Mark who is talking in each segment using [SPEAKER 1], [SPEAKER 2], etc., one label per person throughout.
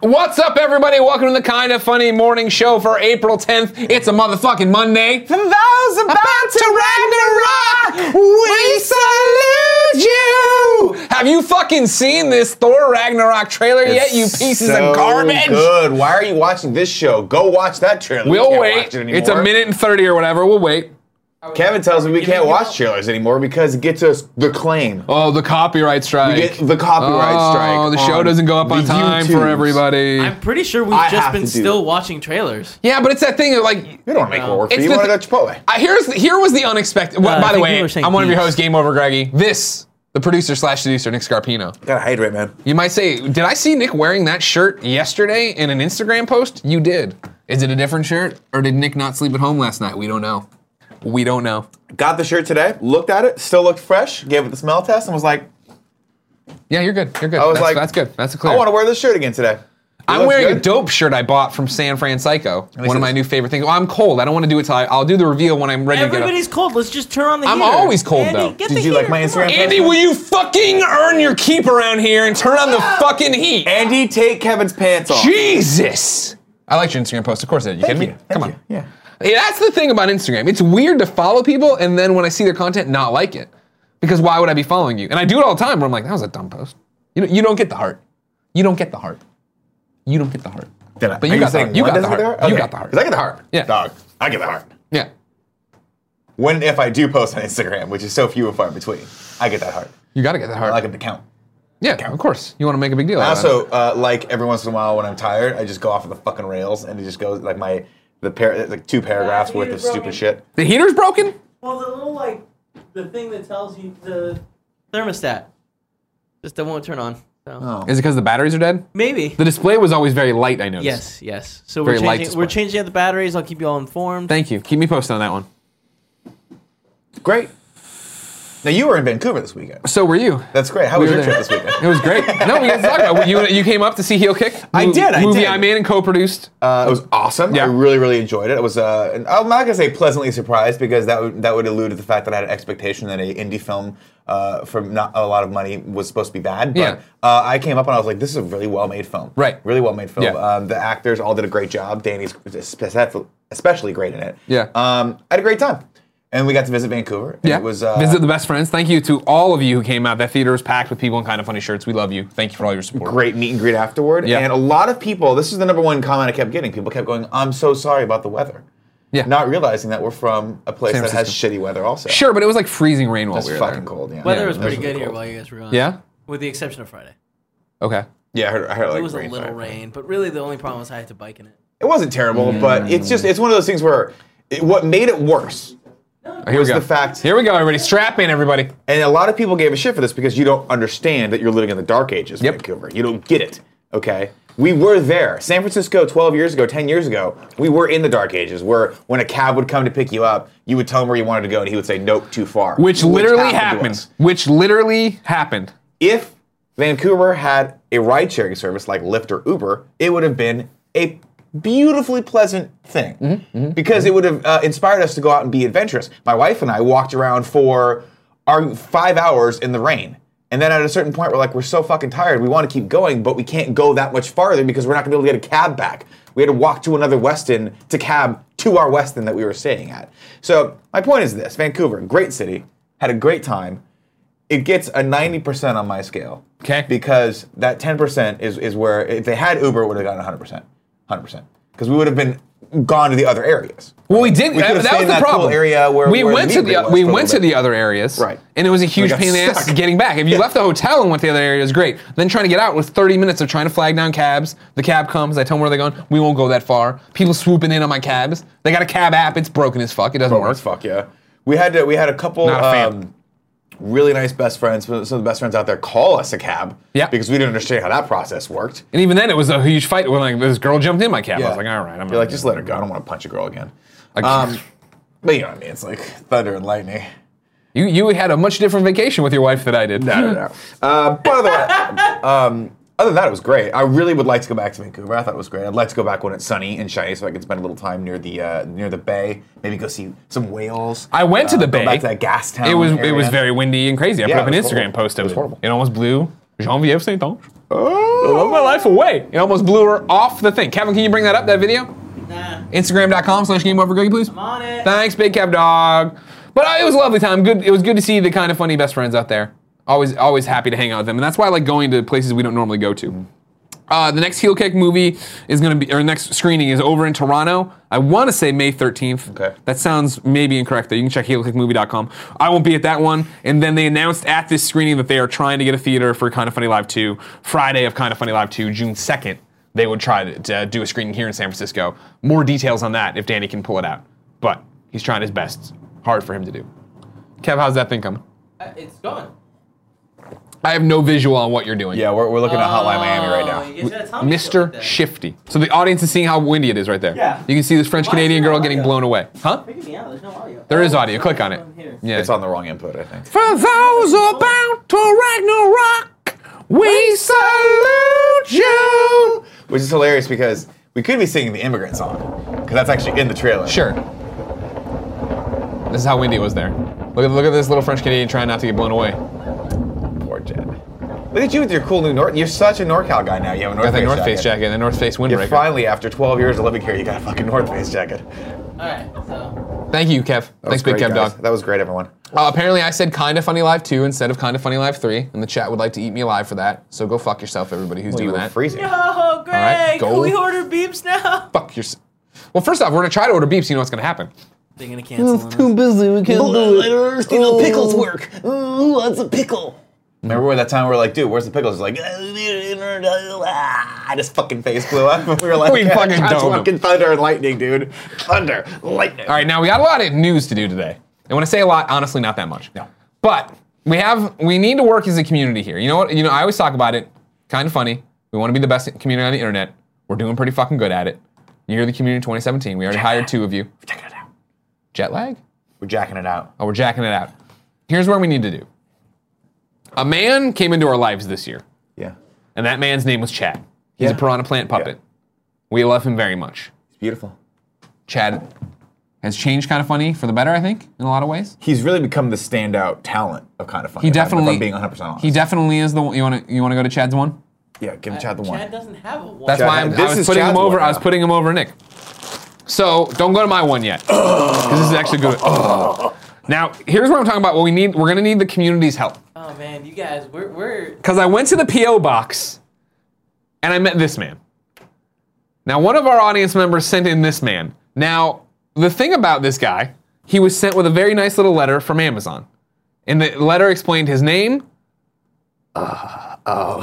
[SPEAKER 1] What's up, everybody? Welcome to the Kind of Funny Morning Show for April 10th. It's a motherfucking Monday.
[SPEAKER 2] For those about, to Ragnarok, we salute you!
[SPEAKER 1] Have you fucking seen this Thor Ragnarok trailer yet, you pieces
[SPEAKER 2] so
[SPEAKER 1] of garbage?
[SPEAKER 2] Good. Why are you watching this show? Go watch that trailer. We
[SPEAKER 1] We'll
[SPEAKER 2] can't
[SPEAKER 1] wait.
[SPEAKER 2] watch it anymore.
[SPEAKER 1] it's a minute and 30 or whatever. We'll wait.
[SPEAKER 2] Kevin tells me we can't watch trailers anymore because it gets us the claim.
[SPEAKER 1] Oh, the copyright strike.
[SPEAKER 2] We get the copyright
[SPEAKER 1] oh,
[SPEAKER 2] strike.
[SPEAKER 1] the show
[SPEAKER 2] on
[SPEAKER 1] doesn't go up on
[SPEAKER 2] the
[SPEAKER 1] time for
[SPEAKER 2] YouTubes.
[SPEAKER 1] everybody.
[SPEAKER 3] I'm pretty sure we've
[SPEAKER 2] I have
[SPEAKER 3] just
[SPEAKER 2] to
[SPEAKER 3] been
[SPEAKER 2] do
[SPEAKER 3] still
[SPEAKER 2] that.
[SPEAKER 3] watching trailers.
[SPEAKER 1] yeah, but it's that thing of like,
[SPEAKER 2] You don't want to make it work for
[SPEAKER 1] It's
[SPEAKER 2] you. You
[SPEAKER 1] the
[SPEAKER 2] want to go to Chipotle.
[SPEAKER 1] Uh, here's here was the unexpected. well,
[SPEAKER 3] Uh, I
[SPEAKER 1] by the
[SPEAKER 3] think
[SPEAKER 1] way,
[SPEAKER 3] people are saying
[SPEAKER 1] I'm one of your
[SPEAKER 3] bees.
[SPEAKER 1] hosts, Game Over Greggy. This, the producer slash seducer, Nick Scarpino.
[SPEAKER 2] Gotta hydrate, man.
[SPEAKER 1] You might say, did I see Nick wearing that shirt yesterday in an Instagram post? You did. Is it a different shirt, or did Nick not sleep at home last night? We don't know. We don't know.
[SPEAKER 2] Got the shirt today, looked at it, still looked fresh, gave it the smell test, and was like,
[SPEAKER 1] Yeah, you're good. You're good.
[SPEAKER 2] I was
[SPEAKER 1] that's,
[SPEAKER 2] like,
[SPEAKER 1] that's good. That's clear.
[SPEAKER 2] I want to wear this shirt again today. It
[SPEAKER 1] I'm
[SPEAKER 2] looks
[SPEAKER 1] wearing a
[SPEAKER 2] good.
[SPEAKER 1] dope shirt I bought from San Francisco. One of my
[SPEAKER 2] sense.
[SPEAKER 1] new favorite things. Well, I'm cold. I don't want to do it till I, I'll do the reveal when I'm ready to get
[SPEAKER 3] Everybody's cold. Let's just turn on the
[SPEAKER 1] I'm
[SPEAKER 3] heater.
[SPEAKER 1] always cold,
[SPEAKER 3] Andy,
[SPEAKER 1] though.
[SPEAKER 3] Get
[SPEAKER 2] Did
[SPEAKER 3] the
[SPEAKER 2] you like
[SPEAKER 3] heater,
[SPEAKER 2] my
[SPEAKER 3] come
[SPEAKER 2] Instagram
[SPEAKER 3] on.
[SPEAKER 1] up. Andy, will you fucking earn your keep around here and turn on the fucking heat?
[SPEAKER 2] Andy, take Kevin's pants off.
[SPEAKER 1] Jesus! Oh. I liked your Instagram post. Of course I did. You
[SPEAKER 2] Thank
[SPEAKER 1] kidding
[SPEAKER 2] you.
[SPEAKER 1] me? Come on.
[SPEAKER 2] Thank you. Yeah.
[SPEAKER 1] Hey, that's the thing about Instagram. It's weird to follow people and then when I see their content, not like it. Because why would I be following you? And I do it all the time where I'm like, that was a dumb post. You, know, you don't get the heart. You don't get the heart. You don't get the heart.
[SPEAKER 2] Did I?
[SPEAKER 1] But
[SPEAKER 2] Are
[SPEAKER 1] you got the
[SPEAKER 2] saying
[SPEAKER 1] heart. You
[SPEAKER 2] one
[SPEAKER 1] got the
[SPEAKER 2] doesn't get
[SPEAKER 1] heart. You got the heart.
[SPEAKER 2] 'Cause I get the heart.
[SPEAKER 1] Yeah.
[SPEAKER 2] Dog. I get the heart.
[SPEAKER 1] Yeah.
[SPEAKER 2] When and if I do post on Instagram, which is so few and far between, I get that heart.
[SPEAKER 1] You gotta get the
[SPEAKER 2] I
[SPEAKER 1] heart.
[SPEAKER 2] like them to count.
[SPEAKER 1] yeah, of course. You wanna make a big deal
[SPEAKER 2] I
[SPEAKER 1] out of it.
[SPEAKER 2] also uh, like every once in a while when I'm tired, I just go off of the fucking rails and it just goes like my the pair like two paragraphs
[SPEAKER 3] Yeah,
[SPEAKER 2] worth
[SPEAKER 3] you're
[SPEAKER 2] of stupid
[SPEAKER 3] broken.
[SPEAKER 2] shit.
[SPEAKER 1] The heater's broken?
[SPEAKER 3] Well, the little like the thing that tells you the thermostat just that won't turn on. So.
[SPEAKER 1] Is it because the batteries are dead?
[SPEAKER 3] Maybe.
[SPEAKER 1] The display was always very light, I noticed.
[SPEAKER 3] Yes, yes. So
[SPEAKER 1] Very
[SPEAKER 3] we're
[SPEAKER 1] light
[SPEAKER 3] changing, we're
[SPEAKER 1] display.
[SPEAKER 3] changing out the batteries. I'll keep you all informed.
[SPEAKER 1] Thank you. Keep me posted on that one.
[SPEAKER 2] Great. Now you were in Vancouver this weekend.
[SPEAKER 1] So were you.
[SPEAKER 2] That's great. How
[SPEAKER 1] We
[SPEAKER 2] was
[SPEAKER 1] were
[SPEAKER 2] your trip
[SPEAKER 1] there.
[SPEAKER 2] this weekend?
[SPEAKER 1] It was great. No, we didn't talk about it. You, you came up to see Heel Kick.
[SPEAKER 2] I
[SPEAKER 1] Mo-
[SPEAKER 2] did, I
[SPEAKER 1] movie
[SPEAKER 2] did.
[SPEAKER 1] I made and co-produced.
[SPEAKER 2] Uh, it was awesome.
[SPEAKER 1] Yeah.
[SPEAKER 2] I really, really enjoyed it. It was. Uh, and I'm not gonna say pleasantly surprised because that would that would allude to the fact that I had an expectation that an indie film uh, from not a lot of money was supposed to be bad. But
[SPEAKER 1] Yeah.
[SPEAKER 2] uh, I came up and I was like, this is a really well made film.
[SPEAKER 1] Right.
[SPEAKER 2] Really well made film.
[SPEAKER 1] Yeah.
[SPEAKER 2] Um, the actors all did a great job. Danny's espe- especially great in it.
[SPEAKER 1] Yeah.
[SPEAKER 2] Um, I had a great time, and we got to visit Vancouver. and It was. Uh,
[SPEAKER 1] Visit the Best Friends. Thank you to all of you who came out. That theater was packed with people in kind of funny shirts. We love you. Thank you for all your support.
[SPEAKER 2] great meet and greet afterward.
[SPEAKER 1] Yeah.
[SPEAKER 2] And a lot of people, this is the number one comment I kept getting. People kept going, I'm so sorry about the weather.
[SPEAKER 1] Yeah.
[SPEAKER 2] Not realizing that we're from a place
[SPEAKER 1] San
[SPEAKER 2] that has
[SPEAKER 1] Francisco.
[SPEAKER 2] shitty weather also.
[SPEAKER 1] Sure, but it was like freezing rain while
[SPEAKER 2] It's
[SPEAKER 1] we were
[SPEAKER 2] fucking
[SPEAKER 1] there.
[SPEAKER 2] cold, yeah.
[SPEAKER 3] Weather
[SPEAKER 1] Yeah,
[SPEAKER 3] was
[SPEAKER 1] that
[SPEAKER 3] pretty
[SPEAKER 2] was
[SPEAKER 3] good
[SPEAKER 2] really
[SPEAKER 3] here
[SPEAKER 2] cool.
[SPEAKER 3] while you guys were gone.
[SPEAKER 1] Yeah.
[SPEAKER 3] With the exception of Friday.
[SPEAKER 1] Okay.
[SPEAKER 2] Yeah, I heard, I heard like
[SPEAKER 3] It was a
[SPEAKER 2] rain
[SPEAKER 3] little
[SPEAKER 2] fire.
[SPEAKER 3] rain, but really the only problem was I had to bike in it.
[SPEAKER 2] It wasn't terrible, but it's just, it's one of those things where it, what made it worse,
[SPEAKER 1] Oh, Here
[SPEAKER 2] Was
[SPEAKER 1] we go.
[SPEAKER 2] the fact-
[SPEAKER 1] Here we go, everybody. Strap in, everybody.
[SPEAKER 2] and a lot of people gave a shit for this because you don't understand that you're living in the dark ages, in
[SPEAKER 1] Yep.
[SPEAKER 2] Vancouver. You don't get it, okay? We were there. San Francisco 12 years ago, 10 years ago, we were in the dark ages where when a cab would come to pick you up, you would tell him where you wanted to go and he would say, nope, too far.
[SPEAKER 1] Which literally
[SPEAKER 2] to
[SPEAKER 1] happened.
[SPEAKER 2] us.
[SPEAKER 1] Which literally happened.
[SPEAKER 2] if Vancouver had a ride sharing service like Lyft or Uber, it would have been a beautifully pleasant thing because it would have uh, inspired us to go out and be adventurous. My wife and I walked around for our five hours in the rain. And then at a certain point, we're like, we're so fucking tired. We want to keep going, but we can't go that much farther because we're not going to be able to get a cab back. We had to walk to another Westin to cab to our Westin that we were staying at. So my point is this: Vancouver, great city, had a great time it gets a 90% on my scale.
[SPEAKER 1] 'Kay.
[SPEAKER 2] Because that 10% is, is where, if they had Uber, it would have gotten 100%. 100%. Because we would have been gone to the other areas.
[SPEAKER 1] Well, we did.
[SPEAKER 2] could
[SPEAKER 1] that,
[SPEAKER 2] have
[SPEAKER 1] that
[SPEAKER 2] stayed
[SPEAKER 1] was
[SPEAKER 2] in
[SPEAKER 1] the
[SPEAKER 2] that cool
[SPEAKER 1] problem.
[SPEAKER 2] area where-
[SPEAKER 1] we
[SPEAKER 2] where
[SPEAKER 1] went
[SPEAKER 2] the
[SPEAKER 1] to
[SPEAKER 2] meeting
[SPEAKER 1] the
[SPEAKER 2] was
[SPEAKER 1] we
[SPEAKER 2] for a
[SPEAKER 1] went to
[SPEAKER 2] little bit.
[SPEAKER 1] the other areas,
[SPEAKER 2] Right.
[SPEAKER 1] And it was a huge
[SPEAKER 2] got
[SPEAKER 1] pain in the ass
[SPEAKER 2] stuck.
[SPEAKER 1] getting back. If you left the hotel and went to the other areas, great. Then trying to get out was 30 minutes of trying to flag down cabs. The cab comes. I tell them where they're going. We won't go that far. People swooping in on my cabs. They got a cab app. It's broken as fuck. It doesn't
[SPEAKER 2] Or
[SPEAKER 1] work.
[SPEAKER 2] as fuck, yeah. We had to, we had a couple
[SPEAKER 1] Not a fan.
[SPEAKER 2] um, really nice best friends, some of the best friends out there call us a cab.
[SPEAKER 1] Yeah.
[SPEAKER 2] Because we didn't understand how that process worked.
[SPEAKER 1] And even then, it was a huge fight when like this girl jumped in my cab. I was like, all right, I'm
[SPEAKER 2] You're
[SPEAKER 1] not doing
[SPEAKER 2] like, just let her go. I don't want to punch a girl again.
[SPEAKER 1] it."
[SPEAKER 2] Um, but you know what I mean? It's like thunder and lightning.
[SPEAKER 1] you you had a much different vacation with your wife than I did.
[SPEAKER 2] I don't know. Uh, but other, um, other than that, it was great. I really would like to go back to Vancouver. I thought it was great. I'd like to go back when it's sunny and shiny, so I can spend a little time near the uh, near the bay. Maybe go see some whales.
[SPEAKER 1] I went to
[SPEAKER 2] Uh,
[SPEAKER 1] the
[SPEAKER 2] go
[SPEAKER 1] bay.
[SPEAKER 2] Back to that gas town.
[SPEAKER 1] It was
[SPEAKER 2] area.
[SPEAKER 1] it was very windy and crazy. I
[SPEAKER 2] Yeah,
[SPEAKER 1] put up
[SPEAKER 2] it
[SPEAKER 1] an
[SPEAKER 2] was
[SPEAKER 1] Instagram
[SPEAKER 2] horrible. Oh!
[SPEAKER 1] post of
[SPEAKER 2] It was
[SPEAKER 1] it.
[SPEAKER 2] horrible.
[SPEAKER 1] It almost blew Jean-Vive Saint-Ange. Blow my life away. It almost blew her off the thing. Kevin, can you bring that up, that video?
[SPEAKER 3] Nah.
[SPEAKER 1] Instagram.com slash game over cookie, please.
[SPEAKER 3] I'm on it.
[SPEAKER 1] Thanks, Big Kev Dog. But uh, it was a lovely time. Good. It was good to see the kind of funny best friends out there. Always, always happy to hang out with them, and that's why I like going to places we don't normally go
[SPEAKER 2] Mm-hmm.
[SPEAKER 1] to. Uh, the next heel kick movie is going to be, or next screening is over in Toronto. I want to say May 13th.
[SPEAKER 2] Okay.
[SPEAKER 1] That sounds maybe incorrect though. You can check heelkickmovie.com. I won't be at that one. And then they announced at this screening that they are trying to get a theater for Kind of Funny Live 2. Friday of Kind of Funny Live 2, June 2nd, they would try to, to do a screening here in San Francisco. More details on that if Danny can pull it out. But he's trying his best. Hard for him to do. Kev, how's that thing coming?
[SPEAKER 3] Uh, It's gone.
[SPEAKER 1] I have no visual on what you're doing.
[SPEAKER 2] Yeah, we're, we're looking at Hotline Miami right
[SPEAKER 3] Oh,
[SPEAKER 2] now.
[SPEAKER 3] you guys gotta tell me shit like
[SPEAKER 1] Mr.
[SPEAKER 3] that.
[SPEAKER 1] Shifty. So the audience is seeing how windy it is right there.
[SPEAKER 3] Yeah.
[SPEAKER 1] You can see this French Canadian
[SPEAKER 3] Why is there
[SPEAKER 1] girl
[SPEAKER 3] no
[SPEAKER 1] getting
[SPEAKER 3] audio?
[SPEAKER 1] blown away. Huh?
[SPEAKER 3] Freaking me out. There's no audio.
[SPEAKER 1] There is
[SPEAKER 3] Oh,
[SPEAKER 1] audio.
[SPEAKER 3] it's
[SPEAKER 1] Click
[SPEAKER 3] from
[SPEAKER 1] on it.
[SPEAKER 3] here.
[SPEAKER 1] Yeah.
[SPEAKER 2] It's on the wrong input, I think.
[SPEAKER 1] For those about to Ragnarok, we salute you.
[SPEAKER 2] Which is hilarious because we could be singing the immigrant song because that's actually in the trailer.
[SPEAKER 1] Sure. This is how windy it was there. Look at look at this little French Canadian trying not to get blown away.
[SPEAKER 2] Poor Jed. Look at you with your cool new North. You're such a NorCal guy now. You have a North,
[SPEAKER 1] Got that
[SPEAKER 2] Face,
[SPEAKER 1] North Face jacket and the North Face
[SPEAKER 2] You
[SPEAKER 1] windbreaker.
[SPEAKER 2] finally, after 12 years of living here, you got a fucking North Face jacket.
[SPEAKER 3] All right. So
[SPEAKER 1] Thank you, Kev.
[SPEAKER 2] That
[SPEAKER 1] Thanks,
[SPEAKER 2] was
[SPEAKER 1] Big
[SPEAKER 2] great,
[SPEAKER 1] Kev
[SPEAKER 2] guys.
[SPEAKER 1] Dog.
[SPEAKER 2] That was great, everyone.
[SPEAKER 1] Uh, apparently, I said kind of funny live two instead of kind of funny live three, and the chat would like to eat me alive for that. So go fuck yourself, everybody who's
[SPEAKER 2] You
[SPEAKER 1] doing
[SPEAKER 2] were
[SPEAKER 1] that.
[SPEAKER 2] freezing.
[SPEAKER 3] no, Oh, Greg.
[SPEAKER 1] right,
[SPEAKER 3] can
[SPEAKER 1] go.
[SPEAKER 3] we order beeps now?
[SPEAKER 1] Fuck yourself. Well, first off, we're gonna try to order beeps. You know what's gonna happen.
[SPEAKER 3] They're gonna cancel. on us.
[SPEAKER 1] busy. We can't
[SPEAKER 4] pickles work. Ooh, what's a pickle?
[SPEAKER 2] Remember when that time we were like, dude, where's the pickles? He's Like, ah, and his fucking face blew up. And we were like,
[SPEAKER 1] We fucking
[SPEAKER 2] "That's
[SPEAKER 1] domed him."
[SPEAKER 2] fucking thunder and lightning, dude. Thunder, lightning.
[SPEAKER 1] All right, now we got a lot of news to do today. And when I say a lot, honestly, not that much.
[SPEAKER 2] No.
[SPEAKER 1] But we have we need to work as a community here. You know what? You know, I always talk about it. Kind of funny. We want to be the best community on the internet. We're doing pretty fucking good at it. You're the community 2017. We already hired two of you.
[SPEAKER 2] We're jacking it out.
[SPEAKER 1] Jet lag?
[SPEAKER 2] We're jacking it out.
[SPEAKER 1] Oh, we're jacking it out. Here's where we need to do. A man came into our lives this year,
[SPEAKER 2] Yeah.
[SPEAKER 1] and that man's name was Chad. He's a
[SPEAKER 2] Yeah.
[SPEAKER 1] piranha plant puppet. We love him very much.
[SPEAKER 2] He's beautiful.
[SPEAKER 1] Chad has changed kind of funny for the better, I think, in a lot of ways.
[SPEAKER 2] He's really become the standout talent of kind of funny.
[SPEAKER 1] He
[SPEAKER 2] if I'm-
[SPEAKER 1] definitely.
[SPEAKER 2] If I'm being 100% honest.
[SPEAKER 1] He definitely is the one. You want to you want to go to Chad's one?
[SPEAKER 2] yeah, give him Chad the one.
[SPEAKER 3] Chad doesn't have a one.
[SPEAKER 1] That's
[SPEAKER 2] Chad-
[SPEAKER 1] why I'm, I
[SPEAKER 2] this
[SPEAKER 1] was
[SPEAKER 2] is
[SPEAKER 1] putting
[SPEAKER 2] Chad's
[SPEAKER 1] him over.
[SPEAKER 2] one
[SPEAKER 1] I was
[SPEAKER 2] now.
[SPEAKER 1] putting him over Nick. So don't go to my one yet, because this is actually good. Now here's what I'm talking about. What we need, we're gonna need the community's help.
[SPEAKER 3] Oh man, you guys, we're we're
[SPEAKER 1] Because I went to the PO box, and I met this man. Now one of our audience members sent in this man. Now the thing about this guy, he was sent with a very nice little letter from Amazon, and the letter explained his name, Uh,
[SPEAKER 3] no. Stop.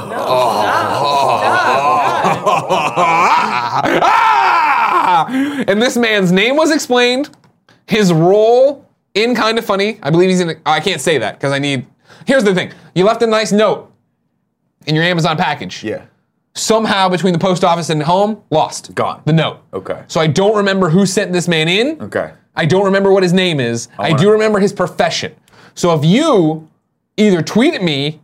[SPEAKER 3] Stop. God.
[SPEAKER 1] Ah! Ah! And this man's name was explained, his role in Kind of Funny. I believe he's in. oh, I can't say that because I need. Here's the thing: you left a nice note in your Amazon package.
[SPEAKER 2] Yeah.
[SPEAKER 1] Somehow between the post office and home, lost.
[SPEAKER 2] Gone.
[SPEAKER 1] The note.
[SPEAKER 2] Okay.
[SPEAKER 1] So I don't remember who sent this man in.
[SPEAKER 2] Okay.
[SPEAKER 1] I don't remember what his name is. I,
[SPEAKER 2] wanna-
[SPEAKER 1] do remember his profession. So if you either tweet at me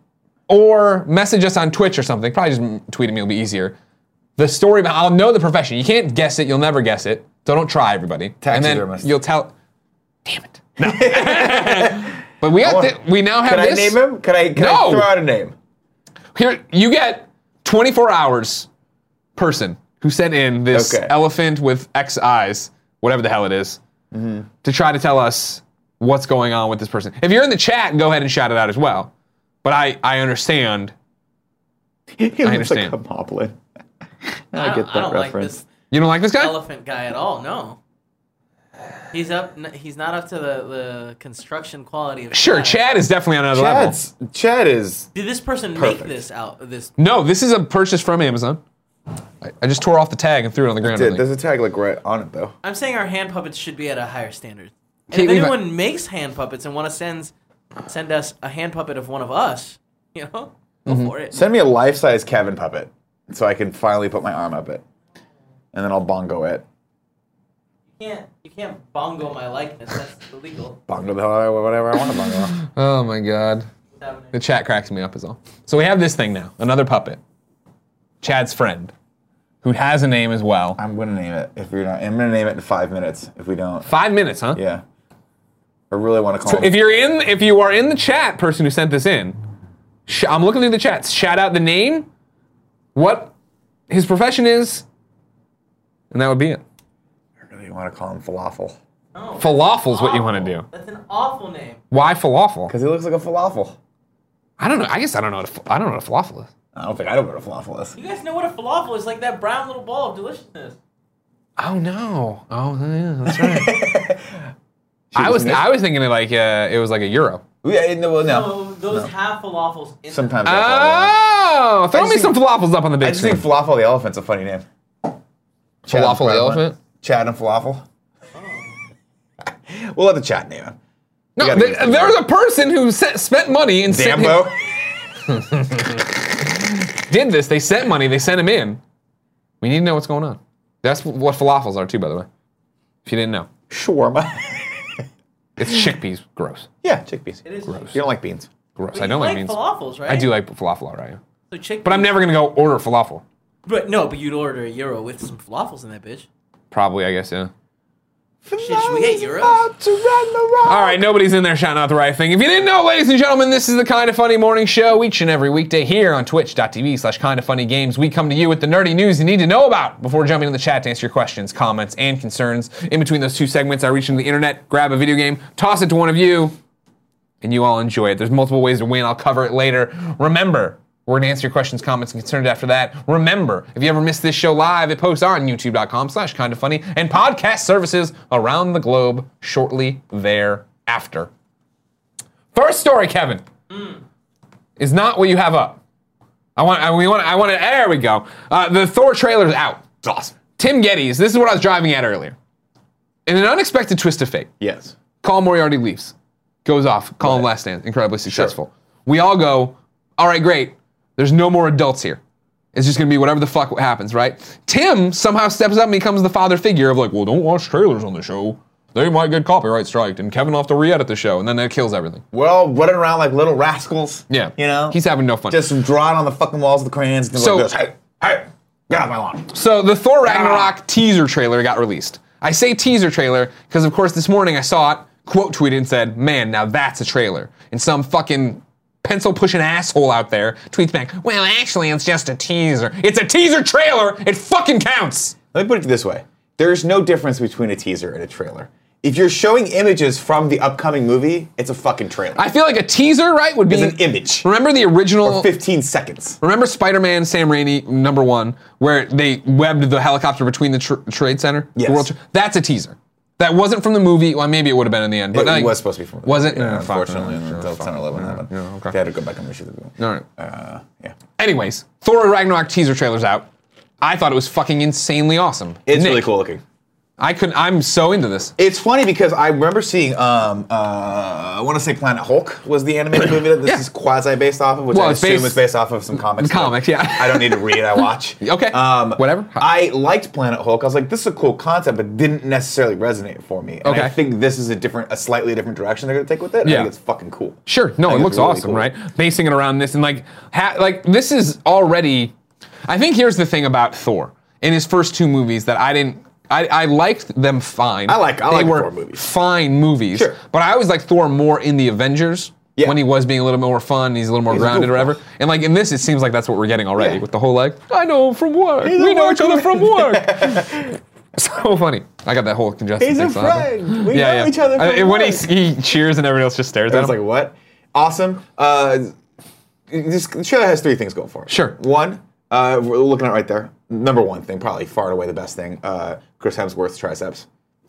[SPEAKER 1] or message us on Twitch or something, probably just m- tweet at me will be easier. The story, behind, I'll know the profession. You can't guess it. You'll never guess it. So don't try, everybody. And then
[SPEAKER 2] Taxidermist.
[SPEAKER 1] you'll tell. Damn it. No. but we got
[SPEAKER 2] wanna-
[SPEAKER 1] thi- we now have
[SPEAKER 2] Can I
[SPEAKER 1] this.
[SPEAKER 2] name him? Can I, can
[SPEAKER 1] No.
[SPEAKER 2] I throw out a name?
[SPEAKER 1] Here, you get 24 hours person who sent in this
[SPEAKER 2] Okay.
[SPEAKER 1] elephant with X eyes, whatever the hell it is, to try to tell us what's going on with this person. If you're in the chat, go ahead and shout it out as well. But I, I understand.
[SPEAKER 2] He looks
[SPEAKER 1] understand.
[SPEAKER 2] like a moblin. I
[SPEAKER 3] I don't,
[SPEAKER 2] get
[SPEAKER 3] I
[SPEAKER 2] that
[SPEAKER 3] don't
[SPEAKER 2] reference.
[SPEAKER 3] like
[SPEAKER 1] You don't like this guy?
[SPEAKER 3] this elephant guy at all. No. He's up. n- He's not up to the, the construction quality of.
[SPEAKER 1] Sure, Chad is definitely on another level.
[SPEAKER 2] Chad's, Chad is
[SPEAKER 3] Did this person
[SPEAKER 2] Perfect.
[SPEAKER 3] make this out? This
[SPEAKER 1] No, this is a purchase from Amazon. I, I just tore off the tag and threw it on the ground. I
[SPEAKER 2] Dude,
[SPEAKER 1] think.
[SPEAKER 2] there's a tag like right on it though.
[SPEAKER 3] I'm saying our hand puppets should be at a higher standard. And
[SPEAKER 1] Can't
[SPEAKER 3] if
[SPEAKER 1] leave a-
[SPEAKER 3] anyone makes hand puppets and want to send send us a hand puppet of one of us, you know, go
[SPEAKER 1] Mm-hmm.
[SPEAKER 3] for it.
[SPEAKER 2] Send me a life-size Kevin puppet so I can finally put my arm up it, and then I'll bongo it.
[SPEAKER 3] you can't you can't bongo my likeness. That's illegal.
[SPEAKER 2] Bongo the hell out of whatever I want to bongo.
[SPEAKER 1] Oh my God.
[SPEAKER 3] What's happening?
[SPEAKER 1] The chat cracks me up is all. So we have this thing now, another puppet. Chad's friend, who has a name as well.
[SPEAKER 2] I'm gonna name it if you're not. I'm gonna name it in five minutes if we don't.
[SPEAKER 1] Five minutes, huh?
[SPEAKER 2] Yeah, I really want to call.
[SPEAKER 1] So
[SPEAKER 2] him.
[SPEAKER 1] if you're in, if you are in the chat, person who sent this in, sh- I'm looking through the chats. Shout out the name, what his profession is, and that would be it.
[SPEAKER 2] I really want to call him falafel
[SPEAKER 3] No,
[SPEAKER 1] Falafel's what you want to do.
[SPEAKER 3] That's an awful name.
[SPEAKER 1] Why falafel?
[SPEAKER 2] because he looks like a falafel.
[SPEAKER 1] I don't know. I guess I don't know. What a, fa- I don't know what a falafel is.
[SPEAKER 2] I don't think I know what a falafel is.
[SPEAKER 3] You guys know what a falafel is? Like that brown little ball of deliciousness.
[SPEAKER 1] Oh no! Oh yeah, that's right. I was
[SPEAKER 2] Isn't it?
[SPEAKER 1] I was thinking it like uh, it was like a euro.
[SPEAKER 2] Yeah, no, well, no.
[SPEAKER 3] So Oh, those have falafels in them.
[SPEAKER 1] Ah!
[SPEAKER 2] Sometimes. I uh, follow along.
[SPEAKER 1] Oh, throw
[SPEAKER 2] just
[SPEAKER 1] me some
[SPEAKER 2] think-
[SPEAKER 1] falafels up on the
[SPEAKER 2] I
[SPEAKER 1] big
[SPEAKER 2] just think
[SPEAKER 1] screen.
[SPEAKER 2] falafel the elephant's a funny name. Chad and
[SPEAKER 1] Falafel the elephant?
[SPEAKER 2] Chad and falafel. we'll let the chat name him.
[SPEAKER 1] No,
[SPEAKER 2] gotta
[SPEAKER 1] there,
[SPEAKER 2] get some-
[SPEAKER 1] there's a person who sent, spent money and sent him-
[SPEAKER 2] Dambo.
[SPEAKER 1] did this. They sent money. They sent him in. We need to know what's going on. That's what falafels are too, by the way. If you didn't know,
[SPEAKER 2] Shawarma.
[SPEAKER 1] it's chickpeas. Gross.
[SPEAKER 2] yeah, chickpeas.
[SPEAKER 3] It is gross.
[SPEAKER 2] You don't like beans.
[SPEAKER 1] Gross.
[SPEAKER 3] But
[SPEAKER 1] I
[SPEAKER 3] you
[SPEAKER 1] don't like
[SPEAKER 3] like
[SPEAKER 1] beans.
[SPEAKER 3] falafels, right?
[SPEAKER 1] I do like falafel, alright. yeah.
[SPEAKER 3] So chickpeas,
[SPEAKER 1] But I'm never gonna go order falafel.
[SPEAKER 3] But no, but you'd order a euro with some falafels in that bitch.
[SPEAKER 1] Probably, I guess. Yeah.
[SPEAKER 3] should we hate Euros?
[SPEAKER 1] All right, nobody's in there shouting out the right thing. If you didn't know, ladies and gentlemen, this is the Kind of Funny Morning Show each and every weekday here on twitch.tv slash kind of funny games. We come to you with the nerdy news you need to know about before jumping in the chat to answer your questions, comments, and concerns. In between those two segments, I reach into the internet, grab a video game, toss it to one of you, and you all enjoy it. There's multiple ways to win. I'll cover it later. Remember, we're gonna answer your questions, comments, and concerns after that. Remember, if you ever miss this show live, it posts on youtube.com slash kind of funny and podcast services around the globe shortly thereafter. First story, Kevin, Mm. is not what you have up. I want, I, we want, I want to, there we go. Uh, the Thor trailer's out. It's awesome. Tim Geddes, this is what I was driving at earlier. In an unexpected twist of fate,
[SPEAKER 2] Yes.
[SPEAKER 1] Colin Moriarty leaves, goes off. Colin Last Stand, incredibly successful. We all go, all right, great. There's no more adults here. It's just gonna be whatever the fuck happens, right? Tim somehow steps up and becomes the father figure of like, well, don't watch trailers on the show. They might get copyright striked, and Kevin will have to re-edit the show, and then that kills everything.
[SPEAKER 2] We're all running around like little rascals.
[SPEAKER 1] Yeah,
[SPEAKER 2] You know?
[SPEAKER 1] he's having no fun.
[SPEAKER 2] Just drawing on the fucking walls of the crayons. And
[SPEAKER 1] So-
[SPEAKER 2] so, goes, hey, hey, get off my lawn.
[SPEAKER 1] So the Thor
[SPEAKER 2] Ah.
[SPEAKER 1] Ragnarok teaser trailer got released. I say teaser trailer because, of course, this morning I saw it, quote tweeted, and said, "Man, now that's a trailer." And some fucking pencil pushing asshole out there tweets back, "Well, actually, it's just a teaser. It's a teaser trailer. It fucking counts."
[SPEAKER 2] Let me put it this way there's no difference between a teaser and a trailer. If you're showing images from the upcoming movie, it's a fucking trailer.
[SPEAKER 1] I feel like a teaser, right, would be
[SPEAKER 2] It's an image.
[SPEAKER 1] Remember the original
[SPEAKER 2] 15 seconds.
[SPEAKER 1] Remember Spider-Man, Sam Raimi, number one, where they webbed the helicopter between the tr- Trade Center?
[SPEAKER 2] Yes.
[SPEAKER 1] The Tra- That's a teaser. That wasn't from the movie. Well, maybe it would have been in the end. But
[SPEAKER 2] it
[SPEAKER 1] like-
[SPEAKER 2] was supposed to be from.
[SPEAKER 1] Was it?
[SPEAKER 2] Yeah,
[SPEAKER 1] Oh, fuck.
[SPEAKER 2] unfortunately,
[SPEAKER 1] Oh,
[SPEAKER 2] until 10 or 11 happened.
[SPEAKER 1] yeah, okay.
[SPEAKER 2] They had to go back and reshoot the movie.
[SPEAKER 1] All right.
[SPEAKER 2] Uh, yeah.
[SPEAKER 1] Anyways, Thor Ragnarok teaser trailer's out. I thought it was fucking insanely awesome.
[SPEAKER 2] It's
[SPEAKER 1] Nick,
[SPEAKER 2] really cool looking.
[SPEAKER 1] I could. I'm so into this.
[SPEAKER 2] It's funny because I remember seeing, um, uh, I want to say Planet Hulk was the animated movie that this
[SPEAKER 1] Yeah.
[SPEAKER 2] is quasi based off of, which
[SPEAKER 1] Well,
[SPEAKER 2] I
[SPEAKER 1] it's
[SPEAKER 2] assume
[SPEAKER 1] based-
[SPEAKER 2] is based off of some comics.
[SPEAKER 1] Comic, yeah.
[SPEAKER 2] I don't need to read, I watch.
[SPEAKER 1] Okay,
[SPEAKER 2] Um,
[SPEAKER 1] whatever.
[SPEAKER 2] I liked Planet Hulk. I was like, this is a cool concept, but didn't necessarily resonate for me. And I
[SPEAKER 1] Okay.
[SPEAKER 2] think this is a different, a slightly different direction they're going to take with it. I
[SPEAKER 1] Yeah.
[SPEAKER 2] think it's fucking cool.
[SPEAKER 1] Sure.
[SPEAKER 2] I
[SPEAKER 1] No, it
[SPEAKER 2] think
[SPEAKER 1] looks
[SPEAKER 2] it's really
[SPEAKER 1] awesome,
[SPEAKER 2] cool.
[SPEAKER 1] right? Basing it around this and like, ha- like this is already. I think here's the thing about Thor in his first two movies that I didn't. I, I liked them fine.
[SPEAKER 2] I like- I
[SPEAKER 1] they
[SPEAKER 2] like
[SPEAKER 1] were
[SPEAKER 2] Thor movies.
[SPEAKER 1] Fine movies.
[SPEAKER 2] Sure.
[SPEAKER 1] But I always liked Thor more in the Avengers.
[SPEAKER 2] Yeah.
[SPEAKER 1] When he was being a little more fun, he's a little more
[SPEAKER 2] a
[SPEAKER 1] grounded or
[SPEAKER 2] goofball.
[SPEAKER 1] whatever. And like in this, it seems like that's what we're getting already
[SPEAKER 2] Yeah.
[SPEAKER 1] with the whole like, I know him from work.
[SPEAKER 2] a
[SPEAKER 1] we know each
[SPEAKER 2] worker.
[SPEAKER 1] other from work. so funny. I got that whole congested.
[SPEAKER 2] He's a
[SPEAKER 1] thing, so I don't know.
[SPEAKER 2] friend. We know each other
[SPEAKER 1] I-
[SPEAKER 2] from
[SPEAKER 1] when he,
[SPEAKER 2] work.
[SPEAKER 1] he cheers and everyone else just stares
[SPEAKER 2] I
[SPEAKER 1] at
[SPEAKER 2] was
[SPEAKER 1] him.
[SPEAKER 2] like, what? Awesome. Uh, this the trailer has three things going for it.
[SPEAKER 1] Sure.
[SPEAKER 2] One, uh, we're looking at it right there. Number one thing, probably far and away the best thing. Uh, Chris Hemsworth's triceps,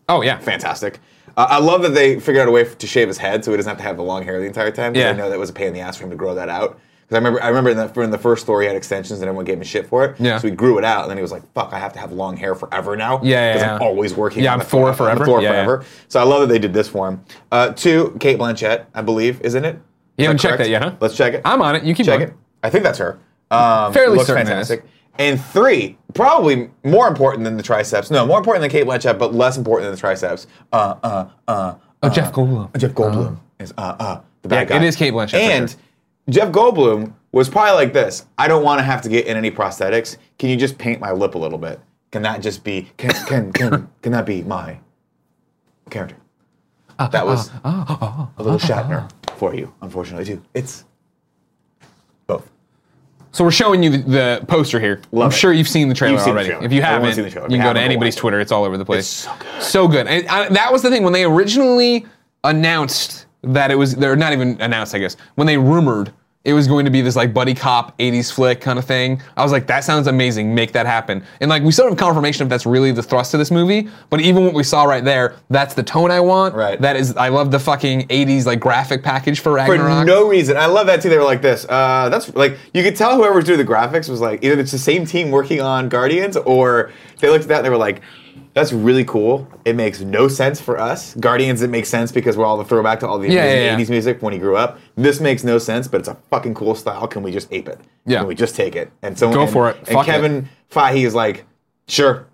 [SPEAKER 1] oh yeah.
[SPEAKER 2] fantastic. Uh, I love that they figured out a way f- to shave his head so he doesn't have to have the long hair the entire time. 'cause
[SPEAKER 1] Yeah.
[SPEAKER 2] I know that was a pain in the ass for him to grow that out. Because I remember, I remember in the, in the first story he had extensions and everyone gave him shit for it.
[SPEAKER 1] Yeah.
[SPEAKER 2] So he grew it out and then he was like, "Fuck, I have to have long hair forever now."
[SPEAKER 1] Yeah, yeah,
[SPEAKER 2] Because I'm
[SPEAKER 1] yeah.
[SPEAKER 2] always working.
[SPEAKER 1] Yeah,
[SPEAKER 2] on
[SPEAKER 1] I'm
[SPEAKER 2] the
[SPEAKER 1] Thor
[SPEAKER 2] on the
[SPEAKER 1] forever.
[SPEAKER 2] Thor
[SPEAKER 1] Yeah, yeah.
[SPEAKER 2] forever. So I love that they did this for him. Uh, two, Kate Blanchett, I believe, isn't it?
[SPEAKER 1] You haven't
[SPEAKER 2] Is
[SPEAKER 1] checked
[SPEAKER 2] correct?
[SPEAKER 1] that yet, huh?
[SPEAKER 2] Let's check it.
[SPEAKER 1] I'm on it. You keep
[SPEAKER 2] check
[SPEAKER 1] going.
[SPEAKER 2] it. I think that's her. Um,
[SPEAKER 1] Fairly
[SPEAKER 2] looks
[SPEAKER 1] certain it is.
[SPEAKER 2] fantastic. And three, probably more important than the triceps. No, more important than Kate Blanchett, but less important than the triceps. Uh, uh, uh. uh,
[SPEAKER 1] Oh, Jeff Goldblum.
[SPEAKER 2] Jeff Goldblum is uh, uh, the bad
[SPEAKER 1] Yeah,
[SPEAKER 2] guy.
[SPEAKER 1] it is Kate Blanchett, for
[SPEAKER 2] And
[SPEAKER 1] sure.
[SPEAKER 2] Jeff Goldblum was probably like this. I don't want to have to get in any prosthetics. Can you just paint my lip a little bit? Can that just be? Can can can can that be my character?
[SPEAKER 1] Ah,
[SPEAKER 2] That was a little Shatner for you, unfortunately too. It's both.
[SPEAKER 1] So we're showing you the, the poster here. I'm
[SPEAKER 2] Love it.
[SPEAKER 1] sure you've seen the trailer
[SPEAKER 2] You've seen the
[SPEAKER 1] already.
[SPEAKER 2] trailer.
[SPEAKER 1] If you
[SPEAKER 2] Everyone's
[SPEAKER 1] haven't,
[SPEAKER 2] seen the trailer. If
[SPEAKER 1] you
[SPEAKER 2] you
[SPEAKER 1] can go to
[SPEAKER 2] haven't, go
[SPEAKER 1] anybody's
[SPEAKER 2] watch it.
[SPEAKER 1] Twitter. It's all over the place.
[SPEAKER 2] so good.
[SPEAKER 1] So good. And I, that was the thing when they originally announced that it was. They're not even announced, I guess. When they rumored it was going to be this like buddy cop '80s flick kind of thing, I was like, that sounds amazing. Make that happen. And like we still don't have confirmation if that's really the thrust of this movie. But even what we saw right there, that's the tone I want.
[SPEAKER 2] Right.
[SPEAKER 1] That is. I love the fucking '80s like graphic package for
[SPEAKER 2] for
[SPEAKER 1] Ragnarok.
[SPEAKER 2] no reason. I love that too. They were like this. Uh, that's like you could tell whoever's doing the graphics was like either it's the same team working on Guardians or they looked at that and they were like, "That's really cool. It makes no sense for us. Guardians it makes sense because we're all the throwback to all the
[SPEAKER 1] Yeah,
[SPEAKER 2] amazing
[SPEAKER 1] yeah, yeah.
[SPEAKER 2] 80s music when he grew up. This makes no sense, but it's a fucking cool style. Can we just ape it?
[SPEAKER 1] Yeah.
[SPEAKER 2] Can we just take it? And so
[SPEAKER 1] Go
[SPEAKER 2] and-
[SPEAKER 1] for it.
[SPEAKER 2] And
[SPEAKER 1] Fuck it.
[SPEAKER 2] Kevin Feige is like, "Sure,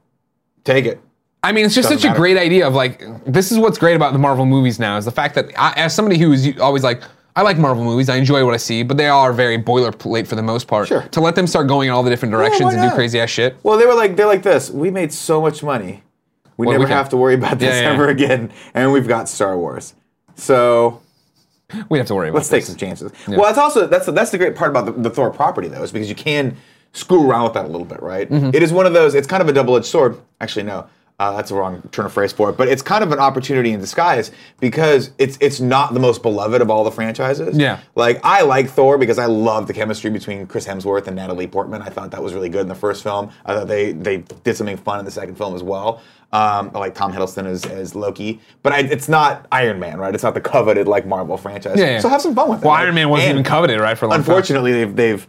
[SPEAKER 2] take it."
[SPEAKER 1] I mean, it's just
[SPEAKER 2] Doesn't
[SPEAKER 1] such a
[SPEAKER 2] matter.
[SPEAKER 1] great idea of like, this is what's great about the Marvel movies now is the fact that, I, as somebody who is always like, I like Marvel movies, I enjoy what I see, but they are very boilerplate for the most part.
[SPEAKER 2] Sure.
[SPEAKER 1] To let them start going in all the different directions and do
[SPEAKER 2] not?
[SPEAKER 1] crazy ass shit.
[SPEAKER 2] Well, they were like they're like this. We made so much money, we
[SPEAKER 1] Well,
[SPEAKER 2] never
[SPEAKER 1] we can-
[SPEAKER 2] have to worry about this
[SPEAKER 1] Yeah, yeah,
[SPEAKER 2] ever
[SPEAKER 1] yeah.
[SPEAKER 2] again, and we've got Star Wars. So
[SPEAKER 1] We have to worry about
[SPEAKER 2] let's take
[SPEAKER 1] this.
[SPEAKER 2] some chances. Well, that's also that's that's the great part about the, the Thor property though, is because you can screw around with that a little bit, right? It is one of those. It's kind of a double-edged sword. Actually, no. Uh, that's a wrong turn of phrase for it, but it's kind of an opportunity in disguise because it's it's not the most beloved of all the franchises.
[SPEAKER 1] Yeah.
[SPEAKER 2] Like I like Thor because I love the chemistry between Chris Hemsworth and Natalie Portman. I thought that was really good in the first film. I thought they they did something fun in the second film as well. Um, I like Tom Hiddleston as, as Loki, but I, it's not Iron Man, right? It's not the coveted like Marvel franchise.
[SPEAKER 1] Yeah, yeah.
[SPEAKER 2] So have some fun with it.
[SPEAKER 1] Well,
[SPEAKER 2] right?
[SPEAKER 1] Iron Man wasn't
[SPEAKER 2] And
[SPEAKER 1] even coveted, right? For a long time.
[SPEAKER 2] Unfortunately, they've they've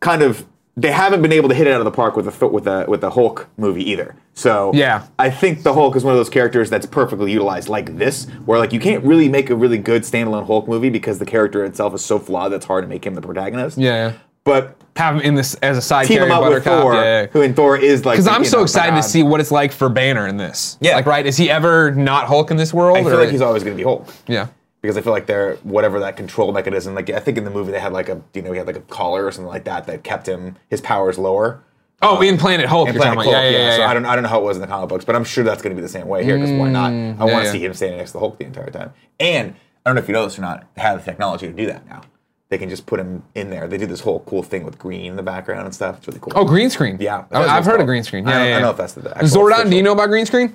[SPEAKER 2] kind of they haven't been able to hit it out of the park with the Thor- with the with the Hulk movie either. So
[SPEAKER 1] Yeah.
[SPEAKER 2] I think the Hulk is one of those characters that's perfectly utilized like this, where like you can't really make a really good standalone Hulk movie because the character itself is so flawed that's hard to make him the protagonist.
[SPEAKER 1] Yeah. yeah.
[SPEAKER 2] But
[SPEAKER 1] Have him in this as a side
[SPEAKER 2] team
[SPEAKER 1] carry
[SPEAKER 2] him up with
[SPEAKER 1] buttercup.
[SPEAKER 2] Thor,
[SPEAKER 1] yeah, yeah.
[SPEAKER 2] who in Thor is like
[SPEAKER 1] Because
[SPEAKER 2] the,
[SPEAKER 1] I'm
[SPEAKER 2] you
[SPEAKER 1] so
[SPEAKER 2] know,
[SPEAKER 1] excited
[SPEAKER 2] God.
[SPEAKER 1] to see what it's like for Banner in this.
[SPEAKER 2] Yeah.
[SPEAKER 1] Like, right? Is he ever not Hulk in this world?
[SPEAKER 2] I feel like he's always going to be Hulk.
[SPEAKER 1] Yeah.
[SPEAKER 2] because I feel like they're whatever that control mechanism. Like I think in the movie they had like a you know he had like a collar or something like that that kept him his powers lower.
[SPEAKER 1] Oh, in Planet Hulk.
[SPEAKER 2] And
[SPEAKER 1] you're
[SPEAKER 2] Planet
[SPEAKER 1] talking
[SPEAKER 2] Hulk,
[SPEAKER 1] about. Yeah, yeah, yeah,
[SPEAKER 2] So
[SPEAKER 1] yeah.
[SPEAKER 2] I don't I don't know how it was in the comic books, but I'm sure that's going to be the same way here because why not? I want to
[SPEAKER 1] Mm, yeah.
[SPEAKER 2] see him standing next to the Hulk the entire time. And I don't know if you know this or not, they have the technology to do that now. They can just put him in there. They do this whole cool thing with green in the background and stuff. It's really cool.
[SPEAKER 1] Oh, green screen.
[SPEAKER 2] Yeah,
[SPEAKER 1] I,
[SPEAKER 2] that's what
[SPEAKER 1] have
[SPEAKER 2] it's
[SPEAKER 1] heard of
[SPEAKER 2] called.
[SPEAKER 1] green screen.
[SPEAKER 2] I
[SPEAKER 1] Yeah, yeah,
[SPEAKER 2] don't- I don't
[SPEAKER 1] yeah.
[SPEAKER 2] know if that's the actual
[SPEAKER 1] Zordon. Do you
[SPEAKER 2] official-
[SPEAKER 1] know about green screen?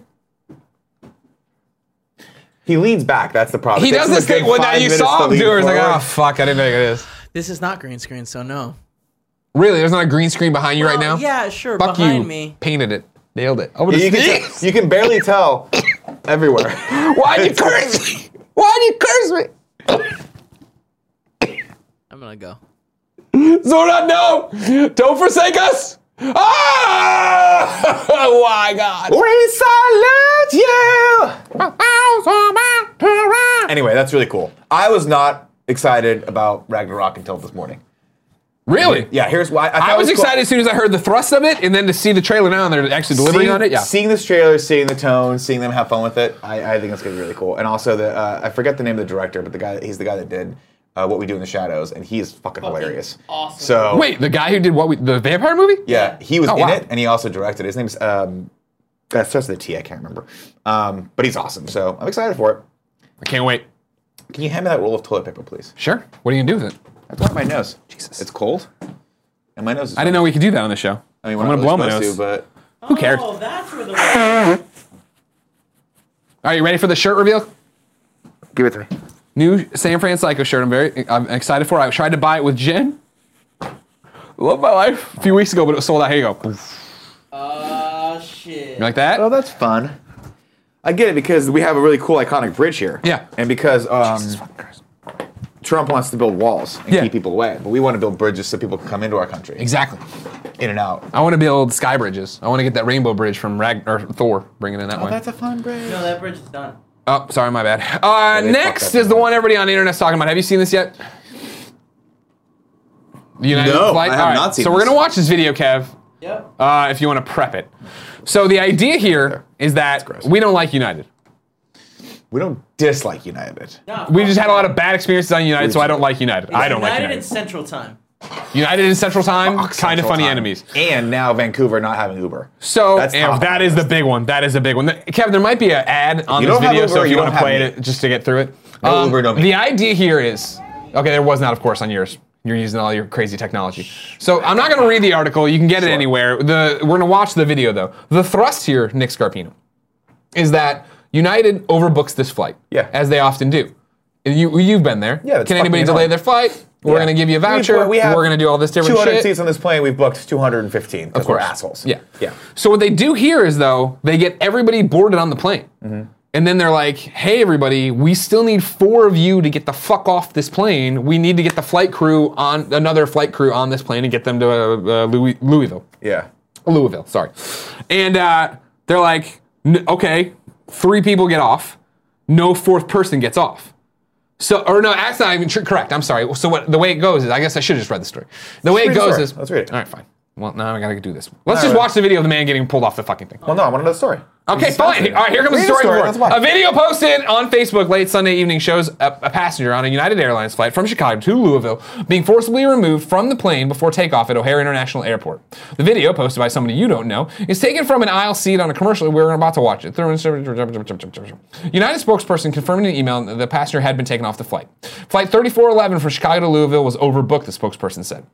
[SPEAKER 2] He leans back. That's the problem.
[SPEAKER 1] He
[SPEAKER 2] It takes
[SPEAKER 1] does this
[SPEAKER 2] him a
[SPEAKER 1] thing
[SPEAKER 2] good
[SPEAKER 1] when that
[SPEAKER 2] five
[SPEAKER 1] you
[SPEAKER 2] minutes
[SPEAKER 1] saw
[SPEAKER 2] to
[SPEAKER 1] him
[SPEAKER 2] lean
[SPEAKER 1] do it. It's like,
[SPEAKER 2] forward.
[SPEAKER 1] oh fuck, I didn't think it is.
[SPEAKER 3] This is not green screen, so no.
[SPEAKER 1] Really, there's not a green screen behind you right
[SPEAKER 3] Well,
[SPEAKER 1] now.
[SPEAKER 3] Oh, Yeah, sure.
[SPEAKER 1] Fuck
[SPEAKER 3] behind
[SPEAKER 1] you.
[SPEAKER 3] me.
[SPEAKER 1] Painted it. Nailed it. Over to
[SPEAKER 2] You can,
[SPEAKER 1] Steve.
[SPEAKER 2] you can barely tell everywhere.
[SPEAKER 1] Why'd you curse me? Why'd you curse me?
[SPEAKER 3] I'm gonna go.
[SPEAKER 1] Zordon, no! Don't forsake us! Ah! oh my god.
[SPEAKER 2] We salute you! Anyway, that's really cool. I was not excited about Ragnarok until this morning.
[SPEAKER 1] Really?
[SPEAKER 2] Yeah, here's why. thought
[SPEAKER 1] I
[SPEAKER 2] it
[SPEAKER 1] was
[SPEAKER 2] cool.
[SPEAKER 1] excited as soon as I heard the thrust of it, and then to see the trailer now and they're actually delivering
[SPEAKER 2] seeing,
[SPEAKER 1] on it. Yeah.
[SPEAKER 2] Seeing this trailer, seeing the tone, seeing them have fun with it, I, I think it's gonna be really cool. And also the uh, I forget the name of the director, but the guy he's the guy that did uh, What We Do in the Shadows, and he is fucking, hilarious.
[SPEAKER 3] awesome.
[SPEAKER 2] So
[SPEAKER 1] Wait, the guy who did what? We, the vampire movie?
[SPEAKER 2] Yeah, he was
[SPEAKER 1] Oh,
[SPEAKER 2] in
[SPEAKER 1] wow.
[SPEAKER 2] it, and he also directed. it. His name's um, that starts with a T. I can't remember, um, but he's awesome. So I'm excited for it.
[SPEAKER 1] I can't wait.
[SPEAKER 2] Can you hand me that roll of toilet paper, please?
[SPEAKER 1] Sure. What are you gonna do with it?
[SPEAKER 2] I have to wipe my nose. Jesus, it's cold, and my nose. Is
[SPEAKER 1] I didn't know we could do that on the show. I
[SPEAKER 2] mean,
[SPEAKER 1] am
[SPEAKER 2] we're
[SPEAKER 1] gonna
[SPEAKER 2] not
[SPEAKER 1] blow my
[SPEAKER 2] really supposed
[SPEAKER 1] nose.
[SPEAKER 2] to, but
[SPEAKER 1] Who cares?
[SPEAKER 3] Oh, that's where the
[SPEAKER 1] Are you ready for the shirt reveal?
[SPEAKER 2] give it to me.
[SPEAKER 1] New San Fran Psycho shirt. I'm very I'm excited for. it. I tried to buy it with Jen. Love my life. A few weeks ago, but it was sold out. Here you go. You
[SPEAKER 3] Ah shit.
[SPEAKER 1] like that?
[SPEAKER 2] Oh, that's fun. I get it because we have a really cool iconic bridge here.
[SPEAKER 1] Yeah.
[SPEAKER 2] and because um, Trump wants to build walls and
[SPEAKER 1] Yeah.
[SPEAKER 2] keep people away, but we want to build bridges so people can come into our country,
[SPEAKER 1] Exactly.
[SPEAKER 2] in and out.
[SPEAKER 1] I want to build sky bridges. I want to get that rainbow bridge from Rag or Thor. Bring it in that
[SPEAKER 2] Oh,
[SPEAKER 1] way.
[SPEAKER 2] that's a fun bridge.
[SPEAKER 3] No, that bridge is done.
[SPEAKER 1] oh, sorry, my bad. Uh,
[SPEAKER 2] they fucked
[SPEAKER 1] next
[SPEAKER 2] up
[SPEAKER 1] is the
[SPEAKER 2] the-
[SPEAKER 1] one everybody on the internet's talking about. Have you seen this yet? The United
[SPEAKER 2] No,
[SPEAKER 1] Flight?
[SPEAKER 2] I have
[SPEAKER 1] All right,
[SPEAKER 2] not seen
[SPEAKER 1] So we're
[SPEAKER 2] this.
[SPEAKER 1] gonna watch this video, Kev.
[SPEAKER 3] Yep.
[SPEAKER 1] uh, if you want to prep it. So the idea here is that
[SPEAKER 2] gross.
[SPEAKER 1] we don't like United.
[SPEAKER 2] We don't dislike United.
[SPEAKER 3] Nah,
[SPEAKER 1] We
[SPEAKER 3] fuck
[SPEAKER 1] just had a lot
[SPEAKER 3] that.
[SPEAKER 1] of bad experiences on United, so I don't like United. I don't like
[SPEAKER 3] United in
[SPEAKER 1] United.
[SPEAKER 3] Central Time.
[SPEAKER 1] United in Central Time, kind of
[SPEAKER 2] Central
[SPEAKER 1] funny
[SPEAKER 2] Time.
[SPEAKER 1] enemies.
[SPEAKER 2] And now Vancouver not having Uber.
[SPEAKER 1] So
[SPEAKER 2] That's
[SPEAKER 1] and
[SPEAKER 2] top
[SPEAKER 1] that
[SPEAKER 2] of
[SPEAKER 1] is
[SPEAKER 2] my
[SPEAKER 1] the big one. That is a big one. Th- Kevin, there might be an ad on
[SPEAKER 2] You
[SPEAKER 1] this
[SPEAKER 2] don't have
[SPEAKER 1] video,
[SPEAKER 2] Uber,
[SPEAKER 1] so if
[SPEAKER 2] you
[SPEAKER 1] you,
[SPEAKER 2] don't
[SPEAKER 1] want to
[SPEAKER 2] have
[SPEAKER 1] play
[SPEAKER 2] me.
[SPEAKER 1] it Um, just to get through it.
[SPEAKER 2] No Uber, no me.
[SPEAKER 1] the idea here is okay. There was not, of course, on yours. You're using all your crazy technology. So I'm not going to read the article. You can get it anywhere. The, we're going to watch the video, though. The thrust here, Nick Scarpino, is that United overbooks this flight,
[SPEAKER 2] Yeah.
[SPEAKER 1] as they often do. You, you've been there.
[SPEAKER 2] Yeah, that's
[SPEAKER 1] Can anybody
[SPEAKER 2] fucking
[SPEAKER 1] delay
[SPEAKER 2] annoying.
[SPEAKER 1] their flight? We're
[SPEAKER 2] Yeah.
[SPEAKER 1] going to give you a
[SPEAKER 2] We-
[SPEAKER 1] voucher.
[SPEAKER 2] we have
[SPEAKER 1] are going to do all this different
[SPEAKER 2] 200
[SPEAKER 1] shit.
[SPEAKER 2] seats on this plane. We've booked 215 because we're assholes.
[SPEAKER 1] Yeah.
[SPEAKER 2] Yeah.
[SPEAKER 1] So what they do here is though, they get everybody boarded on the plane. And then they're like, hey everybody, we still need four of you to get the fuck off this plane. We need to get the flight crew on another flight crew on this plane and get them to uh, uh, Louis, Louisville.
[SPEAKER 2] Yeah.
[SPEAKER 1] Louisville, sorry. And uh, they're like, "N- okay, three people get off, no fourth person gets off. So, or no, that's not even true. Correct. I'm sorry. So, what the way it goes is, I guess I should have just read the story. The way
[SPEAKER 2] read
[SPEAKER 1] it
[SPEAKER 2] the
[SPEAKER 1] goes
[SPEAKER 2] story.
[SPEAKER 1] is,
[SPEAKER 2] Let's read it.
[SPEAKER 1] All right, fine. Well, now I gotta do this. Let's
[SPEAKER 2] All
[SPEAKER 1] just
[SPEAKER 2] right.
[SPEAKER 1] watch the video of the man getting pulled off the fucking thing.
[SPEAKER 2] Well, no, I want to know the story.
[SPEAKER 1] Okay, fine. All right, here comes the
[SPEAKER 2] Read the
[SPEAKER 1] story.
[SPEAKER 2] story,
[SPEAKER 1] for it.
[SPEAKER 2] that's why.
[SPEAKER 1] A video posted on Facebook late Sunday evening shows a, a passenger on a United Airlines flight from Chicago to Louisville being forcibly removed from the plane before takeoff at O'Hare International Airport. The video, posted by somebody you don't know, is taken from an aisle seat on a commercial. We're about to watch it. United spokesperson confirmed in an email that the passenger had been taken off the flight. Flight 3411 from Chicago to Louisville was overbooked, the spokesperson said.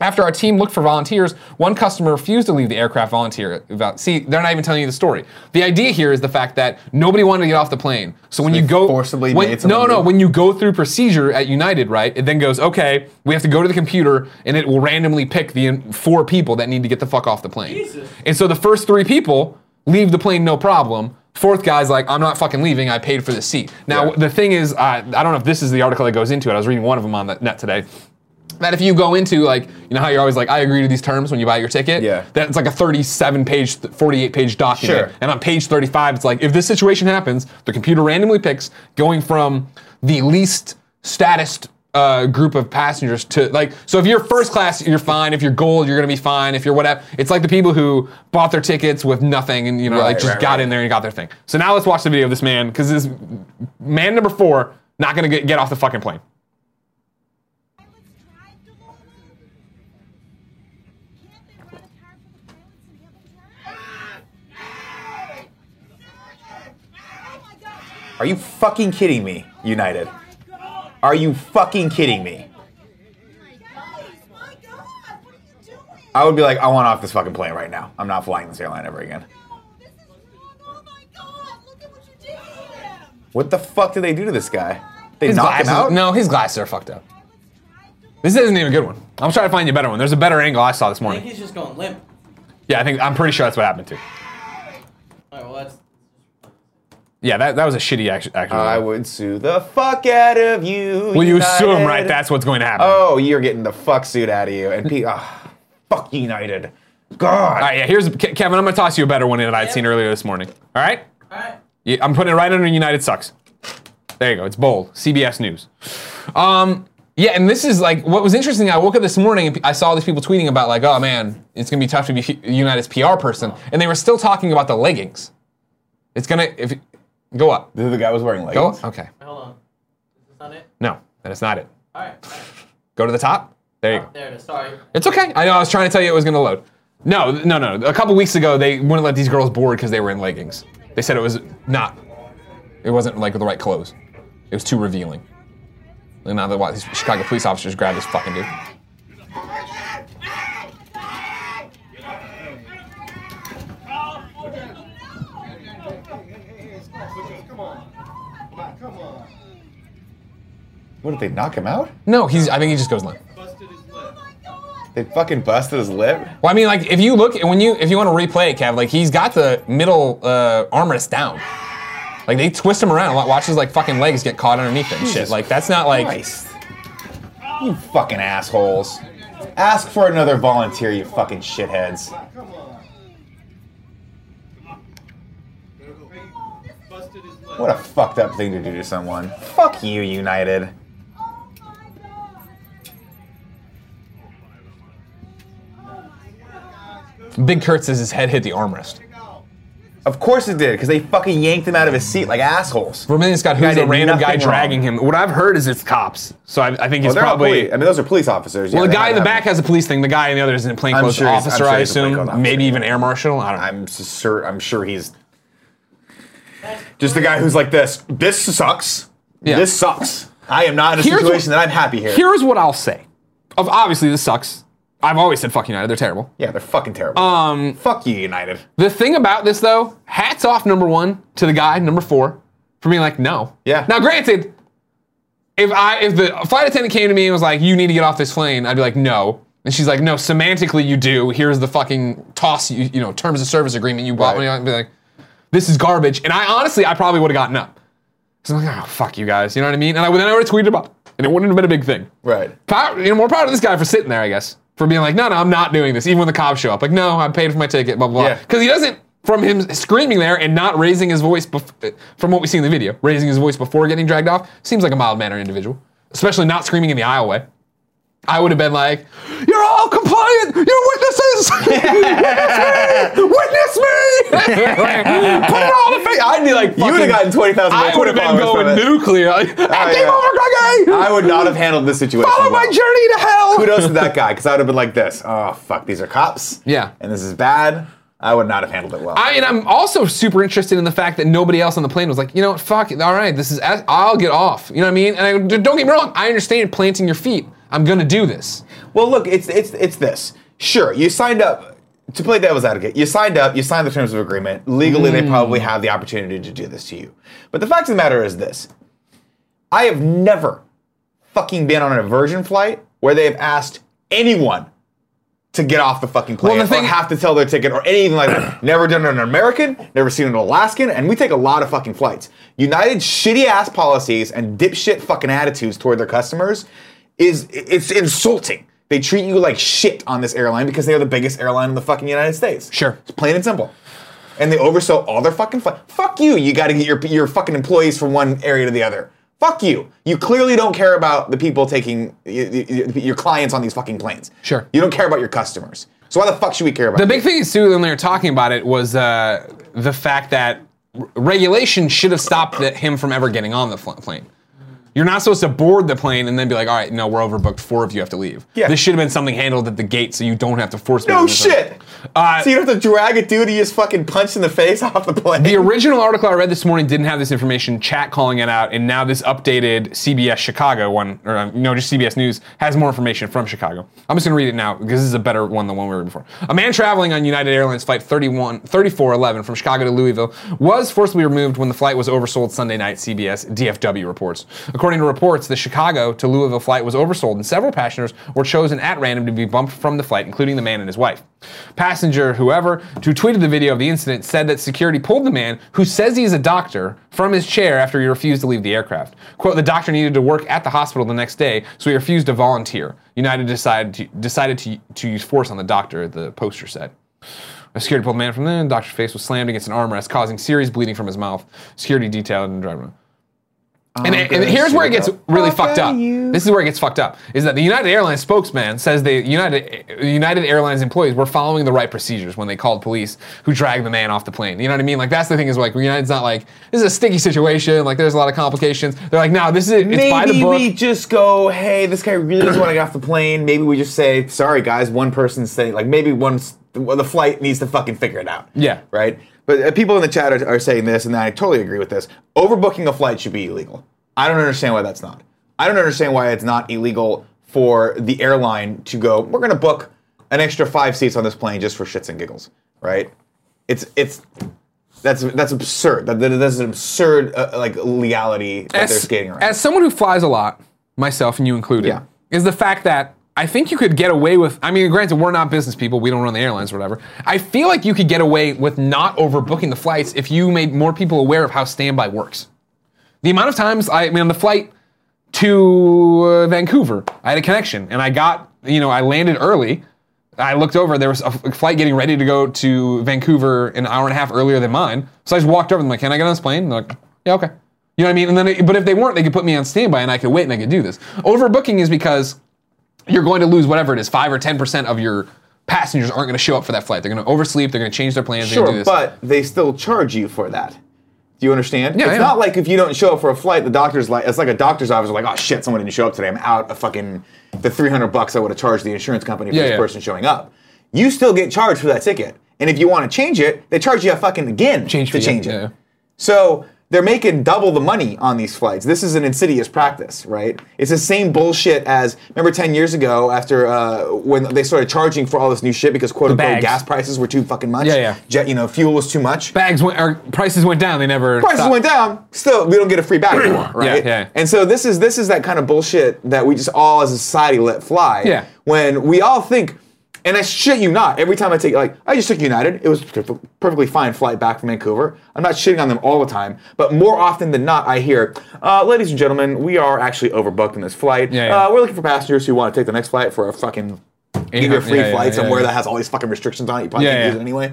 [SPEAKER 1] After our team looked for volunteers, one customer refused to leave the aircraft volunteer. val- See, they're not even telling you the story. The idea here is the fact that nobody wanted to get off the plane. So when
[SPEAKER 2] they
[SPEAKER 1] you go
[SPEAKER 2] forcibly
[SPEAKER 1] when-
[SPEAKER 2] made
[SPEAKER 1] no,
[SPEAKER 2] someone
[SPEAKER 1] no,
[SPEAKER 2] leave?
[SPEAKER 1] when you go through procedure at United, right? It then goes, okay, we have to go to the computer, and it will randomly pick the in- four people that need to get the fuck off the plane.
[SPEAKER 3] Jesus.
[SPEAKER 1] And so the first three people leave the plane no problem. Fourth guy's like, I'm not fucking leaving. I paid for the seat. Now
[SPEAKER 2] Right.
[SPEAKER 1] the thing is, I, I don't know if this is the article that goes into it. I was reading one of them on the net today that if you go into like you know how you're always like I agree to these terms when you buy your ticket.
[SPEAKER 2] Yeah.
[SPEAKER 1] That's like a 37 page, 48 page document.
[SPEAKER 2] Sure.
[SPEAKER 1] And on page 35, it's like if this situation happens, the computer randomly picks going from the least status uh, group of passengers to like so if you're first class you're fine if you're gold you're gonna be fine if you're whatever it's like the people who bought their tickets with nothing and you know like
[SPEAKER 2] Right,
[SPEAKER 1] just
[SPEAKER 2] right,
[SPEAKER 1] got
[SPEAKER 2] right.
[SPEAKER 1] in there and got their thing so now let's watch the video of this man because this man number four not gonna get, get off the fucking plane
[SPEAKER 2] Ah! Are you fucking kidding me, United? Are you fucking kidding me? I would be like, I want off this fucking plane right now. I'm not flying this airline ever again. What the fuck did they do to this guy? They knock him
[SPEAKER 1] glasses,
[SPEAKER 2] out?
[SPEAKER 1] No, his glasses are fucked up. This isn't even a good one. I'm trying to find you a better one. There's a better angle I saw this
[SPEAKER 3] I think
[SPEAKER 1] morning.
[SPEAKER 3] he's just going limp.
[SPEAKER 1] Yeah, I think I'm pretty sure that's what happened to.
[SPEAKER 3] All right, well that's
[SPEAKER 1] Yeah, that, that was a shitty action. action.
[SPEAKER 2] I would sue the fuck out of you.
[SPEAKER 1] well, you assume
[SPEAKER 2] United.
[SPEAKER 1] right that's what's going to happen. All
[SPEAKER 2] Oh, you're getting the fuck suit out of you. And P. ah, fuck United. God.
[SPEAKER 1] right, yeah. Here's Ke- Kevin. I'm gonna toss you a better one in that I'd seen earlier this morning. All right.
[SPEAKER 3] all right.
[SPEAKER 1] Yeah, I'm putting it right under United sucks. There you go. It's bold. CBS News. Um, yeah, and this is like what was interesting. I woke up this morning and I saw these people tweeting about like, oh man, it's gonna be tough to be Hu- United's PR person, and they were still talking about the leggings. It's gonna if go up,
[SPEAKER 2] The guy was wearing
[SPEAKER 1] go
[SPEAKER 2] leggings.
[SPEAKER 1] up. Okay,
[SPEAKER 3] Hold on. Is this not it?
[SPEAKER 1] no, that is not it.
[SPEAKER 3] All right.
[SPEAKER 1] Go to the top. There you go.
[SPEAKER 3] There it is. Sorry.
[SPEAKER 1] It's okay. I know. I was trying to tell you it was gonna load. No, th- no, no. A couple weeks ago, they wouldn't let these girls board because they were in leggings. They said it was not. It wasn't like the right clothes. It was too revealing. And now that why these Chicago police officers grabbed this fucking dude.
[SPEAKER 2] What did they knock him out?
[SPEAKER 1] No, he's. I think he just goes limp.
[SPEAKER 2] They fucking busted his lip.
[SPEAKER 1] Well, I mean, like if you look when you if you want to replay it, Kev, like he's got the middle uh, armrest down. Like they twist him around. Watch his like fucking legs get caught underneath and shit.
[SPEAKER 2] Jesus
[SPEAKER 1] Like that's not like.
[SPEAKER 2] Christ. You fucking assholes. Ask for another volunteer, you fucking shitheads. What a fucked up thing to do to someone. Fuck you, United.
[SPEAKER 1] Big Kurt says his head hit the armrest.
[SPEAKER 2] Of course it did, because they fucking yanked him out of his seat like assholes.
[SPEAKER 1] Vermillion Scott,
[SPEAKER 2] Guy
[SPEAKER 1] who's a
[SPEAKER 2] did
[SPEAKER 1] random guy
[SPEAKER 2] nothing
[SPEAKER 1] dragging him. What I've heard is it's cops. So I, I think
[SPEAKER 2] Well,
[SPEAKER 1] he's
[SPEAKER 2] they're all
[SPEAKER 1] probably.
[SPEAKER 2] poli- I mean, those are police officers.
[SPEAKER 1] well,
[SPEAKER 2] yeah,
[SPEAKER 1] the
[SPEAKER 2] they
[SPEAKER 1] guy in the
[SPEAKER 2] have-
[SPEAKER 1] back has a police thing. The guy in the other is an plainclothes
[SPEAKER 2] sure he's- I'm
[SPEAKER 1] officer,
[SPEAKER 2] sure
[SPEAKER 1] I
[SPEAKER 2] he's a
[SPEAKER 1] assume.
[SPEAKER 2] plainclothes
[SPEAKER 1] Maybe
[SPEAKER 2] officer.
[SPEAKER 1] even air marshal. I don't know.
[SPEAKER 2] I'm s- sure. I'm sure he's just the guy who's like this. This sucks.
[SPEAKER 1] Yeah.
[SPEAKER 2] This sucks. I am not in a
[SPEAKER 1] Here's
[SPEAKER 2] situation
[SPEAKER 1] what-
[SPEAKER 2] that I'm happy here.
[SPEAKER 1] Here's what I'll say of obviously this sucks. I've always said fuck United. They're terrible.
[SPEAKER 2] Yeah, they're fucking terrible. Um, fuck you, United.
[SPEAKER 1] The thing about this though, hats off number one to the guy number four for being like no.
[SPEAKER 2] Yeah.
[SPEAKER 1] Now granted, if I if the flight attendant came to me and was like you need to get off this plane, I'd be like no. And she's like no, semantically you do. Here's the fucking toss you you know terms of service agreement you bought.
[SPEAKER 2] Right.
[SPEAKER 1] I'd be like this is garbage. And I honestly I probably would have gotten up. Cause I'm like oh fuck you guys, you know what I mean? And I then I would have tweeted about it, and it wouldn't have been a big thing
[SPEAKER 2] Right.
[SPEAKER 1] proud, you know, more proud of this guy for sitting there, I guess, for being like, no, no, I'm not doing this. Even when the cops show up, like, no, I paid for my ticket, blah blah.
[SPEAKER 2] Yeah.
[SPEAKER 1] Because he doesn't, from him screaming there and not raising his voice, bef- uh, from what we see in the video, raising his voice before getting dragged off, seems like a mild mannered individual, especially not screaming in the aisle way. I would have been like, "You're all compliant. You're witnesses. Witness me. Witness me. Like, Put it all in face." I'd be like,
[SPEAKER 2] You would've
[SPEAKER 1] fucking-
[SPEAKER 2] gotten 20,000 more
[SPEAKER 1] I would have
[SPEAKER 2] Twitter
[SPEAKER 1] been
[SPEAKER 2] followers
[SPEAKER 1] going
[SPEAKER 2] from it.
[SPEAKER 1] nuclear. Like, I
[SPEAKER 2] Oh, yeah.
[SPEAKER 1] came over, Greggy.
[SPEAKER 2] I would not have handled this situation.
[SPEAKER 1] Follow my
[SPEAKER 2] well.
[SPEAKER 1] journey to hell.
[SPEAKER 2] Kudos to that guy, because I would have been like this. Oh fuck, these are cops.
[SPEAKER 1] Yeah.
[SPEAKER 2] And this is bad. I would not have handled it well.
[SPEAKER 1] I and I'm also super interested in the fact that nobody else on the plane was like, you know what, fuck, it, all right, this is, I'll get off. You know what I mean? And I, don't get me wrong, I understand planting your feet. I'm gonna do this.
[SPEAKER 2] Well, look, it's it's it's this. Sure, you signed up to play devil's advocate. You signed up. You signed the terms of agreement. Legally,
[SPEAKER 1] Mm.
[SPEAKER 2] they probably have the opportunity to do this to you. But the fact of the matter is this: I have never fucking been on a Virgin flight where they have asked anyone to get off the fucking plane
[SPEAKER 1] the thing-
[SPEAKER 2] or have to tell their ticket or anything like that. never done it on an American. Never seen an Alaskan. And we take a lot of fucking flights. United's shitty ass policies and dipshit fucking attitudes toward their customers is it's insulting. They treat you like shit on this airline because they are the biggest airline in the fucking United States.
[SPEAKER 1] Sure.
[SPEAKER 2] It's plain and simple. And they oversell all their fucking flights. Fuck you. You got to get your your fucking employees from one area to the other. Fuck you. You clearly don't care about the people taking y- y- y- your clients on these fucking planes.
[SPEAKER 1] Sure.
[SPEAKER 2] You don't care about your customers. So why the fuck should we care about
[SPEAKER 1] The
[SPEAKER 2] you?
[SPEAKER 1] big thing is too when they were talking about it was uh, the fact that r- regulation should have stopped that him from ever getting on the fl- plane. You're not supposed to board the plane and then be like, all right, no, we're overbooked. Four of you have to leave.
[SPEAKER 2] Yeah.
[SPEAKER 1] This should have been something handled at the gate so you don't have to force.
[SPEAKER 2] No
[SPEAKER 1] people to do something.
[SPEAKER 2] shit.
[SPEAKER 1] Uh,
[SPEAKER 2] so you don't have to drag a dude you just fucking punched in the face off the plane.
[SPEAKER 1] The original article I read this morning didn't have this information. Chat calling it out, and now this updated CBS Chicago one, or um, no, just CBS News has more information from Chicago. I'm just gonna read it now because this is a better one than one we read before. A man traveling on United Airlines flight 31, 3411 from Chicago to Louisville was forcibly removed when the flight was oversold Sunday night. CBS DFW reports. According to reports, the Chicago to Louisville flight was oversold, and several passengers were chosen at random to be bumped from the flight, including the man and his wife. Passenger whoever who tweeted the video of the incident said that security pulled the man who says he is a doctor from his chair after he refused to leave the aircraft. Quote, the doctor needed to work at the hospital the next day, so he refused to volunteer. United decided to, decided to, to use force on the doctor, the poster said. A security pulled the man from the doctor's face was slammed against an armrest, causing serious bleeding from his mouth. Security detailed and driver. And, and
[SPEAKER 2] gonna
[SPEAKER 1] here's where it gets
[SPEAKER 2] shoot the
[SPEAKER 1] really
[SPEAKER 2] fuck
[SPEAKER 1] fucked
[SPEAKER 2] outta
[SPEAKER 1] up.
[SPEAKER 2] you.
[SPEAKER 1] This is where it gets fucked up. Is that the United Airlines spokesman says the United United Airlines employees were following the right procedures when they called police who dragged the man off the plane. You know what I mean? Like that's the thing is like United's not like this is a sticky situation. Like there's a lot of complications. They're like, no, this is it. It's by the
[SPEAKER 2] Maybe
[SPEAKER 1] book.
[SPEAKER 2] we just go, hey, this guy really doesn't want to get off the plane. Maybe we just say, sorry, guys, one person's saying, like, maybe one's, the flight needs to fucking figure it out.
[SPEAKER 1] Yeah.
[SPEAKER 2] Right? But uh, people in the chat are, are saying this, and I totally agree with this. Overbooking a flight should be illegal. I don't understand why that's not. I don't understand why it's not illegal for the airline to go, we're going to book an extra five seats on this plane just for shits and giggles. Right? It's, it's, that's, that's absurd. That, that, that's an absurd uh, like legality that they're skating around.
[SPEAKER 1] as someone who flies a lot, myself and you included,
[SPEAKER 2] Yeah.
[SPEAKER 1] is the fact that I think you could get away with. I mean, granted, we're not business people; we don't run the airlines or whatever. I feel like you could get away with not overbooking the flights if you made more people aware of how standby works. The amount of times I, I mean, on the flight to uh, Vancouver, I had a connection, and I got you know I landed early. I looked over. There was a f- flight getting ready to go to Vancouver an hour and a half earlier than mine. So I just walked over and I'm like, "Can I get on this plane?" And they're like, "Yeah, okay." You know what I mean? And then, it- but if they weren't, they could put me on standby and I could wait and I could do this. Overbooking is because you're going to lose whatever it is, five or ten percent of your passengers aren't going to show up for that flight. They're going to oversleep. They're going to change their plans. they're
[SPEAKER 2] Sure,
[SPEAKER 1] gonna do this.
[SPEAKER 2] but they still charge you for that. Do you understand?
[SPEAKER 1] Yeah,
[SPEAKER 2] it's
[SPEAKER 1] yeah.
[SPEAKER 2] not like if you don't show up for a flight, the doctor's like, it's like a doctor's office, like, oh shit, someone didn't show up today. I'm out a fucking the 300 bucks I would have charged the insurance company for
[SPEAKER 1] Yeah,
[SPEAKER 2] this
[SPEAKER 1] yeah.
[SPEAKER 2] person showing up. You still get charged for that ticket, and if you want to change it, they charge you a fucking again
[SPEAKER 1] Change
[SPEAKER 2] to
[SPEAKER 1] fee,
[SPEAKER 2] change
[SPEAKER 1] yeah,
[SPEAKER 2] it.
[SPEAKER 1] yeah.
[SPEAKER 2] So They're making double the money on these flights. This is an insidious practice, right? It's the same bullshit as remember ten years ago after uh, when they started charging for all this new shit because quote unquote
[SPEAKER 1] bags.
[SPEAKER 2] gas prices were too fucking much.
[SPEAKER 1] Yeah, yeah.
[SPEAKER 2] Jet, you know, fuel was too much.
[SPEAKER 1] Bags went, or prices went down. They never.
[SPEAKER 2] prices
[SPEAKER 1] stopped.
[SPEAKER 2] went down, still we don't get a free bag anymore, right?
[SPEAKER 1] Yeah, yeah.
[SPEAKER 2] And so this is this is that kind of bullshit that we just all as a society let fly.
[SPEAKER 1] Yeah.
[SPEAKER 2] When we all think, and I shit you not, every time I take like I just took United, it was perf- perfectly fine flight back from Vancouver. I'm not shitting on them all the time, but more often than not, I hear, uh, ladies and gentlemen, we are actually overbooked in this flight.
[SPEAKER 1] Yeah, yeah.
[SPEAKER 2] Uh, we're looking for passengers who want to take the next flight for a fucking either free
[SPEAKER 1] yeah, yeah,
[SPEAKER 2] flight
[SPEAKER 1] yeah,
[SPEAKER 2] somewhere
[SPEAKER 1] yeah.
[SPEAKER 2] that has all these fucking restrictions on it. You probably
[SPEAKER 1] Yeah,
[SPEAKER 2] can't
[SPEAKER 1] yeah.
[SPEAKER 2] use it anyway.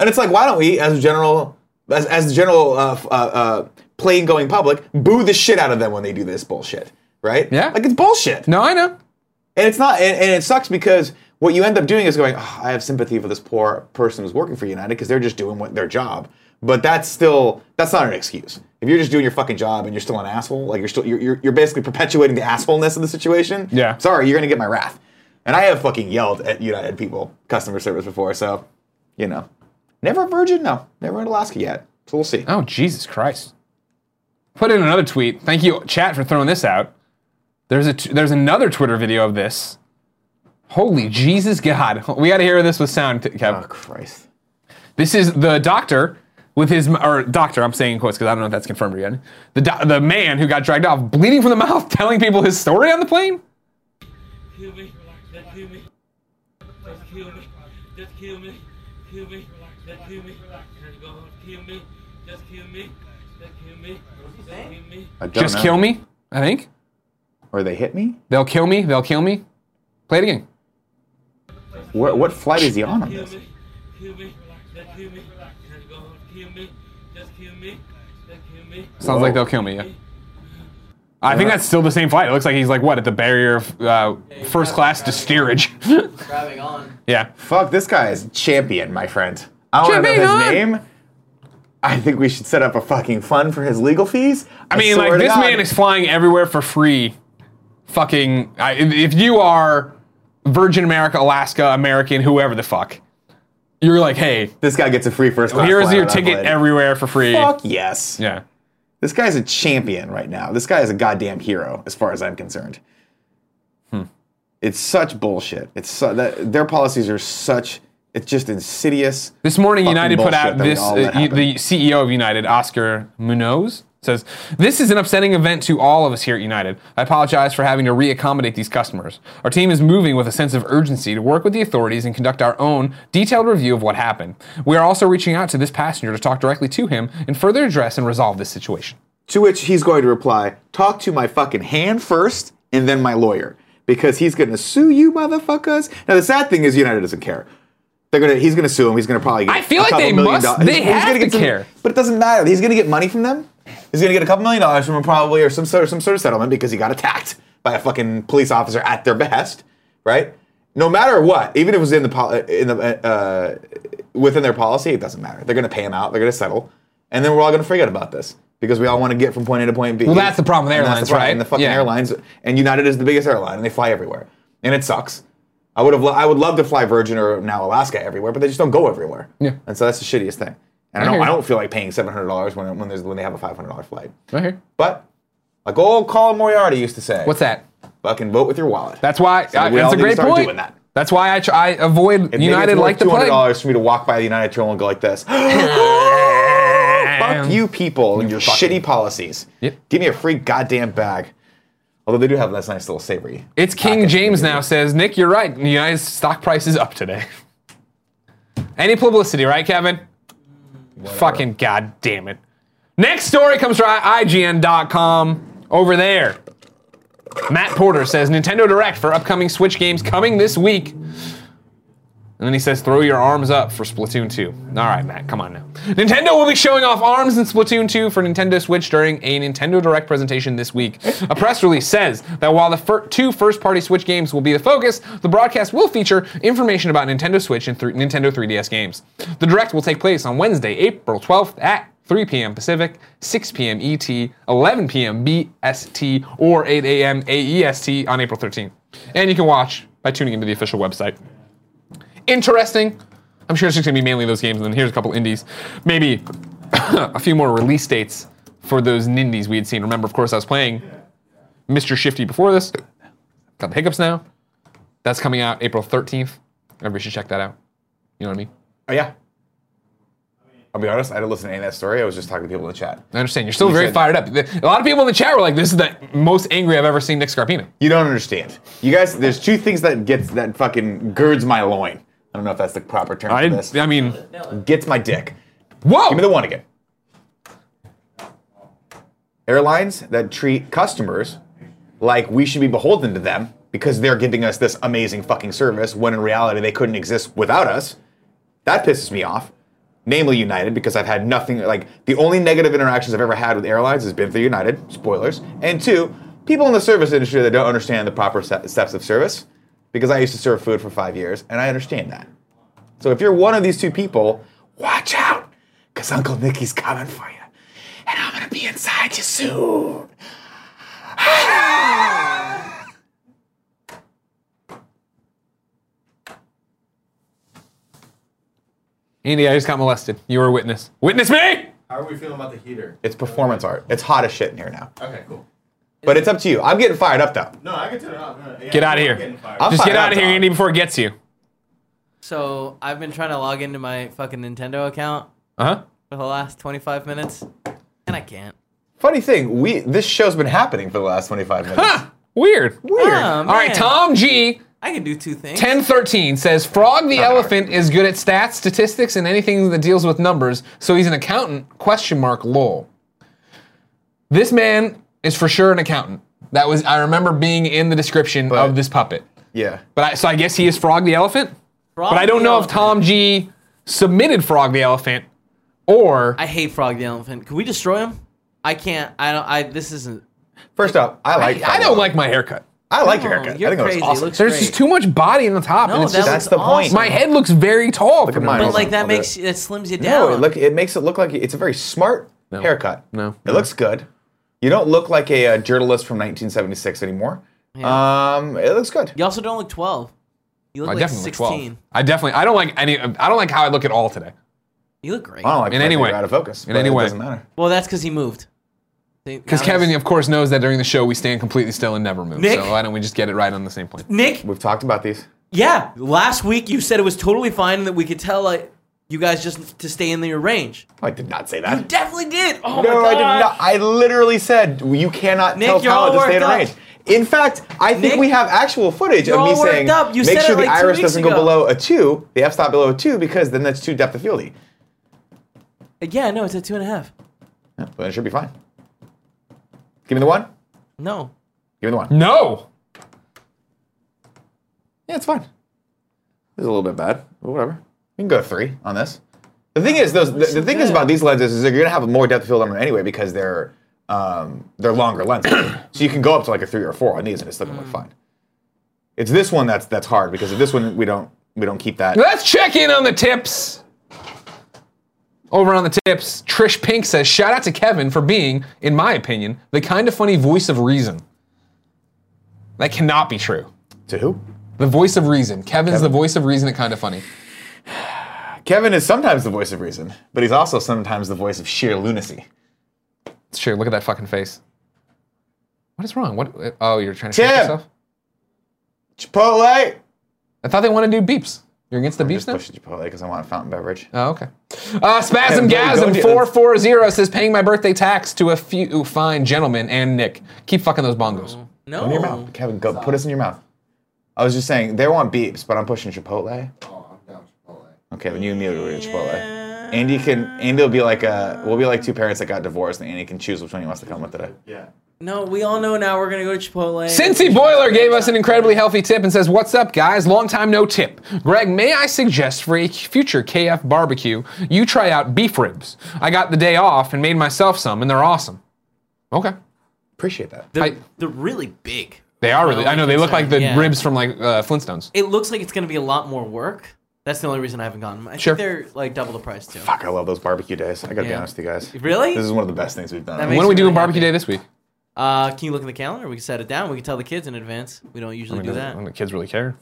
[SPEAKER 2] And it's like, why don't we, as a general, as, as the general uh, f- uh, uh, plane going public, boo the shit out of them when they do this bullshit, right?
[SPEAKER 1] Yeah.
[SPEAKER 2] Like it's bullshit.
[SPEAKER 1] No, I know.
[SPEAKER 2] And it's not, and, and it sucks because what you end up doing is going, "Oh, I have sympathy for this poor person who's working for United because they're just doing what, their job. But that's still, that's not an excuse. If you're just doing your fucking job and you're still an asshole, like you're still, you're, you're, you're basically perpetuating the assholeness of the situation.
[SPEAKER 1] Yeah.
[SPEAKER 2] Sorry, you're gonna get my wrath. And I have fucking yelled at United people, customer service before, so, you know. Never a virgin, no. Never in Alaska yet. So we'll see.
[SPEAKER 1] Oh, Jesus Christ. Put in another tweet. Thank you, chat, for throwing this out. There's a t- there's another Twitter video of this. Holy Jesus God. We got to hear this with sound, Kev.
[SPEAKER 2] Oh, Christ.
[SPEAKER 1] This is the doctor with his or doctor. I'm saying in quotes because I don't know if that's confirmed or yet. The do- the man who got dragged off, bleeding from the mouth, telling people his story on the plane.
[SPEAKER 5] Kill me. Just kill me. Just kill me. Just kill me. Kill me. Just kill me. Just go home. Kill me. Just kill me. Just kill me. Just kill me.
[SPEAKER 2] I don't
[SPEAKER 1] Just
[SPEAKER 2] know.
[SPEAKER 1] kill me. I think
[SPEAKER 2] Or they hit me?
[SPEAKER 1] they'll kill me. They'll kill me. Play it again.
[SPEAKER 2] Where, what flight is he on on
[SPEAKER 5] Kill
[SPEAKER 2] this?
[SPEAKER 5] me. Kill me. Just kill me. Just go home. Kill me. Just kill me. Just kill me.
[SPEAKER 1] Sounds
[SPEAKER 2] Whoa.
[SPEAKER 1] like they'll kill me. Yeah. I think that's still the same flight. It looks like he's like what at the barrier of uh, first class to steerage.
[SPEAKER 3] Grabbing on.
[SPEAKER 1] yeah.
[SPEAKER 2] Fuck, this guy is champion, my friend. I don't know his
[SPEAKER 1] Champion!
[SPEAKER 2] name. I think we should set up a fucking fund for his legal fees.
[SPEAKER 1] I mean,
[SPEAKER 2] swear
[SPEAKER 1] like
[SPEAKER 2] to
[SPEAKER 1] this
[SPEAKER 2] God.
[SPEAKER 1] man is flying everywhere for free. Fucking, I, if if you are Virgin America, Alaska, American, whoever the fuck, you're like, hey,
[SPEAKER 2] This guy gets a free first class.
[SPEAKER 1] here's
[SPEAKER 2] flight
[SPEAKER 1] your
[SPEAKER 2] on
[SPEAKER 1] ticket
[SPEAKER 2] Adelaide.
[SPEAKER 1] everywhere for free.
[SPEAKER 2] Fuck yes.
[SPEAKER 1] Yeah.
[SPEAKER 2] This guy's a champion right now. This guy is a goddamn hero, as far as I'm concerned.
[SPEAKER 1] Hmm.
[SPEAKER 2] It's such bullshit. It's su- that, their policies are such. It's just insidious.
[SPEAKER 1] This morning,
[SPEAKER 2] fucking
[SPEAKER 1] United put
[SPEAKER 2] bullshit
[SPEAKER 1] out
[SPEAKER 2] that we
[SPEAKER 1] this.
[SPEAKER 2] all
[SPEAKER 1] Uh,
[SPEAKER 2] let
[SPEAKER 1] you-
[SPEAKER 2] happen.
[SPEAKER 1] the CEO of United, Oscar Munoz, says, "This is an upsetting event to all of us here at United. I apologize for having to reaccommodate these customers. Our team is moving with a sense of urgency to work with the authorities and conduct our own detailed review of what happened. We are also reaching out to this passenger to talk directly to him and further address and resolve this situation."
[SPEAKER 2] To which he's going to reply, talk to my fucking hand first and then my lawyer. Because he's gonna sue you motherfuckers. Now the sad thing is United doesn't care. They're gonna he's gonna sue him, he's gonna probably get
[SPEAKER 1] I feel
[SPEAKER 2] a
[SPEAKER 1] like
[SPEAKER 2] couple
[SPEAKER 1] they
[SPEAKER 2] million
[SPEAKER 1] must-
[SPEAKER 2] dollars.
[SPEAKER 1] they
[SPEAKER 2] He's- he's
[SPEAKER 1] have
[SPEAKER 2] gonna get
[SPEAKER 1] to
[SPEAKER 2] some-
[SPEAKER 1] care.
[SPEAKER 2] But it doesn't matter. He's gonna get money from them. He's gonna get a couple million dollars from him probably or some sort of some sort of settlement because he got attacked by a fucking police officer at their behest, right? No matter what, even if it was in the pol- in the uh, within their policy, it doesn't matter. They're going to pay them out. They're going to settle, and then we're all going to forget about this because we all want to get from point A to point B. Well,
[SPEAKER 1] that's the problem with airlines, right?
[SPEAKER 2] And the fucking
[SPEAKER 1] Yeah.
[SPEAKER 2] airlines and United is the biggest airline, and they fly everywhere, and it sucks. I would have, lo- I would love to fly Virgin or now Alaska everywhere, but they just don't go everywhere.
[SPEAKER 1] Yeah.
[SPEAKER 2] and so that's the shittiest thing.
[SPEAKER 1] I
[SPEAKER 2] And I don't,
[SPEAKER 1] hear
[SPEAKER 2] I
[SPEAKER 1] you.
[SPEAKER 2] don't feel like paying seven hundred dollars when when, there's, when they have a five hundred dollar flight.
[SPEAKER 1] Right here.
[SPEAKER 2] But like old Colin Moriarty used to say,
[SPEAKER 1] What's that?
[SPEAKER 2] Fucking vote with your wallet.
[SPEAKER 1] That's why. I, that's
[SPEAKER 2] we all
[SPEAKER 1] a
[SPEAKER 2] need to
[SPEAKER 1] great
[SPEAKER 2] start
[SPEAKER 1] point.
[SPEAKER 2] doing that.
[SPEAKER 1] That's why I, tr- I avoid
[SPEAKER 2] If
[SPEAKER 1] United like the
[SPEAKER 2] two hundred
[SPEAKER 1] plague.
[SPEAKER 2] dollars for me to walk by the United Terminal and go like this. Fuck you people and your shitty policies.
[SPEAKER 1] Yep.
[SPEAKER 2] Give me a free goddamn bag. Although they do have this nice little savory.
[SPEAKER 1] It's King James now says, Nick, you're right. The United stock price is up today. Any publicity, right, Kevin? Fucking god damn it. Next story comes from IGN.com over there. Matt Porter says Nintendo Direct for upcoming Switch games coming this week. And then he says, throw your arms up for Splatoon 2. All right, Matt, come on now. Nintendo will be showing off arms in Splatoon 2 for Nintendo Switch during a Nintendo Direct presentation this week. A press release says that while the fir- two first party Switch games will be the focus, the broadcast will feature information about Nintendo Switch and thr- Nintendo 3DS games. The Direct will take place on Wednesday, April 12th at 3 p.m. Pacific, 6 p.m. ET, 11 p.m. BST, or 8 a.m. AEST E on April 13th. And you can watch by tuning into the official website. Interesting. I'm sure it's just going to be mainly those games, and then here's a couple indies. Maybe a few more release dates for those nindies we had seen. Remember, of course, I was playing Mr. Shifty before this. Got the hiccups now. That's coming out April 13th. Everybody should check that out. You know what I mean?
[SPEAKER 2] Oh, yeah. I'll be honest, I didn't listen to any of that story. I was just talking to people in the chat.
[SPEAKER 1] I understand. You're still
[SPEAKER 2] You
[SPEAKER 1] very
[SPEAKER 2] said-
[SPEAKER 1] fired up. The- A lot of people in the chat were like, this is the most angry I've ever seen Nick Scarpino.
[SPEAKER 2] You don't understand. You guys, there's two things that gets that fucking girds my loin. I don't know if that's the proper term
[SPEAKER 1] I,
[SPEAKER 2] for this.
[SPEAKER 1] I mean,
[SPEAKER 2] Gets my dick.
[SPEAKER 1] whoa!
[SPEAKER 2] Give me the one again. Airlines that treat customers like we should be beholden to them because they're giving us this amazing fucking service when in reality they couldn't exist without us. That pisses me off. Namely, United, because I've had nothing like the only negative interactions I've ever had with airlines has been through United, spoilers. And two, people in the service industry that don't understand the proper se- steps of service because I used to serve food for five years and I understand that. So if you're one of these two people, watch out, because Uncle Nicky's coming for you. And I'm going to be inside you soon.
[SPEAKER 1] Andy, I just got molested. You were a witness. Witness me!
[SPEAKER 6] How are we feeling about the heater?
[SPEAKER 2] It's performance art. It's hot as shit in here now.
[SPEAKER 6] Okay, cool.
[SPEAKER 2] But it's up to you. I'm getting fired up, though.
[SPEAKER 6] No, I can turn it off. No, yeah,
[SPEAKER 1] Get out of
[SPEAKER 6] I'm
[SPEAKER 1] here.
[SPEAKER 6] getting fired.
[SPEAKER 2] I'm
[SPEAKER 1] Just get
[SPEAKER 2] fired
[SPEAKER 1] out
[SPEAKER 2] up,
[SPEAKER 1] of here,
[SPEAKER 2] dog.
[SPEAKER 1] Andy, before it gets you.
[SPEAKER 3] So I've been trying to log into my fucking Nintendo account
[SPEAKER 1] Uh huh.
[SPEAKER 3] for the last 25 minutes, and I can't.
[SPEAKER 2] Funny thing, we this show's been happening for the last 25 minutes.
[SPEAKER 1] Huh. Weird. Weird.
[SPEAKER 3] Oh,
[SPEAKER 1] All right,
[SPEAKER 3] man.
[SPEAKER 1] Tom G.
[SPEAKER 3] I can do two things.
[SPEAKER 1] 1013 says Frog the elephant is good at stats, statistics, and anything that deals with numbers, so he's an accountant. Question mark lol. This man is for sure an accountant. That was I remember being in the description
[SPEAKER 2] But-
[SPEAKER 1] of this puppet.
[SPEAKER 2] Yeah.
[SPEAKER 1] But I, so I guess he is Frog the elephant.
[SPEAKER 3] Frog
[SPEAKER 1] But I don't
[SPEAKER 3] the
[SPEAKER 1] know if
[SPEAKER 3] Elephant.
[SPEAKER 1] Tom G submitted Frog the elephant or
[SPEAKER 3] I hate Frog the Elephant. Can we destroy him? I can't. I don't. I. This isn't.
[SPEAKER 2] First up, I like
[SPEAKER 1] I don't like my haircut.
[SPEAKER 2] I like
[SPEAKER 3] No,
[SPEAKER 2] your haircut.
[SPEAKER 3] oh, you're
[SPEAKER 2] I think
[SPEAKER 3] crazy.
[SPEAKER 2] it was awesome.
[SPEAKER 3] Looks-
[SPEAKER 1] There's
[SPEAKER 3] Great.
[SPEAKER 1] just too much body on the top, and
[SPEAKER 3] No,
[SPEAKER 1] it's
[SPEAKER 3] that
[SPEAKER 1] just
[SPEAKER 2] that's
[SPEAKER 3] looks
[SPEAKER 2] the point.
[SPEAKER 3] awesome.
[SPEAKER 1] my head looks very tall. Look
[SPEAKER 2] at mine.
[SPEAKER 3] But
[SPEAKER 2] Hold
[SPEAKER 3] like
[SPEAKER 2] on,
[SPEAKER 3] that
[SPEAKER 2] I'll do
[SPEAKER 3] makes that slims you down.
[SPEAKER 2] no, it look it makes it look like it's a very smart haircut.
[SPEAKER 1] No.
[SPEAKER 2] It looks good. You don't look like a, uh journalist from 1976 anymore. Um, it looks good.
[SPEAKER 3] you also don't look 12. You look
[SPEAKER 1] I
[SPEAKER 3] like
[SPEAKER 1] definitely
[SPEAKER 3] 16.
[SPEAKER 1] look 12. I definitely I don't like any I don't like how I look at all today.
[SPEAKER 3] You look great.
[SPEAKER 2] I don't like
[SPEAKER 1] In
[SPEAKER 2] the
[SPEAKER 1] any
[SPEAKER 2] fact that
[SPEAKER 1] way.
[SPEAKER 2] you're out of focus.
[SPEAKER 1] In
[SPEAKER 2] but
[SPEAKER 1] any
[SPEAKER 2] it
[SPEAKER 1] way.
[SPEAKER 2] doesn't matter.
[SPEAKER 3] Well, that's because he moved.
[SPEAKER 1] Because Kevin, of course, knows that during the show we stand completely still and never move.
[SPEAKER 3] Nick?
[SPEAKER 1] So why don't we just get it right on the same plane?
[SPEAKER 3] Nick,
[SPEAKER 2] We've talked about these.
[SPEAKER 3] yeah, last week you said it was totally fine and that we could tell like you guys just to stay in your range.
[SPEAKER 2] I did not say that.
[SPEAKER 3] Definitely did. Oh my
[SPEAKER 2] No,
[SPEAKER 3] god.
[SPEAKER 2] I did not. I literally said you cannot
[SPEAKER 3] Nick,
[SPEAKER 2] tell
[SPEAKER 3] you're all
[SPEAKER 2] talent to stay in a
[SPEAKER 3] worked
[SPEAKER 2] range. In fact, I think
[SPEAKER 3] Nick,
[SPEAKER 2] we have actual footage
[SPEAKER 3] you're
[SPEAKER 2] of me
[SPEAKER 3] all worked
[SPEAKER 2] saying
[SPEAKER 3] up. You
[SPEAKER 2] make
[SPEAKER 3] said
[SPEAKER 2] sure
[SPEAKER 3] it
[SPEAKER 2] the
[SPEAKER 3] like two
[SPEAKER 2] iris
[SPEAKER 3] weeks
[SPEAKER 2] doesn't go
[SPEAKER 3] ago."
[SPEAKER 2] below a two, the f stop below a two, because then that's two depth of field.
[SPEAKER 3] Yeah, no, it's at two and a half.
[SPEAKER 2] But it should be fine. Give me the one.
[SPEAKER 3] No.
[SPEAKER 2] Give me the one.
[SPEAKER 1] No.
[SPEAKER 2] Yeah, it's fine. It's a little bit bad, but whatever. We can go three on this. The thing is, those the, the thing is
[SPEAKER 3] good.
[SPEAKER 2] about these lenses is that you're gonna have more depth of field on them anyway because they're um, they're longer lenses, so you can go up to like a three or a four on these, and it's still gonna look fine. It's this one that's that's hard because if this one we don't we don't keep that.
[SPEAKER 1] Let's check in on the tips. Over on the tips, Trish Pink says, shout out to Kevin for being, in my opinion, the kind of funny voice of reason. That cannot be true.
[SPEAKER 2] To who?
[SPEAKER 1] The voice of reason. Kevin's the voice of reason at kind of funny.
[SPEAKER 2] Kevin is sometimes the voice of reason, but he's also sometimes the voice of sheer lunacy.
[SPEAKER 1] It's true. Look at that fucking face. What is wrong? What? Oh, you're trying to
[SPEAKER 2] Tim!
[SPEAKER 1] shake yourself?
[SPEAKER 2] Chipotle.
[SPEAKER 1] I thought they wanted to do beeps. You're against the
[SPEAKER 2] I
[SPEAKER 1] beeps
[SPEAKER 2] just
[SPEAKER 1] now?
[SPEAKER 2] pushed Chipotle because I want a fountain beverage.
[SPEAKER 1] Oh, okay. Uh,
[SPEAKER 2] Hey, go
[SPEAKER 1] Spasmgasm
[SPEAKER 2] to-
[SPEAKER 1] four four zero says paying my birthday tax to a few fine gentlemen and Nick. Keep fucking those bongos.
[SPEAKER 3] No.
[SPEAKER 2] In your mouth, Kevin. Go put us in your mouth. I was just saying they want beeps, but I'm pushing Chipotle.
[SPEAKER 6] Oh, I'm down Chipotle.
[SPEAKER 2] Okay, when you and me will go to Chipotle. Andy can Andy will be like a we'll be like two parents that got divorced, and Andy can choose which one he wants to come with today.
[SPEAKER 6] Yeah.
[SPEAKER 3] No, we all know now we're gonna go to Chipotle.
[SPEAKER 1] Cincy Boiler gave us an incredibly healthy tip and says, "What's up, guys? Long time no tip. Greg, may I suggest for a future KF barbecue, you try out beef ribs. I got the day off and made myself some, and they're awesome. Okay,
[SPEAKER 2] Appreciate that.
[SPEAKER 3] They're,
[SPEAKER 1] I-
[SPEAKER 3] they're really big.
[SPEAKER 1] they are really. I know they look like the
[SPEAKER 3] uh, Yeah.
[SPEAKER 1] ribs from like uh, Flintstones.
[SPEAKER 3] It looks like it's gonna be a lot more work. That's the only reason I haven't gotten them. I
[SPEAKER 1] Sure.
[SPEAKER 3] think they're like double the price too.
[SPEAKER 2] Fuck, I love those barbecue days. I gotta be
[SPEAKER 3] Yeah.
[SPEAKER 2] honest with you guys.
[SPEAKER 3] Really?
[SPEAKER 2] This is one of the best things we've done.
[SPEAKER 3] That
[SPEAKER 1] When
[SPEAKER 3] makes
[SPEAKER 1] are we
[SPEAKER 3] me
[SPEAKER 1] doing
[SPEAKER 3] really
[SPEAKER 1] barbecue
[SPEAKER 3] happy.
[SPEAKER 1] day this week?
[SPEAKER 3] Uh, can you look in the calendar? We can set it down. We can tell the kids in advance. We don't usually do
[SPEAKER 1] I
[SPEAKER 3] that.
[SPEAKER 1] don't think kids really care.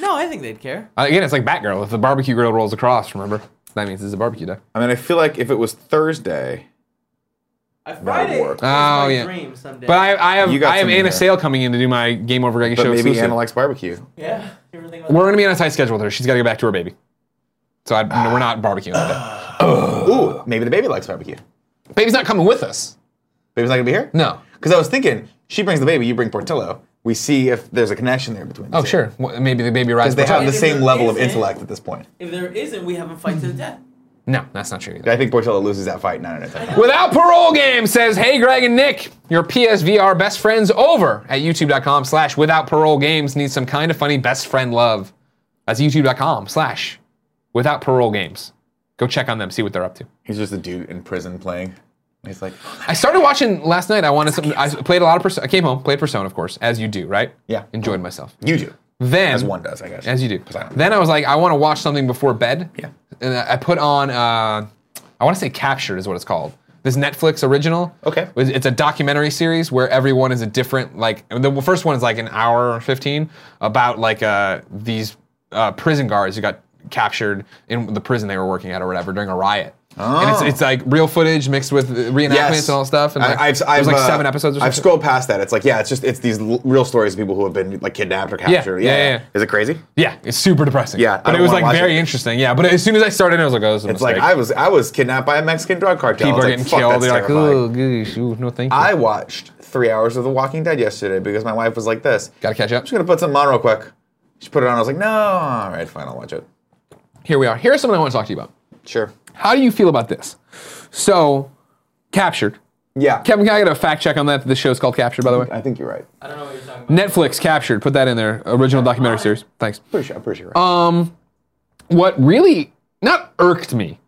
[SPEAKER 3] No, I think they'd care.
[SPEAKER 1] Uh, Again, it's like Batgirl. If the barbecue grill rolls across, remember that means it's a barbecue day.
[SPEAKER 2] I mean, I feel like if it was Thursday,
[SPEAKER 3] I Friday
[SPEAKER 2] work.
[SPEAKER 3] is
[SPEAKER 1] Oh,
[SPEAKER 3] my
[SPEAKER 1] yeah.
[SPEAKER 3] dream someday.
[SPEAKER 1] But I, I have
[SPEAKER 2] You got
[SPEAKER 1] I have
[SPEAKER 2] something
[SPEAKER 1] Anna
[SPEAKER 2] there.
[SPEAKER 1] Sale coming in to do my Game Over Greg
[SPEAKER 2] But
[SPEAKER 1] show
[SPEAKER 2] maybe
[SPEAKER 1] exclusive.
[SPEAKER 2] Anna likes barbecue.
[SPEAKER 3] yeah, you ever think about
[SPEAKER 1] we're gonna be on a tight schedule with her. She's got to go back to her baby, so I, no, we're not barbecuing. that day.
[SPEAKER 2] Ooh, maybe the baby likes barbecue.
[SPEAKER 1] Baby's not coming with us.
[SPEAKER 2] Baby's not gonna be here.
[SPEAKER 1] No.
[SPEAKER 2] Because I was thinking, she brings the baby, you bring Portillo. We see if there's a connection there between. the
[SPEAKER 1] Oh
[SPEAKER 2] two.
[SPEAKER 1] sure, Well, maybe the baby rides.
[SPEAKER 2] Because they have the
[SPEAKER 1] Portillo.
[SPEAKER 3] If
[SPEAKER 2] same
[SPEAKER 3] there
[SPEAKER 2] level of
[SPEAKER 3] isn't-
[SPEAKER 2] intellect at this point.
[SPEAKER 3] that? If there isn't, we have a fight to the death.
[SPEAKER 1] No, that's not true either.
[SPEAKER 2] I think Portillo loses that fight nine out of ten. times.
[SPEAKER 1] Without Parole Game says, Hey, Greg and Nick, your PSVR best friends over at youtube.com slash without parole games need some kind of funny best friend love. That's youtube.com slash without parole games. Go check on them, see what they're up to.
[SPEAKER 2] He's just a dude in prison playing. He's like,
[SPEAKER 1] I started watching last night. I wanted something. I played a lot of Persona. I came home, played Persona, of course, as you do, right?
[SPEAKER 2] Yeah.
[SPEAKER 1] Enjoyed myself.
[SPEAKER 2] you do.
[SPEAKER 1] Then
[SPEAKER 2] As one does, I guess.
[SPEAKER 1] Mm-hmm. As you do.
[SPEAKER 2] 'Cause I don't-
[SPEAKER 1] Then I was like, I want to watch something before bed.
[SPEAKER 2] Yeah.
[SPEAKER 1] And I I put on, uh, I want to say Captured is what it's called. This Netflix original.
[SPEAKER 2] Okay.
[SPEAKER 1] It's it's a documentary series where everyone is a different, like, and the first one is like an hour or 15 about like uh, these uh, prison guards who got captured in the prison they were working at or whatever during a riot. And it's,
[SPEAKER 2] Oh.
[SPEAKER 1] it's like real footage mixed with reenactments and all that stuff. And like,
[SPEAKER 2] I, I've,
[SPEAKER 1] there's
[SPEAKER 2] I've,
[SPEAKER 1] like
[SPEAKER 2] uh,
[SPEAKER 1] seven episodes or something.
[SPEAKER 2] I've scrolled past that. It's like, yeah, it's just it's these l- real stories of people who have been like kidnapped or captured.
[SPEAKER 1] yeah, yeah, yeah.
[SPEAKER 2] Is it crazy?
[SPEAKER 1] Yeah, it's super depressing.
[SPEAKER 2] Yeah, I
[SPEAKER 1] but it
[SPEAKER 2] don't
[SPEAKER 1] was
[SPEAKER 2] wanna
[SPEAKER 1] like
[SPEAKER 2] watch
[SPEAKER 1] very
[SPEAKER 2] it.
[SPEAKER 1] interesting. Yeah, but as soon as I started, in, I was like, oh, this is a
[SPEAKER 2] It's like I was I was kidnapped by a Mexican drug cartel.
[SPEAKER 1] people
[SPEAKER 2] It's
[SPEAKER 1] are
[SPEAKER 2] like,
[SPEAKER 1] getting
[SPEAKER 2] fuck,
[SPEAKER 1] killed.
[SPEAKER 2] that's
[SPEAKER 1] They're like,
[SPEAKER 2] terrifying.
[SPEAKER 1] oh, gosh, ooh, no, thank you.
[SPEAKER 2] I watched three hours of The Walking Dead yesterday because my wife was like, "This
[SPEAKER 1] Gotta catch up.
[SPEAKER 2] I'm just gonna put something on real quick." She put it on. I was like, "No, all right, fine, I'll watch it."
[SPEAKER 1] Here we are. Here's something I want to talk to you about.
[SPEAKER 2] Sure.
[SPEAKER 1] How do you feel about this? So, captured.
[SPEAKER 2] Yeah.
[SPEAKER 1] Kevin, can I get a fact check on that? The show's called Captured, by the way.
[SPEAKER 2] I think you're right.
[SPEAKER 3] I don't know what you're talking about.
[SPEAKER 1] Netflix Captured. Put that in there. Original documentary series. Thanks.
[SPEAKER 2] Pretty sure. I'm pretty sure. You're right.
[SPEAKER 1] Um, What really not irked me,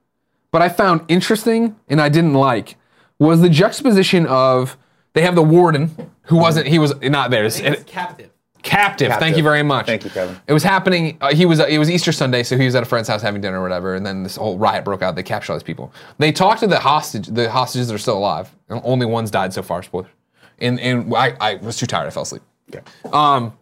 [SPEAKER 1] but I found interesting and I didn't like was the juxtaposition of they have the warden who wasn't he was not there.
[SPEAKER 3] I think it's captive.
[SPEAKER 1] captive. Thank
[SPEAKER 2] Captive.
[SPEAKER 1] you very much.
[SPEAKER 2] Thank you, Kevin.
[SPEAKER 1] It was happening. Uh, he was. Uh, it was Easter Sunday, so he was at a friend's house having dinner or whatever, and then this whole riot broke out. They captured all these people. They talked to the hostage. The hostages that are still alive. and Only one's died so far. Spoiler. And and I, I was too tired. I fell asleep.
[SPEAKER 2] Yeah.
[SPEAKER 1] Um,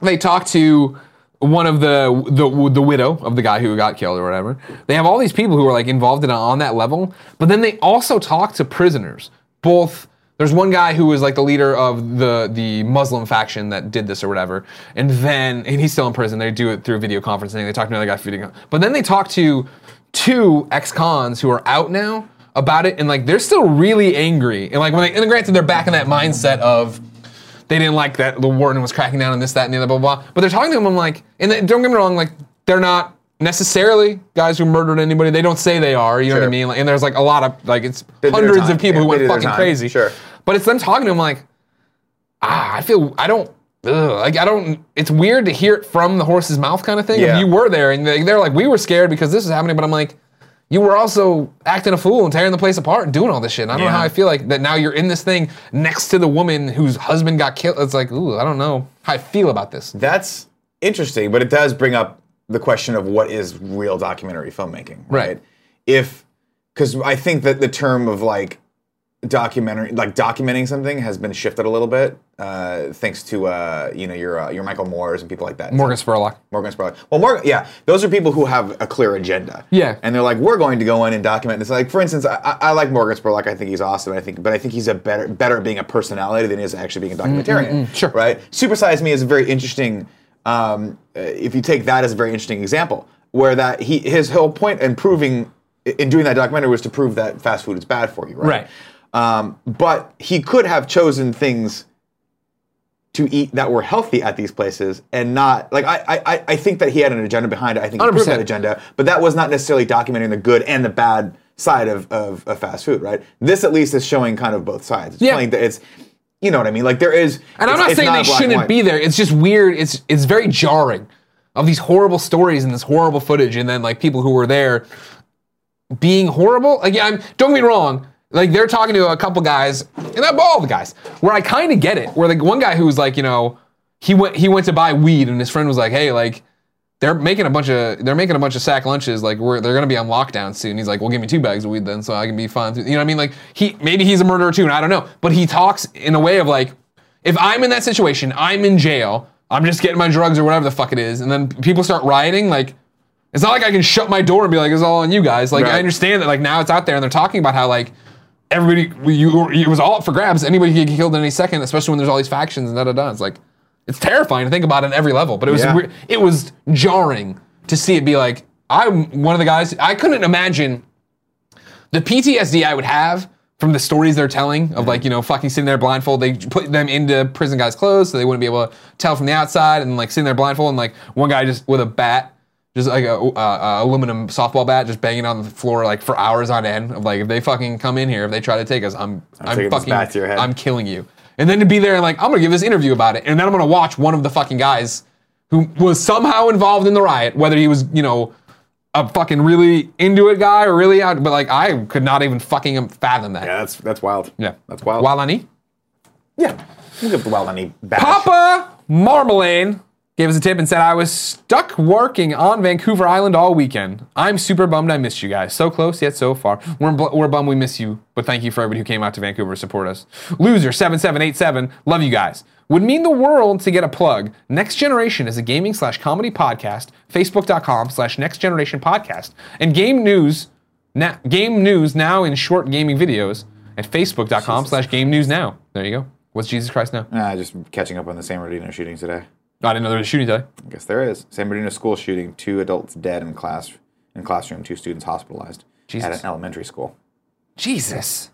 [SPEAKER 1] they talk to one of the, the the widow of the guy who got killed or whatever. They have all these people who are like involved in on that level, but then they also talk to prisoners. Both there's one guy who was like the leader of the the Muslim faction that did this or whatever, and then and he's still in prison. They do it through video conferencing. They talk to another guy through video, con- but then they talk to two ex-cons who are out now about it, and like they're still really angry. And like when they and granted they're back in that mindset of they didn't like that the warden was cracking down on this, that, and the other, blah, blah, blah. But they're talking to him, I'm like, and they, don't get me wrong, like, they're not necessarily guys who murdered anybody. They don't say they are, you know what I
[SPEAKER 2] Sure.
[SPEAKER 1] mean? Like, and there's like a lot of, like, it's
[SPEAKER 2] They did their
[SPEAKER 1] hundreds
[SPEAKER 2] time.
[SPEAKER 1] of people who
[SPEAKER 2] Yeah, they
[SPEAKER 1] went
[SPEAKER 2] did their
[SPEAKER 1] fucking
[SPEAKER 2] time.
[SPEAKER 1] crazy.
[SPEAKER 2] Sure.
[SPEAKER 1] But it's them talking to him, like, ah, I feel, I don't, ugh, like, I don't, it's weird to hear it from the horse's mouth kind of thing. If
[SPEAKER 2] Yeah.
[SPEAKER 1] you were there and they, they're like, we were scared because this was happening, but I'm like, you were also acting a fool and tearing the place apart and doing all this shit. And I don't know
[SPEAKER 2] Yeah.
[SPEAKER 1] how I feel like that now you're in this thing next to the woman whose husband got killed. It's like, ooh, I don't know how I feel about this.
[SPEAKER 2] That's interesting, but it does bring up the question of what is real documentary filmmaking,
[SPEAKER 1] Right.
[SPEAKER 2] right? If because I think that the term of like documentary, like documenting something, has been shifted a little bit uh, thanks to uh, you know your uh, your Michael Moore's and people like that.
[SPEAKER 1] Morgan Spurlock.
[SPEAKER 2] Morgan Spurlock. Well, Morgan, yeah, those are people who have a clear agenda.
[SPEAKER 1] Yeah.
[SPEAKER 2] and they're like, we're going to go in and document this. Like, for instance, I, I I like Morgan Spurlock. I think he's awesome. I think, but I think he's a better better at being a personality than he is actually being a documentarian.
[SPEAKER 1] Mm-hmm, Sure.
[SPEAKER 2] Right. Supersize Me is a very interesting. Um, uh, if you take that as a very interesting example, where that he his whole point in proving in doing that documentary was to prove that fast food is bad for you. Right. Um, but he could have chosen things to eat that were healthy at these places and not like I- I I, I think that he had an agenda behind it. I think he proved
[SPEAKER 1] 100%.
[SPEAKER 2] that agenda, but that was not necessarily documenting the good and the bad side of, of, of fast food, right? This at least is showing kind of both sides. It's
[SPEAKER 1] Yeah.
[SPEAKER 2] showing that it's you know what I mean? Like there is
[SPEAKER 1] And I'm not saying they shouldn't be there. It's just weird. It's it's very jarring of these horrible stories and this horrible footage, and then like people who were there being horrible. Like, yeah, I'm, don't get me wrong. Like they're talking to a couple guys, and not all the guys. Where I kind of get it. Where like one guy who was like, you know, he went he went to buy weed, and his friend was like, hey, like. They're making a bunch of they're making a bunch of sack lunches like we're, they're gonna be on lockdown soon. He's like, well, give me two bags of weed then, so I can be fine. You know what I mean? Like he maybe he's a murderer too, and I don't know. But he talks in a way of like, if I'm in that situation, I'm in jail, I'm just getting my drugs or whatever the fuck it is, and then people start rioting, like, it's not like I can shut my door and be like, it's all on you guys. Like,
[SPEAKER 2] Right.
[SPEAKER 1] I understand that, like, now it's out there and they're talking about how, like, everybody, you, it was all up for grabs. Anybody could get killed in any second, especially when there's all these factions and da da da. It's like, it's terrifying to think about on every level. But it was
[SPEAKER 2] Yeah.
[SPEAKER 1] weird, it was jarring to see it be like, I'm one of the guys. I couldn't imagine the PTSD I would have from the stories they're telling of like you know fucking sitting there blindfold. They put them into prison guys' clothes so they wouldn't be able to tell from the outside, and like sitting there blindfold and like one guy just with a bat. Just like a, uh, uh, aluminum softball bat, just banging on the floor like for hours on end. Of like, if they fucking come in here, if they try to take us, I'm, I'm,
[SPEAKER 2] taking this
[SPEAKER 1] fucking,
[SPEAKER 2] bat to your head.
[SPEAKER 1] I'm killing you. And then to be there and like, I'm gonna give this interview about it, and then I'm gonna watch one of the fucking guys who was somehow involved in the riot, whether he was, you know, a fucking really into it guy or really out, but like I could not even fucking fathom that.
[SPEAKER 2] Yeah, that's that's wild.
[SPEAKER 1] Yeah.
[SPEAKER 2] that's wild.
[SPEAKER 1] Walani.
[SPEAKER 2] Yeah, you could wild any bash.
[SPEAKER 1] Papa Marmalade gave us a tip and said, I was stuck working on Vancouver Island all weekend. I'm super bummed I missed you guys. So close, yet so far. We're, bl- we're bummed we miss you, but thank you for everybody who came out to Vancouver to support us. Loser7787, love you guys. Would mean the world to get a plug. Next Generation is a gaming slash comedy podcast, facebook.com slash next generation podcast, and game news, na- game news now in short gaming videos at facebook.com slash game news now. There you go. What's Jesus Christ now?
[SPEAKER 2] Nah, just catching up on the San Bernardino shooting today.
[SPEAKER 1] I didn't know there was a shooting today.
[SPEAKER 2] I guess there is San Bernardino school shooting. Two adults dead in class in classroom. Two students hospitalized at
[SPEAKER 1] Jesus.
[SPEAKER 2] an elementary school.
[SPEAKER 1] Jesus.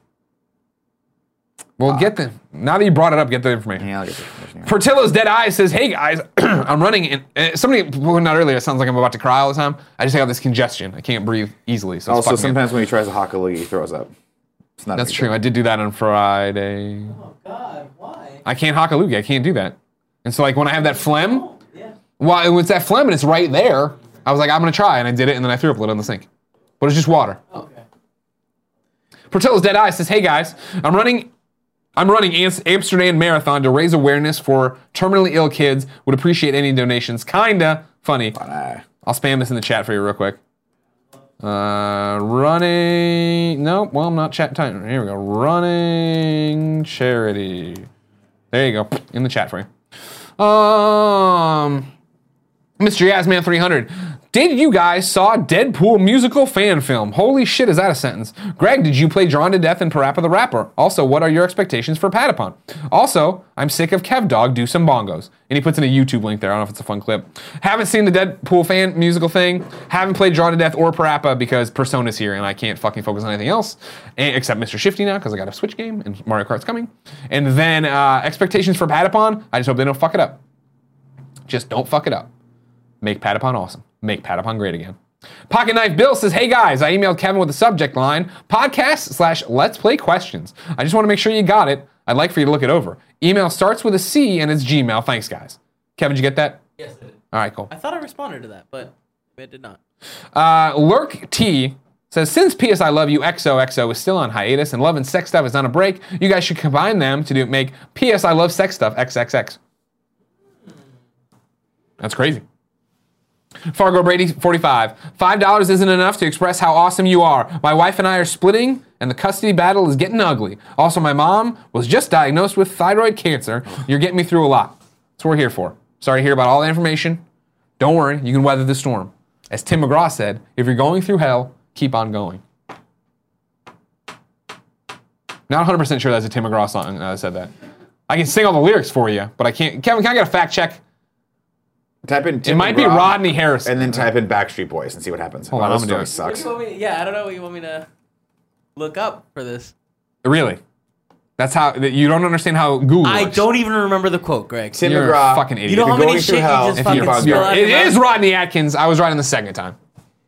[SPEAKER 1] Well, get the now that you brought it up, get the information.
[SPEAKER 2] Yeah, I'll get the information. here.
[SPEAKER 1] Portillo's dead eye says, "Hey guys, I'm running." And uh, somebody pointed out earlier, it sounds like I'm about to cry all the time. I just got this congestion. I can't breathe easily. So it's
[SPEAKER 2] Also,
[SPEAKER 1] fucking-
[SPEAKER 2] sometimes when he tries to hock a league, he throws up. It's not a
[SPEAKER 1] that's
[SPEAKER 2] big
[SPEAKER 1] true. I did do that on Friday.
[SPEAKER 3] Oh God, why?
[SPEAKER 1] I can't hockalugi. I can't do that. And so, like when I have that phlegm,
[SPEAKER 3] Oh, yeah.
[SPEAKER 1] well, when it's that phlegm and it's right there, I was like, I'm gonna try, and I did it, and then I threw up a little in the sink. But it's just water.
[SPEAKER 3] Okay.
[SPEAKER 1] Portillo's Dead Eye says, "Hey guys, I'm running, I'm running Ans- Amsterdam Marathon to raise awareness for terminally ill kids. Would appreciate any donations. Kinda funny.
[SPEAKER 2] deal. Ah,
[SPEAKER 1] I'll spam this in the chat for you real quick. Uh, running. Nope. Well, I'm not chat time. Here we go. Running charity. There you go. In the chat for you. Um, Mr. Yasman 300. Did you guys saw Deadpool musical fan film? Holy shit, is that a sentence? Greg, did you play Drawn to Death and Parappa the Rapper? Also, what are your expectations for Patapon? Also, I'm sick of Kev Dog do some bongos. And he puts in a YouTube link there. I don't know if it's a fun clip. Haven't seen the Deadpool fan musical thing. Haven't played Drawn to Death or Parappa because Persona's here and I can't fucking focus on anything else and, except Mr. Shifty now because I got a Switch game and Mario Kart's coming. And then uh, expectations for Patapon. I just hope they don't fuck it up. Just don't fuck it up. Make Patapon awesome. Make Patapon great again. Pocket Knife Bill says, Hey guys, I emailed Kevin with the subject line podcast slash let's play questions. I just want to make sure you got it. I'd like for you to look it over. Email starts with a C and it's Gmail. Thanks, guys. Kevin, did you get that?
[SPEAKER 3] Yes, I did.
[SPEAKER 1] All right, cool.
[SPEAKER 3] I thought I responded to that, but it did not.
[SPEAKER 1] Uh, Lurk T says, Since PS I Love You XOXO is still on hiatus and Love and Sex Stuff is on a break, you guys should combine them to do make PS I Love Sex Stuff XXX. That's crazy. Fargo Brady 45. $5 isn't enough to express how awesome you are. My wife and I are splitting, and the custody battle is getting ugly. Also, my mom was just diagnosed with thyroid cancer. You're getting me through a lot. That's what we're here for. Sorry to hear about all the information. Don't worry, you can weather the storm. As Tim McGraw said, if you're going through hell, keep on going. Not 100% sure that's a Tim McGraw song uh, said that. I can sing all the lyrics for you, but I can't. Kevin, can I get a fact check?
[SPEAKER 2] Type in.
[SPEAKER 1] It
[SPEAKER 2] Tim
[SPEAKER 1] might be
[SPEAKER 2] McGraw
[SPEAKER 1] Rodney Harris.
[SPEAKER 2] And then type in Backstreet Boys and see what happens.
[SPEAKER 1] Hold on,
[SPEAKER 2] Wow, this
[SPEAKER 1] I'm gonna do
[SPEAKER 2] story
[SPEAKER 3] What do
[SPEAKER 2] sucks.
[SPEAKER 3] you want me to- yeah, I don't know what you want me to look up for this.
[SPEAKER 1] Really? That's how that you don't understand how Google.
[SPEAKER 3] I
[SPEAKER 1] works.
[SPEAKER 3] don't even remember the quote, Greg.
[SPEAKER 2] Tim
[SPEAKER 1] You're a
[SPEAKER 2] McGraw.
[SPEAKER 1] fucking idiot.
[SPEAKER 3] You know
[SPEAKER 2] If
[SPEAKER 3] how
[SPEAKER 2] you're
[SPEAKER 3] many
[SPEAKER 2] going
[SPEAKER 3] shit
[SPEAKER 2] through
[SPEAKER 3] you
[SPEAKER 2] hell,
[SPEAKER 3] just
[SPEAKER 2] if
[SPEAKER 1] If
[SPEAKER 3] fucking
[SPEAKER 1] you're-
[SPEAKER 2] you're-
[SPEAKER 3] spell out
[SPEAKER 1] you're-
[SPEAKER 3] of
[SPEAKER 1] It
[SPEAKER 3] your
[SPEAKER 1] is
[SPEAKER 3] mouth?
[SPEAKER 1] Rodney Atkins. I was right on the second time.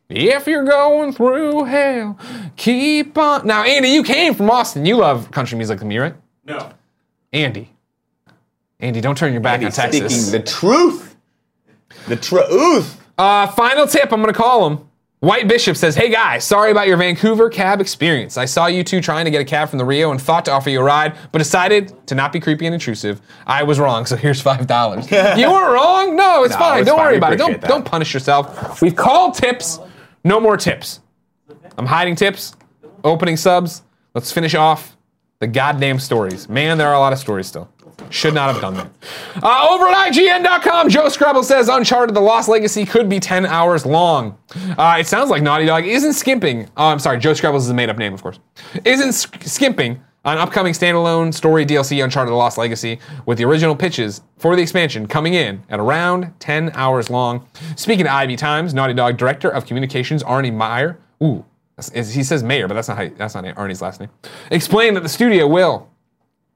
[SPEAKER 1] If you're going through hell, keep on. Now, Andy, you came from Austin. You love country music like me, right?
[SPEAKER 6] No.
[SPEAKER 1] Andy. Andy, don't turn your back on Texas.
[SPEAKER 2] Speaking the truth. The truth.
[SPEAKER 1] Uh, final tip, I'm going to call him. White Bishop says, Hey guys, sorry about your Vancouver cab experience. I saw you two trying to get a cab from the Rio and thought to offer you a ride, but decided to not be creepy and intrusive. I was wrong, so here's $5. you were wrong? No, it's
[SPEAKER 2] No,
[SPEAKER 1] fine.
[SPEAKER 2] it's
[SPEAKER 1] don't
[SPEAKER 2] fine.
[SPEAKER 1] worry
[SPEAKER 2] We
[SPEAKER 1] about it. Don't,
[SPEAKER 2] appreciate that.
[SPEAKER 1] don't punish yourself. We've called tips. No more tips. I'm hiding tips, opening subs. Let's finish off the goddamn stories. Man, there are a lot of stories still. Should not have done that. Uh, over at IGN.com, Joe Scrabble says Uncharted The Lost Legacy could be 10 hours long. Uh, it sounds like Naughty Dog isn't skimping. Oh, I'm sorry, Joe Scrabble's is a made up name, of course. Isn't sk- skimping on upcoming standalone story DLC Uncharted The Lost Legacy with the original pitches for the expansion coming in at around 10 hours long. Speaking to IB Times, Naughty Dog Director of Communications Arnie Meyer. Ooh. that's- He says mayor, but that's not how, that's not Arnie's last name. Explained that the studio will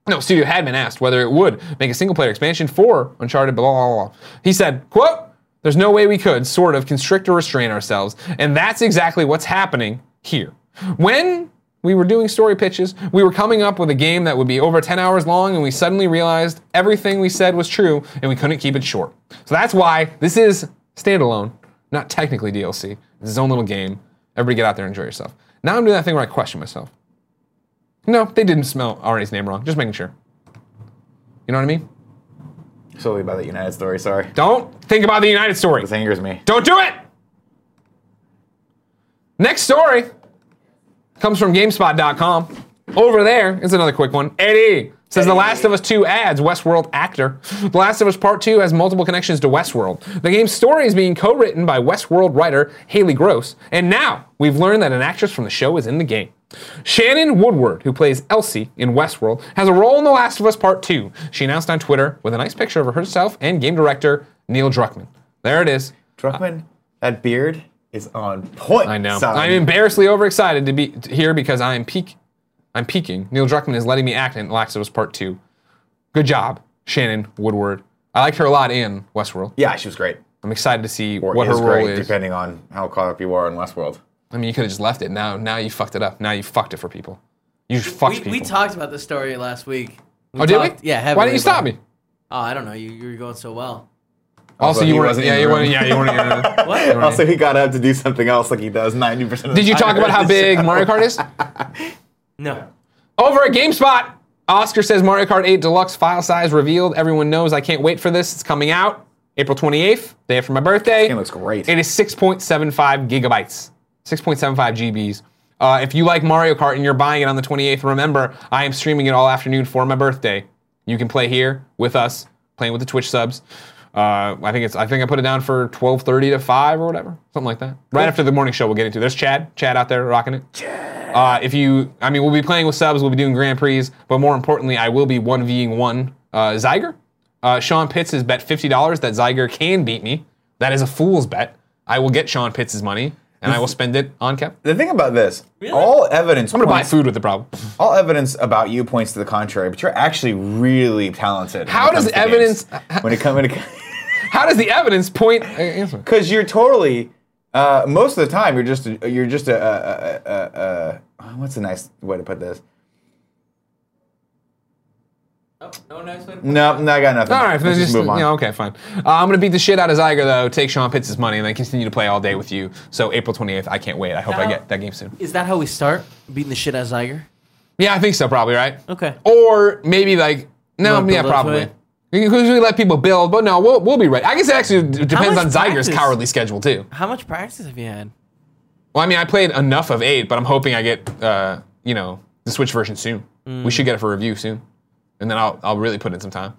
[SPEAKER 1] no, Studio had been asked whether it would make a single player expansion for Uncharted, blah, blah, blah, blah. He said, quote, there's no way we could sort of constrict or restrain ourselves. And that's exactly what's happening here. When we were doing story pitches, we were coming up with a game that would be over 10 hours long, and we suddenly realized everything we said was true, and we couldn't keep it short. So that's why this is standalone, not technically DLC. It's its own little game. Everybody get out there and enjoy yourself. Now I'm doing that thing where I question myself. No, they didn't smell Ari's name wrong. Just making sure. You know what I mean?
[SPEAKER 2] Solely by the United story, sorry.
[SPEAKER 1] Don't think about the United story.
[SPEAKER 2] This angers me.
[SPEAKER 1] Don't do it! Next story comes from GameSpot.com. Over there is another quick one. Eddie says The Last of Us 2 adds Westworld actor. The Last of Us Part 2 has multiple connections to Westworld. The game's story is being co written by Westworld writer Haley Gross, and now we've learned that an actress from the show is in the game. Shannon Woodward, who plays Elsie in Westworld, has a role in The Last of Us Part 2. She announced on Twitter with a nice picture of herself and game director Neil Druckmann. There it is.
[SPEAKER 2] Druckmann, that beard is on point.
[SPEAKER 1] I know.
[SPEAKER 2] son.
[SPEAKER 1] I'm embarrassingly overexcited to be t- here because I am peak. I'm peaking. Neil Druckmann is letting me act in Last of Us Part Two. Good job, Shannon Woodward. I liked her a lot in Westworld.
[SPEAKER 2] yeah, she was great.
[SPEAKER 1] I'm excited to see
[SPEAKER 2] Or
[SPEAKER 1] what her
[SPEAKER 2] is
[SPEAKER 1] role
[SPEAKER 2] great,
[SPEAKER 1] is.
[SPEAKER 2] depending on how caught up you are in Westworld.
[SPEAKER 1] I mean, you could have just left it. Now, now you fucked it up. Now you fucked it for people. You just fucked
[SPEAKER 3] We,
[SPEAKER 1] people.
[SPEAKER 3] we talked about this story last week. We
[SPEAKER 1] oh, did
[SPEAKER 3] talked-
[SPEAKER 1] we?
[SPEAKER 3] Yeah,
[SPEAKER 1] Why
[SPEAKER 3] heavily
[SPEAKER 1] didn't you
[SPEAKER 3] about
[SPEAKER 1] stop
[SPEAKER 3] it.
[SPEAKER 1] me?
[SPEAKER 3] Oh, I don't know. You, you were going so well.
[SPEAKER 1] Also,
[SPEAKER 2] Also,
[SPEAKER 1] you
[SPEAKER 2] he
[SPEAKER 1] weren't.
[SPEAKER 2] wasn't
[SPEAKER 1] Yeah,
[SPEAKER 2] in
[SPEAKER 1] you
[SPEAKER 2] the
[SPEAKER 1] weren't.
[SPEAKER 2] room.
[SPEAKER 1] Yeah, you weren't.
[SPEAKER 3] What?
[SPEAKER 1] Right.
[SPEAKER 2] Also, he got out to do something else like he does 90% of the
[SPEAKER 1] Did you
[SPEAKER 2] time.
[SPEAKER 1] talk about how big Mario Kart is?
[SPEAKER 3] No.
[SPEAKER 1] Over at GameSpot, Oscar says Mario Kart 8 Deluxe file size revealed. Everyone knows I can't wait for this. It's coming out April 28th, day after my birthday.
[SPEAKER 2] It looks great.
[SPEAKER 1] It is 6.75 gigabytes, 6.75 GBs. Uh, if you like Mario Kart and you're buying it on the 28th, remember I am streaming it all afternoon for my birthday. You can play here with us, playing with the Twitch subs. Uh, I think it's. I think I put it down for 12:30 to 5 or whatever, something like that. Right after the morning show, we'll get into. There's Chad, Chad out there rocking it. Uh, if you, I mean, we'll be playing with subs, we'll be doing Grand Prix, but more importantly, I will be 1v1 one uh, Zyger. Uh, Sean Pitts has bet $50 that Zyger can beat me. That is a fool's bet. I will get Sean Pitts' money and I will spend it on Kev.
[SPEAKER 2] The thing about this, all evidence
[SPEAKER 1] I'm going to buy
[SPEAKER 2] points,
[SPEAKER 1] food with the problem.
[SPEAKER 2] all evidence about you points to the contrary, but you're actually really talented. when
[SPEAKER 1] How
[SPEAKER 2] it
[SPEAKER 1] does
[SPEAKER 2] comes to
[SPEAKER 1] evidence-
[SPEAKER 2] games. when it comes to
[SPEAKER 1] How does the evidence point? Uh, Answer.
[SPEAKER 2] because you're totally uh, most of the time you're just a, you're just a, a, a, a, a what's a nice way to put this?
[SPEAKER 3] Oh, no nice way to
[SPEAKER 2] No, no, I got nothing.
[SPEAKER 1] All right,
[SPEAKER 2] Let's
[SPEAKER 1] then
[SPEAKER 2] just
[SPEAKER 1] just,
[SPEAKER 2] move on.
[SPEAKER 1] yeah, okay, fine. Uh, I'm gonna beat the shit out of Zyger though. Take Sean Pitts' money and then continue to play all day with you. So April 28th, I can't wait. I hope I
[SPEAKER 3] Now-
[SPEAKER 1] get that game soon.
[SPEAKER 3] Is that how we start? Beating the shit out of Zyger?
[SPEAKER 1] Yeah, I think so, probably right.
[SPEAKER 3] Okay.
[SPEAKER 1] Or maybe like no,
[SPEAKER 3] Wanna
[SPEAKER 1] yeah,
[SPEAKER 3] build up to
[SPEAKER 1] probably.
[SPEAKER 3] it?
[SPEAKER 1] We can usually let people build, but no, we'll, we'll be ready. I guess it actually d- depends
[SPEAKER 3] much
[SPEAKER 1] on Zyger's
[SPEAKER 3] practice?
[SPEAKER 1] cowardly schedule too.
[SPEAKER 3] How much practice have you had?
[SPEAKER 1] Well, I mean, I played enough of eight, but I'm hoping I get uh, you know the Switch version soon.
[SPEAKER 3] Mm.
[SPEAKER 1] We should get it for review soon, and then I'll I'll really put in some time,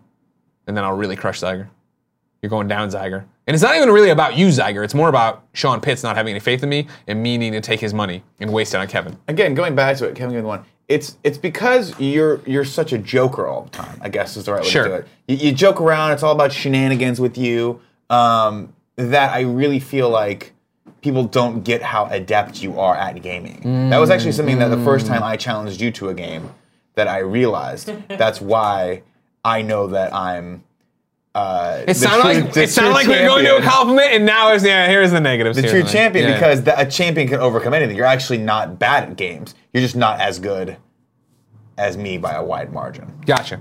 [SPEAKER 1] and then I'll really crush Zyger. You're going down, Zyger, and it's not even really about you, Zyger. It's more about Sean Pitts not having any faith in me and me needing to take his money and waste it on Kevin.
[SPEAKER 2] Again, going back to it, Kevin Given one. It's it's because you're you're such a joker all the time. I guess is the right way
[SPEAKER 1] Sure.
[SPEAKER 2] to do it. You, you joke around. It's all about shenanigans with you. Um, that I really feel like people don't get how adept you are at gaming. That was actually something that the first time I challenged you to a game, that I realized that's why I know that I'm. Uh,
[SPEAKER 1] It sounded like it sounded like we were going to a compliment, and now it's yeah. Here's the negatives.
[SPEAKER 2] the
[SPEAKER 1] here's
[SPEAKER 2] true
[SPEAKER 1] neg-
[SPEAKER 2] champion
[SPEAKER 1] yeah.
[SPEAKER 2] because the, a champion can overcome anything. You're actually not bad at games. You're just not as good as me by a wide margin.
[SPEAKER 1] Gotcha.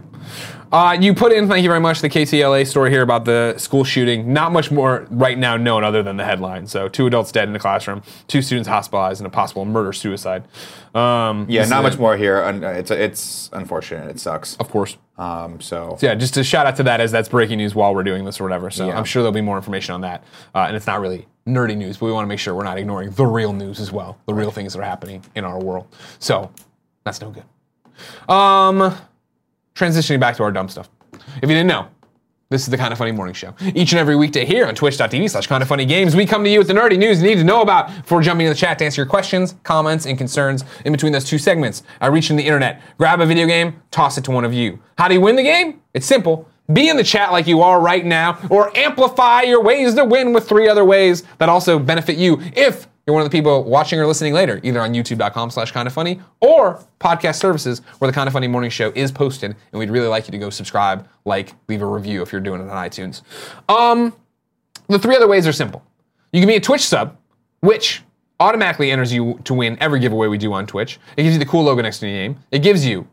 [SPEAKER 1] Uh, you put in, thank you very much, the KTLA story here about the school shooting. Not much more right now known other than the headline. So, two adults dead in the classroom, two students hospitalized, and a possible murder suicide. Um,
[SPEAKER 2] Yeah,
[SPEAKER 1] this
[SPEAKER 2] not
[SPEAKER 1] is
[SPEAKER 2] much
[SPEAKER 1] it,
[SPEAKER 2] more here. Un- uh, It's it's unfortunate. It sucks.
[SPEAKER 1] Of course.
[SPEAKER 2] Um, so
[SPEAKER 1] Yeah, just a shout out to that as that's breaking news while we're doing this or whatever. So,
[SPEAKER 2] Yeah.
[SPEAKER 1] I'm sure there'll be more information on that. Uh, and it's not really nerdy news, but we want to make sure we're not ignoring the real news as well, the real things that are happening in our world. So, that's no good. Um, transitioning back to our dumb stuff. If you didn't know, this is the Kind of Funny Morning Show. Each and every weekday here on twitch.tv slash kind of funny games, we come to you with the nerdy news you need to know about before jumping into the chat to answer your questions, comments, and concerns. In between those two segments, I reach in the internet, grab a video game, toss it to one of you. How do you win the game? It's simple. Be in the chat like you are right now, or amplify your ways to win with three other ways that also benefit you if you're one of the people watching or listening later, either on youtube.com slash kind of funny or podcast services where the kind of funny morning show is posted. And we'd really like you to go subscribe, like, leave a review if you're doing it on iTunes. Um, the three other ways are simple. You can be a Twitch sub, which automatically enters you to win every giveaway we do on Twitch. It gives you the cool logo next to your name. It gives you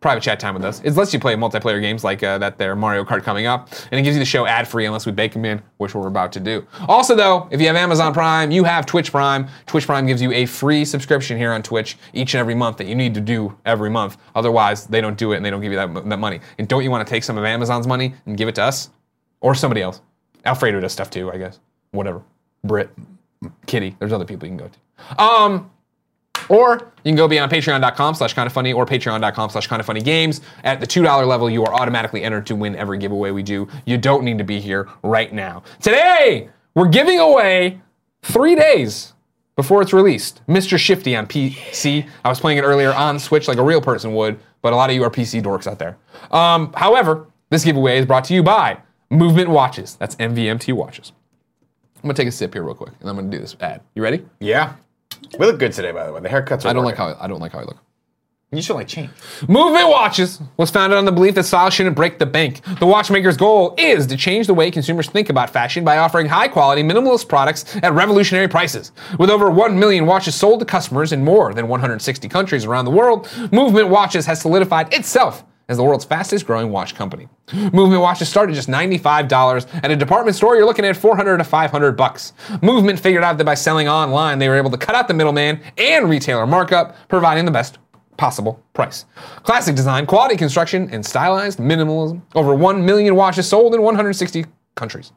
[SPEAKER 1] private chat time with us. It lets you play multiplayer games like uh, that there Mario Kart coming up, and it gives you the show ad free unless we bake them in, which we're about to do. Also, though, if you have Amazon Prime, you have Twitch Prime. Twitch Prime gives you a free subscription here on Twitch each and every month that you need to do every month. Otherwise, they don't do it and they don't give you that, that money. And don't you want to take some of Amazon's money and give it to us or somebody else? Alfredo does stuff too, I guess. Whatever. Brit, Kitty. There's other people you can go to. Um, or you can go be on patreon.com slash kind of funny or patreon.com slash kind of funny games. At the $2 level, you are automatically entered to win every giveaway we do. You don't need to be here right now. Today, we're giving away three days before it's released. Mr. Shifty on PC. I was playing it earlier on Switch like a real person would, but a lot of you are PC dorks out there. Um, however, this giveaway is brought to you by Movement Watches. That's MVMT Watches. I'm gonna take a sip here real quick, and I'm gonna do this ad. You ready?
[SPEAKER 2] Yeah. We look good today, by the way. The haircuts are
[SPEAKER 1] I don't like
[SPEAKER 2] working.
[SPEAKER 1] how I, I don't like how I look.
[SPEAKER 2] You should like change.
[SPEAKER 1] Movement Watches was founded on the belief that style shouldn't break the bank. The watchmaker's goal is to change the way consumers think about fashion by offering high quality, minimalist products at revolutionary prices. With over 1 million watches sold to customers in more than 160 countries around the world, Movement Watches has solidified itself as the world's fastest growing watch company. Movement watches start at just $95. At a department store, you're looking at 400 to 500 bucks. Movement figured out that by selling online, they were able to cut out the middleman and retailer markup, providing the best possible price. Classic design, quality construction, and stylized minimalism. Over 1 million watches sold in 160 countries.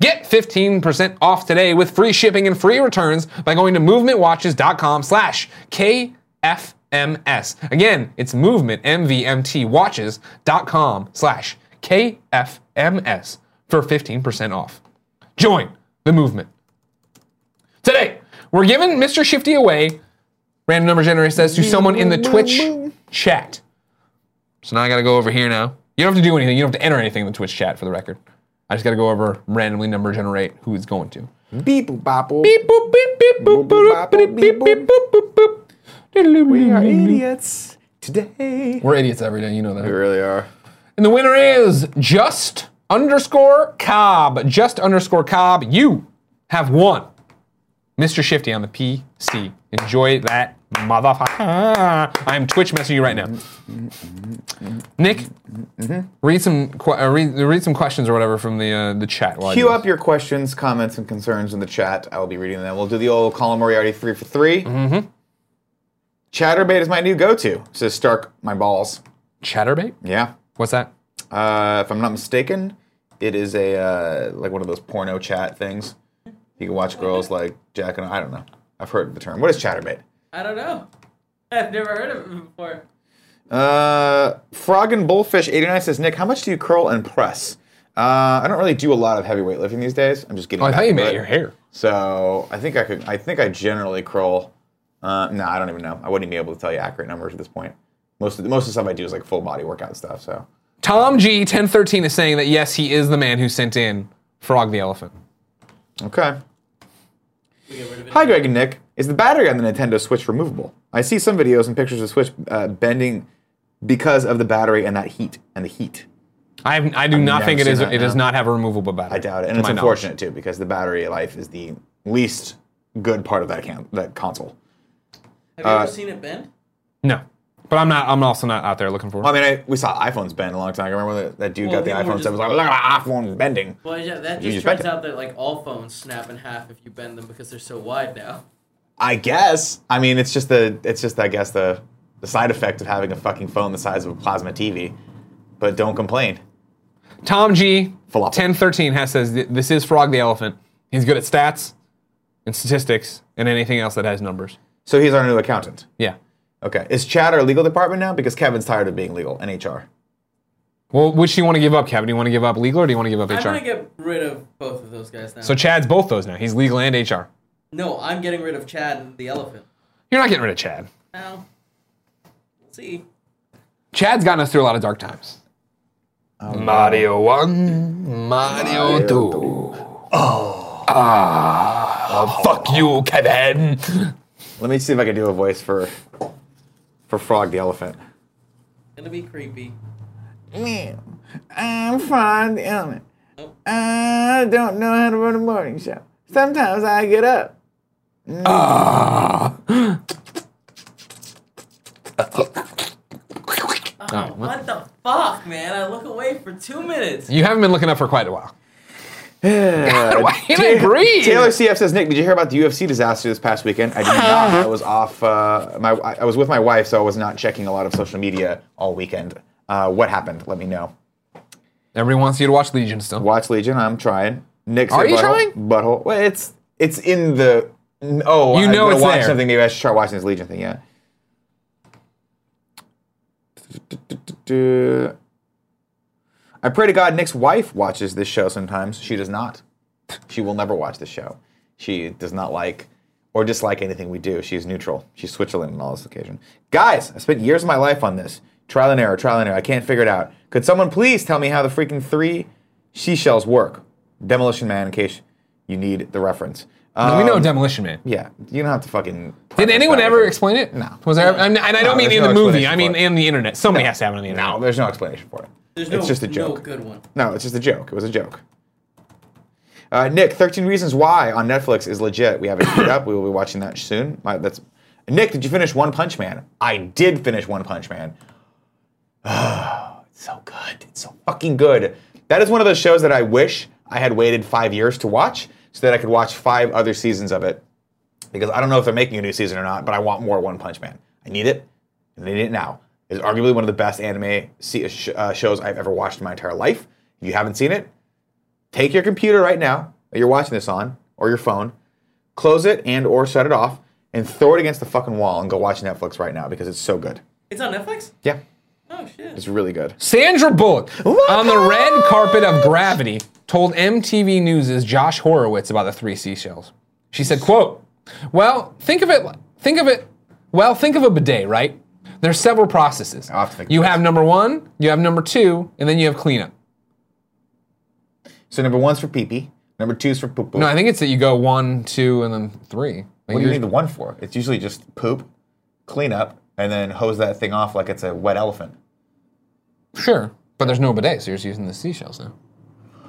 [SPEAKER 1] Get 15% off today with free shipping and free returns by going to movementwatches.com slash KFMS. Again, it's movement, MVMTwatches.com slash KFMS for 15% off. Join the movement. Today, we're giving Mr. Shifty away Random number generator says to someone in the Twitch chat. So now I gotta go over here now. You don't have to do anything. You don't have to enter anything in the Twitch chat for the record. I just gotta go over randomly number generate who it's going to.
[SPEAKER 2] Beep bopple.
[SPEAKER 1] Beep boop beep beep boop boop boop beep beep boop boop boop.
[SPEAKER 2] We are
[SPEAKER 1] Diddly-wee.
[SPEAKER 2] idiots today.
[SPEAKER 1] We're idiots every day, you know that.
[SPEAKER 2] really are.
[SPEAKER 1] And the winner is just underscore Cobb. Just underscore Cobb. You have won. Mr. Shifty on the PC. Enjoy that motherfucker. I'm Twitch messaging you right now. Nick, read some que- uh, read, read some questions or whatever from the uh, the chat. While I do
[SPEAKER 2] Queue
[SPEAKER 1] this.
[SPEAKER 2] up your questions, comments, and concerns in the chat. I will be reading them. We'll do the old Colin Moriarty three for 3 Mm-hmm. Chatterbait is my new go-to. Says Stark, my balls.
[SPEAKER 1] Chatterbait.
[SPEAKER 2] Yeah.
[SPEAKER 1] What's that?
[SPEAKER 2] Uh, if I'm not mistaken, it is a uh, like one of those porno chat things. You can watch girls like Jack and I don't know. I've heard the term. What is chatterbait?
[SPEAKER 3] I don't know. I've never heard of it before.
[SPEAKER 2] Uh, Frog and Bullfish 89 says, Nick, how much do you curl and press? Uh, I don't really do a lot of heavy weightlifting these days. I'm just getting.
[SPEAKER 1] Oh, I
[SPEAKER 2] back
[SPEAKER 1] thought you
[SPEAKER 2] into
[SPEAKER 1] meant
[SPEAKER 2] it.
[SPEAKER 1] your hair.
[SPEAKER 2] So I think I could. I think I generally curl. Uh, no, I don't even know. I wouldn't even be able to tell you accurate numbers at this point. Most of the, most of the stuff I do is like full body workout stuff. So
[SPEAKER 1] Tom G ten thirteen is saying that yes, he is the man who sent in Frog the Elephant.
[SPEAKER 2] okay.
[SPEAKER 3] We get rid of it.
[SPEAKER 2] Hi, Greg and Nick. Is the battery on the Nintendo Switch removable? I see some videos and pictures of Switch uh, bending because of the battery and that heat and the heat.
[SPEAKER 1] I have, I do
[SPEAKER 2] never
[SPEAKER 1] not think it
[SPEAKER 2] seen
[SPEAKER 1] is.
[SPEAKER 2] that,
[SPEAKER 1] It does
[SPEAKER 2] no.
[SPEAKER 1] not have a removable battery.
[SPEAKER 2] I doubt it, and
[SPEAKER 1] to
[SPEAKER 2] it's
[SPEAKER 1] my knowledge.
[SPEAKER 2] unfortunate too because the battery life is the least good part of that can- that console.
[SPEAKER 3] Have
[SPEAKER 1] Uh,
[SPEAKER 3] you ever seen it bend?
[SPEAKER 1] No, but I'm not. I'm also not out there looking for.
[SPEAKER 2] I
[SPEAKER 1] it.
[SPEAKER 2] mean, I, we saw iPhones bend a long time. ago. remember when that, that dude
[SPEAKER 3] Well,
[SPEAKER 2] got the
[SPEAKER 3] people were
[SPEAKER 2] iPhone
[SPEAKER 3] just-
[SPEAKER 2] seven. Was like, look at my iPhone bending.
[SPEAKER 3] Well, yeah, that
[SPEAKER 2] You
[SPEAKER 3] just
[SPEAKER 2] just bent
[SPEAKER 3] turns
[SPEAKER 2] it.
[SPEAKER 3] out that like all phones snap in half if you bend them because they're so wide now.
[SPEAKER 2] I guess. I mean, it's just the it's just I guess the the side effect of having a fucking phone the size of a plasma TV. But don't complain.
[SPEAKER 1] Tom G.
[SPEAKER 2] Falafel.
[SPEAKER 1] Ten thirteen has says th- this is Frog the Elephant. He's good at stats and statistics and anything else that has numbers.
[SPEAKER 2] So he's our new accountant.
[SPEAKER 1] Yeah.
[SPEAKER 2] Okay. Is Chad our legal department now? Because Kevin's tired of being legal and HR.
[SPEAKER 1] Well, which do you want to give up, Kevin? Do you want to give up legal or do you want to give up
[SPEAKER 3] I'm
[SPEAKER 1] HR?
[SPEAKER 3] gonna get rid of both of those guys now.
[SPEAKER 1] so Chad's both those now. He's legal and HR.
[SPEAKER 3] no, I'm getting rid of Chad and the elephant.
[SPEAKER 1] You're not getting rid of Chad.
[SPEAKER 3] Now, let's see.
[SPEAKER 1] Chad's gotten us through a lot of dark times. Mario 1, Mario 2. Oh. Ah. Fuck you, Kevin.
[SPEAKER 2] Let me see if I can do a voice for for Frog the elephant.
[SPEAKER 3] Gonna be creepy.
[SPEAKER 2] I'm Frog the elephant.
[SPEAKER 3] Nope.
[SPEAKER 2] I don't know how to run a morning show. Sometimes I get up.
[SPEAKER 1] Oh, well.
[SPEAKER 3] What the fuck, man? I look away for two minutes.
[SPEAKER 1] You haven't been looking up for quite a while.
[SPEAKER 2] Why
[SPEAKER 1] Why can't I breathe?
[SPEAKER 2] Taylor CF says, Nick, did you hear about the UFC disaster this past weekend? I did not. I was off. Uh, my I I was with my wife, so I was not checking a lot of social media all weekend. Uh, what happened? Let me know.
[SPEAKER 1] Everyone wants you to watch Legion still.
[SPEAKER 2] Watch Legion. I'm trying. Nick,
[SPEAKER 1] Are
[SPEAKER 2] said
[SPEAKER 1] you
[SPEAKER 2] butthole,
[SPEAKER 1] trying?
[SPEAKER 2] Butthole. Well, it's it's in the. Oh,
[SPEAKER 1] You
[SPEAKER 2] I'm
[SPEAKER 1] know
[SPEAKER 2] gonna
[SPEAKER 1] it's
[SPEAKER 2] watch
[SPEAKER 1] there.
[SPEAKER 2] something. Maybe I should try watching this Legion thing. Yeah. I pray to God Nick's wife watches this show sometimes. She does not. She will never watch this show. She does not like or dislike anything we do. She's neutral. She's Switzerland on all this occasion. Guys, I spent years of my life on this. Trial and error, trial and error. I can't figure it out. Could someone please tell me how the freaking three seashells work? Demolition Man, in case you need the reference.
[SPEAKER 1] we know
[SPEAKER 2] Um,
[SPEAKER 1] Demolition Man.
[SPEAKER 2] yeah, you don't have to fucking.
[SPEAKER 1] Did
[SPEAKER 2] preface
[SPEAKER 1] anyone
[SPEAKER 2] that
[SPEAKER 1] ever
[SPEAKER 2] with it.
[SPEAKER 1] explain it?
[SPEAKER 2] No.
[SPEAKER 1] Was there? And, and I don't
[SPEAKER 2] No,
[SPEAKER 1] mean
[SPEAKER 2] there's
[SPEAKER 1] in
[SPEAKER 2] no
[SPEAKER 1] the movie.
[SPEAKER 2] explanation
[SPEAKER 1] I mean
[SPEAKER 2] for it.
[SPEAKER 1] in the internet. Somebody has to have it on the internet.
[SPEAKER 2] No, there's no explanation for it.
[SPEAKER 3] There's no,
[SPEAKER 2] it's just a
[SPEAKER 3] no
[SPEAKER 2] joke.
[SPEAKER 3] good one.
[SPEAKER 2] No, it's just a joke. It was a joke. Uh, Nick, 13 Reasons Why on Netflix is legit. We have it queued up. We will be watching that soon. My, that's Nick, did you finish One Punch Man? I did finish One Punch Man. Oh, it's so good. It's so fucking good. That is one of those shows that I wish I had waited five years to watch so that I could watch five other seasons of it. Because I don't know if they're making a new season or not, but I want more One Punch Man. I need it, and they need it now. It's arguably one of the best anime se- sh- uh, shows I've ever watched in my entire life. If you haven't seen it, take your computer right now that you're watching this on or your phone close it and or shut it off and throw it against the fucking wall and go watch netflix right now because it's so good
[SPEAKER 3] It's on Netflix.
[SPEAKER 2] yeah
[SPEAKER 3] Oh shit.
[SPEAKER 2] it's really good
[SPEAKER 1] Sandra Bullock
[SPEAKER 2] my
[SPEAKER 1] on the red
[SPEAKER 2] gosh!
[SPEAKER 1] carpet of Gravity told MTV News' Josh Horowitz about the three seashells. She said, "Quote: Well, think of it. li- Think of it. Well, think of a bidet, right? There's several processes.
[SPEAKER 2] I'll have to think
[SPEAKER 1] you
[SPEAKER 2] about
[SPEAKER 1] have number one, you have number two, and then you have cleanup.
[SPEAKER 2] so number one's for pee pee number two's for poop poop
[SPEAKER 1] No, I think it's that you go one, two, and then three. I
[SPEAKER 2] what
[SPEAKER 1] think
[SPEAKER 2] do you
[SPEAKER 1] there's-
[SPEAKER 2] need the one for it's usually just poop clean up and then hose that thing off like it's a wet elephant
[SPEAKER 1] Sure, but there's no bidet, so you're just using the seashells now.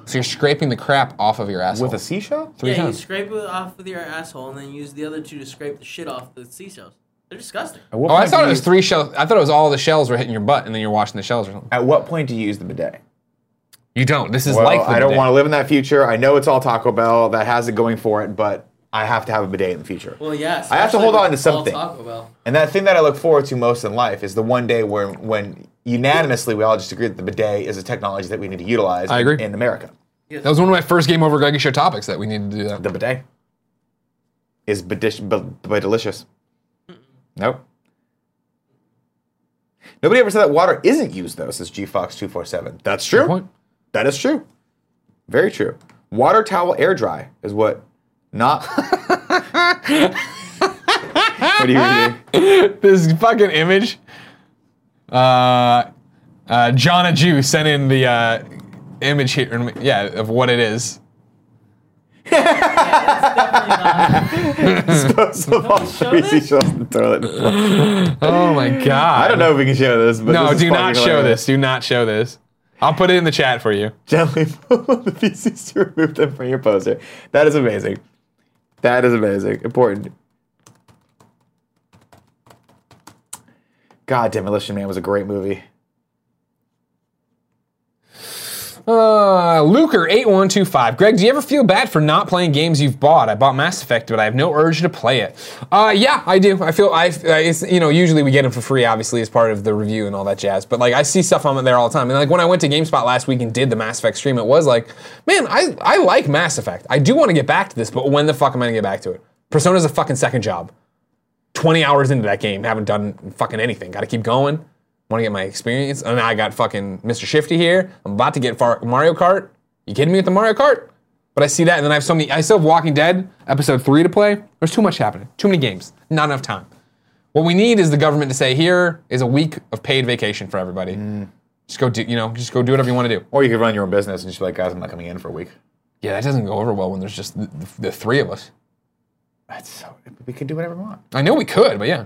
[SPEAKER 1] So you're scraping the crap off of your asshole.
[SPEAKER 2] with a seashell
[SPEAKER 1] three
[SPEAKER 3] yeah,
[SPEAKER 1] times.
[SPEAKER 3] you scrape it off with your asshole and then use the other two to scrape the shit off the seashells. They're disgusting.
[SPEAKER 2] At what
[SPEAKER 1] oh, I
[SPEAKER 2] point do
[SPEAKER 1] thought it
[SPEAKER 2] you-
[SPEAKER 1] was three shells. I thought it was all the shells were hitting your butt, and then you're washing the shells or something.
[SPEAKER 2] at what point do you use the bidet
[SPEAKER 1] You don't. This is
[SPEAKER 2] well,
[SPEAKER 1] like the
[SPEAKER 2] I don't
[SPEAKER 1] bidet.
[SPEAKER 2] want to live in that future. I know it's all Taco Bell that has it going for it, but I have to have a bidet in the future.
[SPEAKER 3] Well, yes.
[SPEAKER 2] I have to hold on to something.
[SPEAKER 3] Taco Bell.
[SPEAKER 2] And that thing that I look forward to most in life is the one day where, when unanimously we all just agree that the bidet is a technology that we need to utilize
[SPEAKER 1] I agree.
[SPEAKER 2] in America.
[SPEAKER 1] That was one of my first game over Greggy show topics that we needed to do that.
[SPEAKER 2] The bidet is bidish, b- b- delicious. Nope. Nobody ever said that water isn't used though, says GFox247. That's true.
[SPEAKER 1] point.
[SPEAKER 2] That is true. Very true. Water towel air dry is what not. what do you mean?
[SPEAKER 1] This fucking image. Uh, uh, John and Jew sent in the uh, image here. and- Yeah, of what it is.
[SPEAKER 2] Those of all
[SPEAKER 3] show
[SPEAKER 2] three
[SPEAKER 3] this?
[SPEAKER 2] seashells in the toilet.
[SPEAKER 1] Oh my god.
[SPEAKER 2] I don't know if we can show this, but
[SPEAKER 1] No,
[SPEAKER 2] this is
[SPEAKER 1] do not
[SPEAKER 2] fucking
[SPEAKER 1] show
[SPEAKER 2] hilarious.
[SPEAKER 1] this. Do not show this. I'll put it in the chat for you.
[SPEAKER 2] Gently pull on the PCs to remove them from your poster. That is amazing. That is amazing. Important. God, Demolition Man was a great movie.
[SPEAKER 1] Uh, Luker8125. Greg, do you ever feel bad for not playing games you've bought? I bought Mass Effect, but I have no urge to play it. Uh, yeah, I do. I feel, I, I- it's, you know, usually we get them for free, obviously, as part of the review and all that jazz. But, like, I see stuff on there all the time. And, like, when I went to GameSpot last week and did the Mass Effect stream, it was like, man, I, I like Mass Effect. I do want to get back to this, but when the fuck am I going to get back to it? Persona's a fucking second job. 20 hours into that game, haven't done fucking anything. Got to keep going. Want to get my experience? And I got fucking Mr. Shifty here. I'm about to get far- Mario Kart. You kidding me with the Mario Kart? But I see that, and then I have so many. I still have Walking Dead episode three to play. There's too much happening. Too many games. Not enough time. What we need is the government to say, here is a week of paid vacation for everybody. Just go do, you know, just go do whatever you want to do.
[SPEAKER 2] Or you could run your own business and just be like, guys, I'm not coming in for a week.
[SPEAKER 1] Yeah, that doesn't go over well when there's just the, the three of us.
[SPEAKER 2] That's so. We could do whatever we want.
[SPEAKER 1] I know we could, but yeah.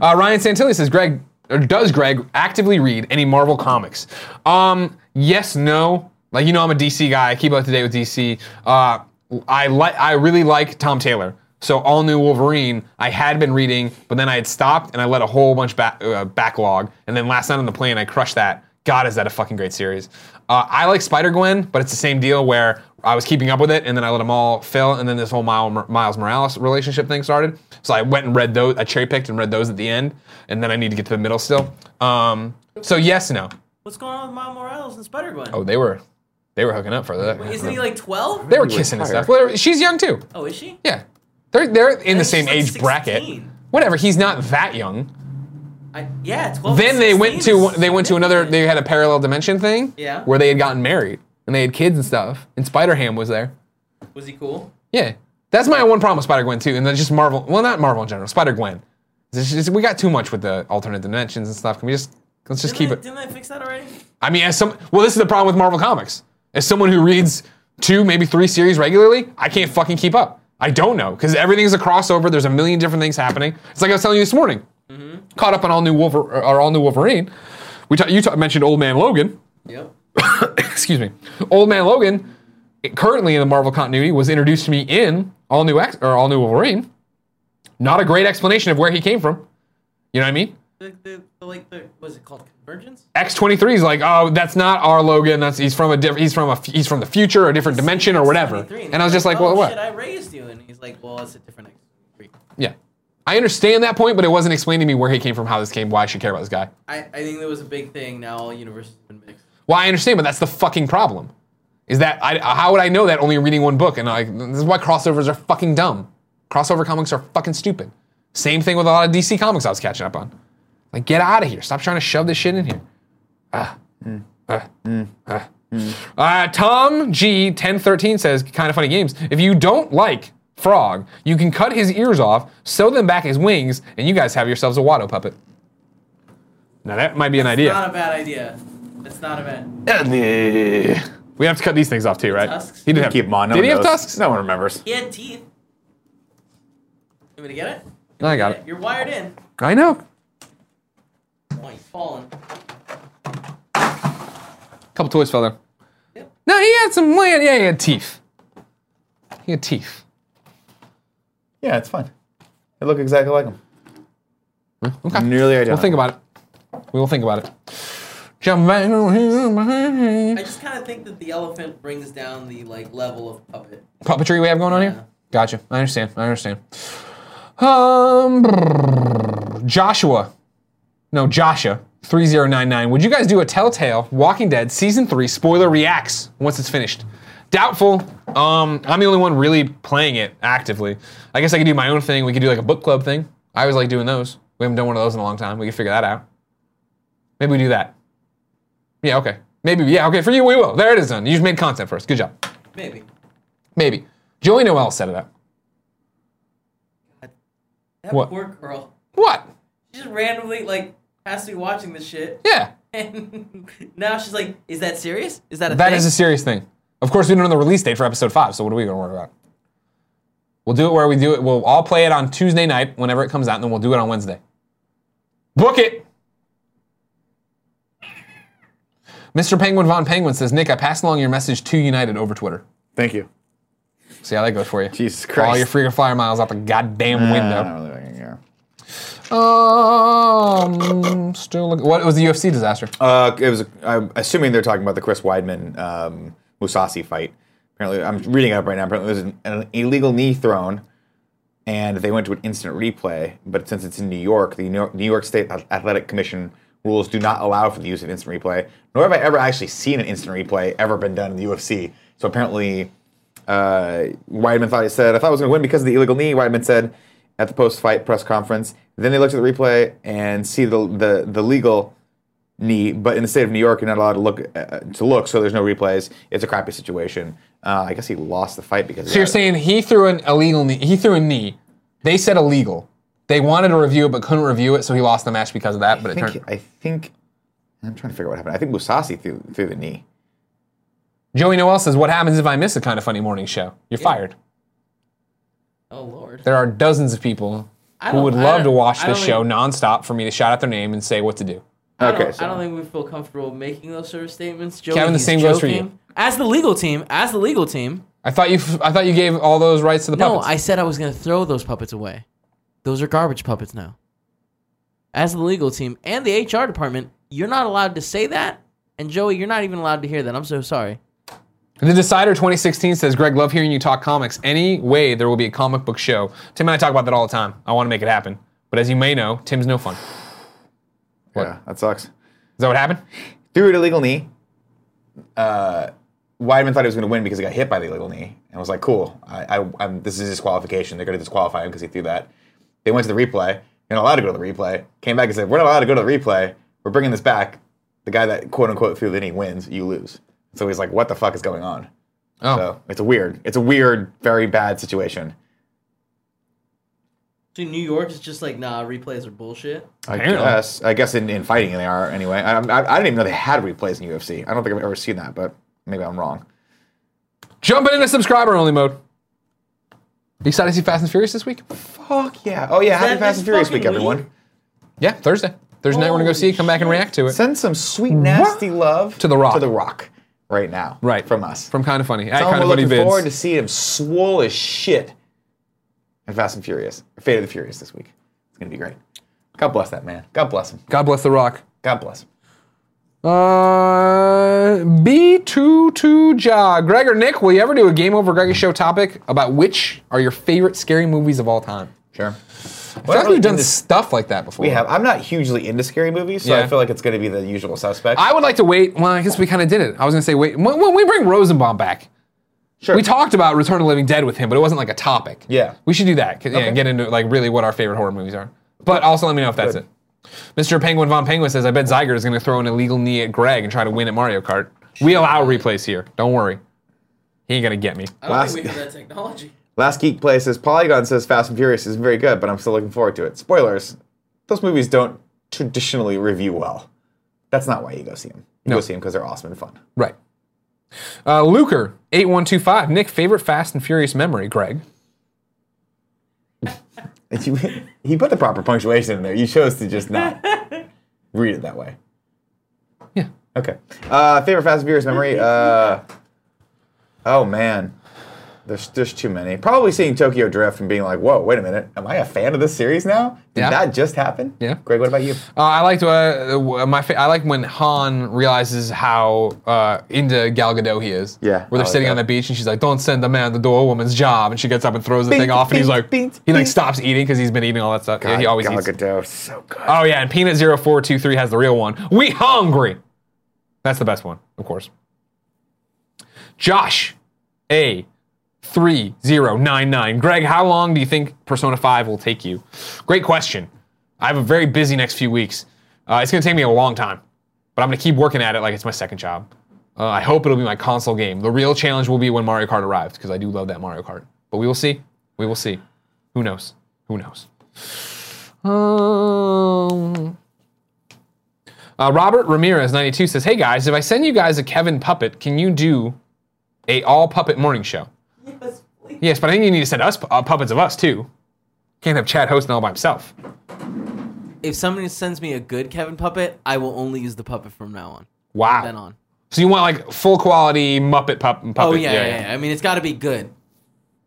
[SPEAKER 1] Uh, Ryan Santilli says, Greg, or does Greg actively read any Marvel comics? Um, yes, no. Like you know, I'm a DC guy. I keep up to date with DC. Uh, I like, I really like Tom Taylor. So all new Wolverine, I had been reading, but then I had stopped and I let a whole bunch back, uh, backlog. And then last night on the plane, I crushed that. God, is that a fucking great series? Uh, I like Spider Gwen, but it's the same deal where I was keeping up with it, and then I let them all fail, and then this whole Mile- Miles Morales relationship thing started. So I went and read those. I cherry picked and read those at the end, and then I need to get to the middle still. Um, so yes, no.
[SPEAKER 3] What's going on with Miles Morales and Spider Gwen?
[SPEAKER 1] Oh, they were, they were hooking up for that.
[SPEAKER 3] Isn't he like 12?
[SPEAKER 1] they were kissing and stuff. Well, she's young too.
[SPEAKER 3] Oh, is she?
[SPEAKER 1] Yeah, they're they're in the
[SPEAKER 3] think she's
[SPEAKER 1] same
[SPEAKER 3] like
[SPEAKER 1] age bracket.
[SPEAKER 3] 16.
[SPEAKER 1] Whatever. He's not that young.
[SPEAKER 3] I, yeah, 12.
[SPEAKER 1] then
[SPEAKER 3] and
[SPEAKER 1] they went
[SPEAKER 3] 16
[SPEAKER 1] to
[SPEAKER 3] is
[SPEAKER 1] they went to another they had a parallel dimension thing
[SPEAKER 3] Yeah.
[SPEAKER 1] where they had gotten married and they had kids and stuff and spider-ham was there
[SPEAKER 3] Was he cool?
[SPEAKER 1] yeah that's my one problem with spider-gwen too and then just marvel well not marvel in general spider-gwen It's just- we got too much with the alternate dimensions and stuff can we just let's just
[SPEAKER 3] Didn't
[SPEAKER 1] keep
[SPEAKER 3] they,
[SPEAKER 1] it
[SPEAKER 3] Didn't they fix that already?
[SPEAKER 1] i mean as some well this is the problem with marvel comics as someone who reads two maybe three series regularly i can't fucking keep up i don't know because everything's a crossover there's a million different things happening it's like i was telling you this morning caught up on all new Wolver- or all new wolverine we ta- you ta- mentioned old man logan
[SPEAKER 3] Yep.
[SPEAKER 1] excuse me, Old Man Logan, it- currently in the Marvel continuity, was introduced to me in All New X or All New Wolverine. Not a great explanation of where he came from. You know what I mean?
[SPEAKER 3] The, the, the, like the, was it called Convergence?
[SPEAKER 1] X twenty three is like, oh, that's not our Logan. That's he's from a diff- he's from a f- he's from the future, or a different dimension, or whatever.
[SPEAKER 3] 23,
[SPEAKER 1] And I was
[SPEAKER 3] he's
[SPEAKER 1] just like,
[SPEAKER 3] oh,
[SPEAKER 1] well,
[SPEAKER 3] Shit,
[SPEAKER 1] what?
[SPEAKER 3] I raised you, and he's like, well, it's a different. X.
[SPEAKER 1] Yeah, I understand that point, but it wasn't explained to me where he came from, how this came, why I should care about this guy.
[SPEAKER 3] I, I think that was a big thing. Now all universes have been mixed.
[SPEAKER 1] Well, I understand, but that's the fucking problem. Is that I, how would I know that only reading one book? And like, this is why crossovers are fucking dumb. Crossover comics are fucking stupid. Same thing with a lot of DC comics I was catching up on. Like, get out of here! Stop trying to shove this shit in here. Ah. Uh, Tom G ten thirteen says, kind of funny games. If you don't like Frog, you can cut his ears off, sew them back his wings, and you guys have yourselves a Watto puppet. Now that might be an idea.
[SPEAKER 3] Not a bad idea. It's not a bad.
[SPEAKER 1] we have to cut these things off too, right?
[SPEAKER 3] Tusks?
[SPEAKER 1] He didn't have
[SPEAKER 2] Keep them on. No
[SPEAKER 1] Did
[SPEAKER 2] one
[SPEAKER 1] he have
[SPEAKER 2] knows.
[SPEAKER 1] tusks?
[SPEAKER 2] No one remembers.
[SPEAKER 3] He had teeth. You want me to get it?
[SPEAKER 1] No, I got it.
[SPEAKER 3] You're wired in.
[SPEAKER 1] I know.
[SPEAKER 3] Oh, he's fallen.
[SPEAKER 1] couple toys fell there.
[SPEAKER 3] Yep.
[SPEAKER 1] No, he had some land. Yeah, he had teeth. He had teeth.
[SPEAKER 2] Yeah, it's fine. They look exactly like them.
[SPEAKER 1] Hmm, Okay.
[SPEAKER 2] Nearly identical.
[SPEAKER 1] We'll think about it. We will think about it. Jump back over here, my-
[SPEAKER 3] I just kind of think that the elephant brings down the like level of puppet.
[SPEAKER 1] Puppetry we have going on
[SPEAKER 3] Yeah.
[SPEAKER 1] here? Gotcha. I understand. I understand. Um, brrr, Joshua. No, Joshua. 3099. Would you guys do a Telltale Walking Dead Season 3 spoiler reacts once it's finished? Doubtful. Um, I'm the only one really playing it actively. I guess I could do my own thing. We could do like a book club thing. I always like doing those. We haven't done one of those in a long time. We could figure that out. Maybe we do that. Yeah, okay. Maybe, yeah, okay. For you, we will. There it is done. You just made content first. Good job.
[SPEAKER 3] Maybe.
[SPEAKER 1] Maybe. Joey Noel set it up.
[SPEAKER 3] That
[SPEAKER 1] What?
[SPEAKER 3] poor girl.
[SPEAKER 1] What?
[SPEAKER 3] She just randomly like has to be watching this shit.
[SPEAKER 1] Yeah.
[SPEAKER 3] And now she's like, is that serious? Is that a
[SPEAKER 1] That
[SPEAKER 3] thing?
[SPEAKER 1] is a serious thing. Of course, we don't know the release date for episode five, so what are we going to worry about? We'll do it where we do it. We'll all play it on Tuesday night whenever it comes out, and then we'll do it on Wednesday. Book it! Mr. Penguin Von Penguin says, Nick, I passed along your message to United over Twitter.
[SPEAKER 2] Thank you.
[SPEAKER 1] See how that goes for you.
[SPEAKER 2] Jesus
[SPEAKER 1] All
[SPEAKER 2] Christ.
[SPEAKER 1] your freaking flyer miles out the goddamn
[SPEAKER 2] I
[SPEAKER 1] window.
[SPEAKER 2] don't really fucking care.
[SPEAKER 1] Um, still look, What was the UFC disaster?
[SPEAKER 2] Uh, it was. I'm assuming they're talking about the Chris Weidman um, Musasi fight. Apparently, I'm reading up right now. Apparently, there's an, an illegal knee thrown, and they went to an instant replay. But since it's in New York, the New York, New York State Athletic Commission rules do not allow for the use of instant replay. Nor have I ever actually seen an instant replay ever been done in the UFC. So apparently, uh, Weidman thought he said, I thought I was going to win because of the illegal knee. Weidman said at the post fight press conference. Then they looked at the replay and see the, the, the legal knee, but in the state of New York, you're not allowed to look uh, to look, so there's no replays. It's a crappy situation. Uh, I guess he lost the fight because. of
[SPEAKER 1] So you're
[SPEAKER 2] that.
[SPEAKER 1] saying he threw an illegal knee. He threw a knee. They said illegal. They wanted to review it but couldn't review it, so he lost the match because of that. But
[SPEAKER 2] I
[SPEAKER 1] it
[SPEAKER 2] think,
[SPEAKER 1] turned
[SPEAKER 2] I think I'm trying to figure out what happened. I think Musasi threw, threw the knee.
[SPEAKER 1] Joey Noel says, "What happens if I miss a kind of funny morning show? You're fired."
[SPEAKER 3] Oh lord.
[SPEAKER 1] There are dozens of people
[SPEAKER 3] I
[SPEAKER 1] who
[SPEAKER 3] don't-
[SPEAKER 1] would
[SPEAKER 3] I
[SPEAKER 1] love
[SPEAKER 3] don't-
[SPEAKER 1] to watch
[SPEAKER 3] I
[SPEAKER 1] this
[SPEAKER 3] don't
[SPEAKER 1] show
[SPEAKER 3] even-
[SPEAKER 1] nonstop for me to shout out their name and say what to do.
[SPEAKER 3] I
[SPEAKER 2] Okay,
[SPEAKER 3] don't,
[SPEAKER 2] so-
[SPEAKER 3] I don't think we feel comfortable making those sort of statements. Joey,
[SPEAKER 1] Kevin, the
[SPEAKER 3] he's
[SPEAKER 1] same goes for you.
[SPEAKER 3] joking. As the legal team, as the legal team.
[SPEAKER 1] I thought you, f- I thought you gave all those rights to the
[SPEAKER 3] No,
[SPEAKER 1] puppets.
[SPEAKER 3] I said I was gonna throw those puppets away. Those are garbage puppets now. As the legal team and the HR department, you're not allowed to say that. And Joey, you're not even allowed to hear that. I'm so sorry.
[SPEAKER 1] The Decider 2016 says, Greg, love hearing you talk comics. Any way there will be a comic book show. Tim and I talk about that all the time. I want to make it happen. But as you may know, Tim's no fun. Is
[SPEAKER 2] Yeah, that sucks.
[SPEAKER 1] that what happened?
[SPEAKER 2] Threw an illegal knee. Uh, Weidman thought he was going to win because he got hit by the illegal knee, and was like, "Cool, I, I, I'm, this is disqualification. They're going to disqualify him because he threw that." They went to the replay. You're not allowed to go to the replay. Came back and said, "We're not allowed to go to the replay. We're bringing this back." The guy that quote unquote threw the knee wins. You lose. So he's like, "What the fuck is going on?"
[SPEAKER 1] Oh.
[SPEAKER 2] So it's a weird, it's a weird, very bad situation.
[SPEAKER 3] Dude, New York is just like, nah, replays are bullshit.
[SPEAKER 2] I
[SPEAKER 1] Apparently.
[SPEAKER 2] guess. I guess in, in fighting they are anyway. I, I, I didn't even know they had replays in UFC. I don't think I've ever seen that, but maybe I'm wrong.
[SPEAKER 1] Jumping into subscriber only mode. You excited to see Fast and Furious this week?
[SPEAKER 2] Fuck yeah! Oh yeah! Happy
[SPEAKER 3] that
[SPEAKER 2] Fast
[SPEAKER 3] this
[SPEAKER 2] and Furious week,
[SPEAKER 3] fucking
[SPEAKER 2] everyone.
[SPEAKER 3] week?
[SPEAKER 1] Yeah, Thursday. Thursday night, we're going to go see it, come back and react to it.
[SPEAKER 2] Send some sweet nasty love
[SPEAKER 1] To The Rock.
[SPEAKER 2] To the Rock, right now.
[SPEAKER 1] Right.
[SPEAKER 2] from us.
[SPEAKER 1] From Kind of Funny. At
[SPEAKER 2] Tell him
[SPEAKER 1] Kind of
[SPEAKER 2] we're
[SPEAKER 1] Funny
[SPEAKER 2] looking forward to
[SPEAKER 1] Vids.
[SPEAKER 2] see him swole as shit. And Fast and Furious, Fate of the Furious this week. It's gonna be great. God bless that man. God bless him.
[SPEAKER 1] God bless The Rock.
[SPEAKER 2] God bless him.
[SPEAKER 1] Uh, B22 Ja. Greg or Nick, will you ever do a Game Over Greggy show topic about which are your favorite scary movies of all time?
[SPEAKER 2] Sure.
[SPEAKER 1] I feel like we've done stuff like that before.
[SPEAKER 2] We have. I'm not hugely into scary movies, so
[SPEAKER 1] Yeah.
[SPEAKER 2] I feel like it's gonna be the usual suspects.
[SPEAKER 1] I would like to wait. Well, I guess we kind of did it. I was gonna say wait. When, when we bring Rosenbaum back,
[SPEAKER 2] sure.
[SPEAKER 1] we talked about Return of the Living Dead with him, but it wasn't like a topic.
[SPEAKER 2] Yeah.
[SPEAKER 1] we should do that. 'cause, Yeah,
[SPEAKER 2] Okay.
[SPEAKER 1] get into like really what our favorite horror movies are. But also let me know if that's
[SPEAKER 2] Good.
[SPEAKER 1] it. Mr. Penguin von Penguin says, "I bet Zeiger is gonna throw an illegal knee at Greg and try to win at Mario Kart. We allow replays here. Don't worry, he ain't gonna get me."
[SPEAKER 3] I don't
[SPEAKER 2] Last-
[SPEAKER 3] think we have that technology.
[SPEAKER 2] Last Geek Play says Polygon says Fast and Furious is very good, but I'm still looking forward to it. Spoilers: those movies don't traditionally review well. That's not why you go see them. You go see them because they're awesome and fun.
[SPEAKER 1] Right. Uh, Luker eight one two five. Nick, favorite Fast and Furious memory, Greg.
[SPEAKER 2] If you, he put the proper punctuation in there. You chose to just not read it that way.
[SPEAKER 1] Yeah.
[SPEAKER 2] Okay. Uh, favorite Fast and Furious memory? Uh, oh man, there's there's too many. Probably seeing Tokyo Drift and being like, "Whoa, wait a minute, am I a fan of this series now? Did
[SPEAKER 1] Yeah.
[SPEAKER 2] that just happen?"
[SPEAKER 1] Yeah.
[SPEAKER 2] Greg, what about you?
[SPEAKER 1] Uh, I liked uh, uh, my fa- I like when Han realizes how uh, into Gal Gadot he is.
[SPEAKER 2] Yeah,
[SPEAKER 1] where
[SPEAKER 2] I
[SPEAKER 1] they're
[SPEAKER 2] like
[SPEAKER 1] sitting on the
[SPEAKER 2] that.
[SPEAKER 1] beach and she's like, "Don't send a man to do a woman's job," and she gets up and throws the thing off, and he's like,
[SPEAKER 2] bing,
[SPEAKER 1] he like
[SPEAKER 2] bing.
[SPEAKER 1] stops eating because he's been eating all that stuff. yeah, he always
[SPEAKER 2] Gal
[SPEAKER 1] eats.
[SPEAKER 2] Gadot, so good.
[SPEAKER 1] Oh yeah, and Peanut 0423 has the real one. We hungry. That's the best one, of course. Josh A 3099. Greg, how long do you think Persona 5 will take you? Great question. I have a very busy next few weeks. Uh, it's going to take me a long time, but I'm going to keep working at it like it's my second job. Uh, I hope it'll be my console game. The real challenge will be when Mario Kart arrives because I do love that Mario Kart. But we will see. We will see. Who knows? Who knows? Um, uh, Robert Ramirez, 92, says, Hey guys, if I send you guys a Kevin puppet, can you do a all puppet morning show?
[SPEAKER 3] Yes, please.
[SPEAKER 1] Yes, but I think you need to send us pu- uh, puppets of us too. Can't have Chad hosting all by himself.
[SPEAKER 3] If somebody sends me a good Kevin puppet, I will only use the puppet from now on.
[SPEAKER 2] Ah.
[SPEAKER 1] Wow.
[SPEAKER 3] Then on.
[SPEAKER 1] So you want like full quality Muppet pup- puppet?
[SPEAKER 3] Oh yeah, yeah, yeah, I mean, it's got to be good,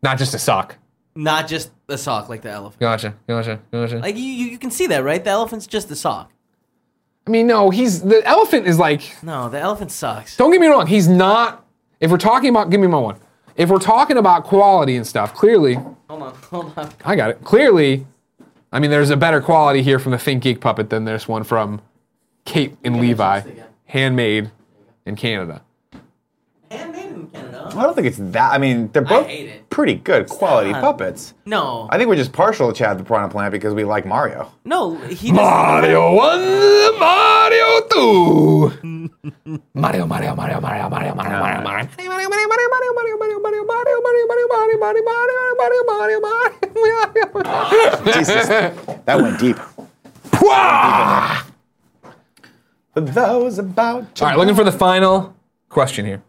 [SPEAKER 1] Not just a sock.
[SPEAKER 3] not just a sock like the elephant.
[SPEAKER 1] Gotcha, gotcha, gotcha.
[SPEAKER 3] Like you, you, you can see that, right? The elephant's just a sock.
[SPEAKER 1] I mean, no, he's the elephant is like
[SPEAKER 3] No, the elephant sucks.
[SPEAKER 1] Don't get me wrong, he's not. If we're talking about, give me my one. If we're talking about quality and stuff, clearly,
[SPEAKER 3] Hold on, hold on.
[SPEAKER 1] I got it. Clearly, I mean, there's a better quality here from the Think Geek puppet than there's one from Kate and Levi,
[SPEAKER 3] again.
[SPEAKER 1] handmade in Canada.
[SPEAKER 3] Handmade in Canada.
[SPEAKER 2] I don't think it's that. I mean, they're both
[SPEAKER 3] hate it.
[SPEAKER 2] pretty good quality
[SPEAKER 3] Stop.
[SPEAKER 2] puppets.
[SPEAKER 3] No,
[SPEAKER 2] I think we're just partial to Chad the Piranha Plant because we like Mario.
[SPEAKER 3] no, he doesn't.
[SPEAKER 1] Mario 1, Mario 2. Mario, Mario, Mario, Mario, Mario, Mario, Mario, Mario, Mario, Mario, Mario, Mario, Mario, Mario, Mario, Mario, Mario, Mario, Mario, Mario, Mario, Mario, Mario, Mario.
[SPEAKER 2] Jesus, that went deep. For those about to
[SPEAKER 1] All right, looking for the final question here.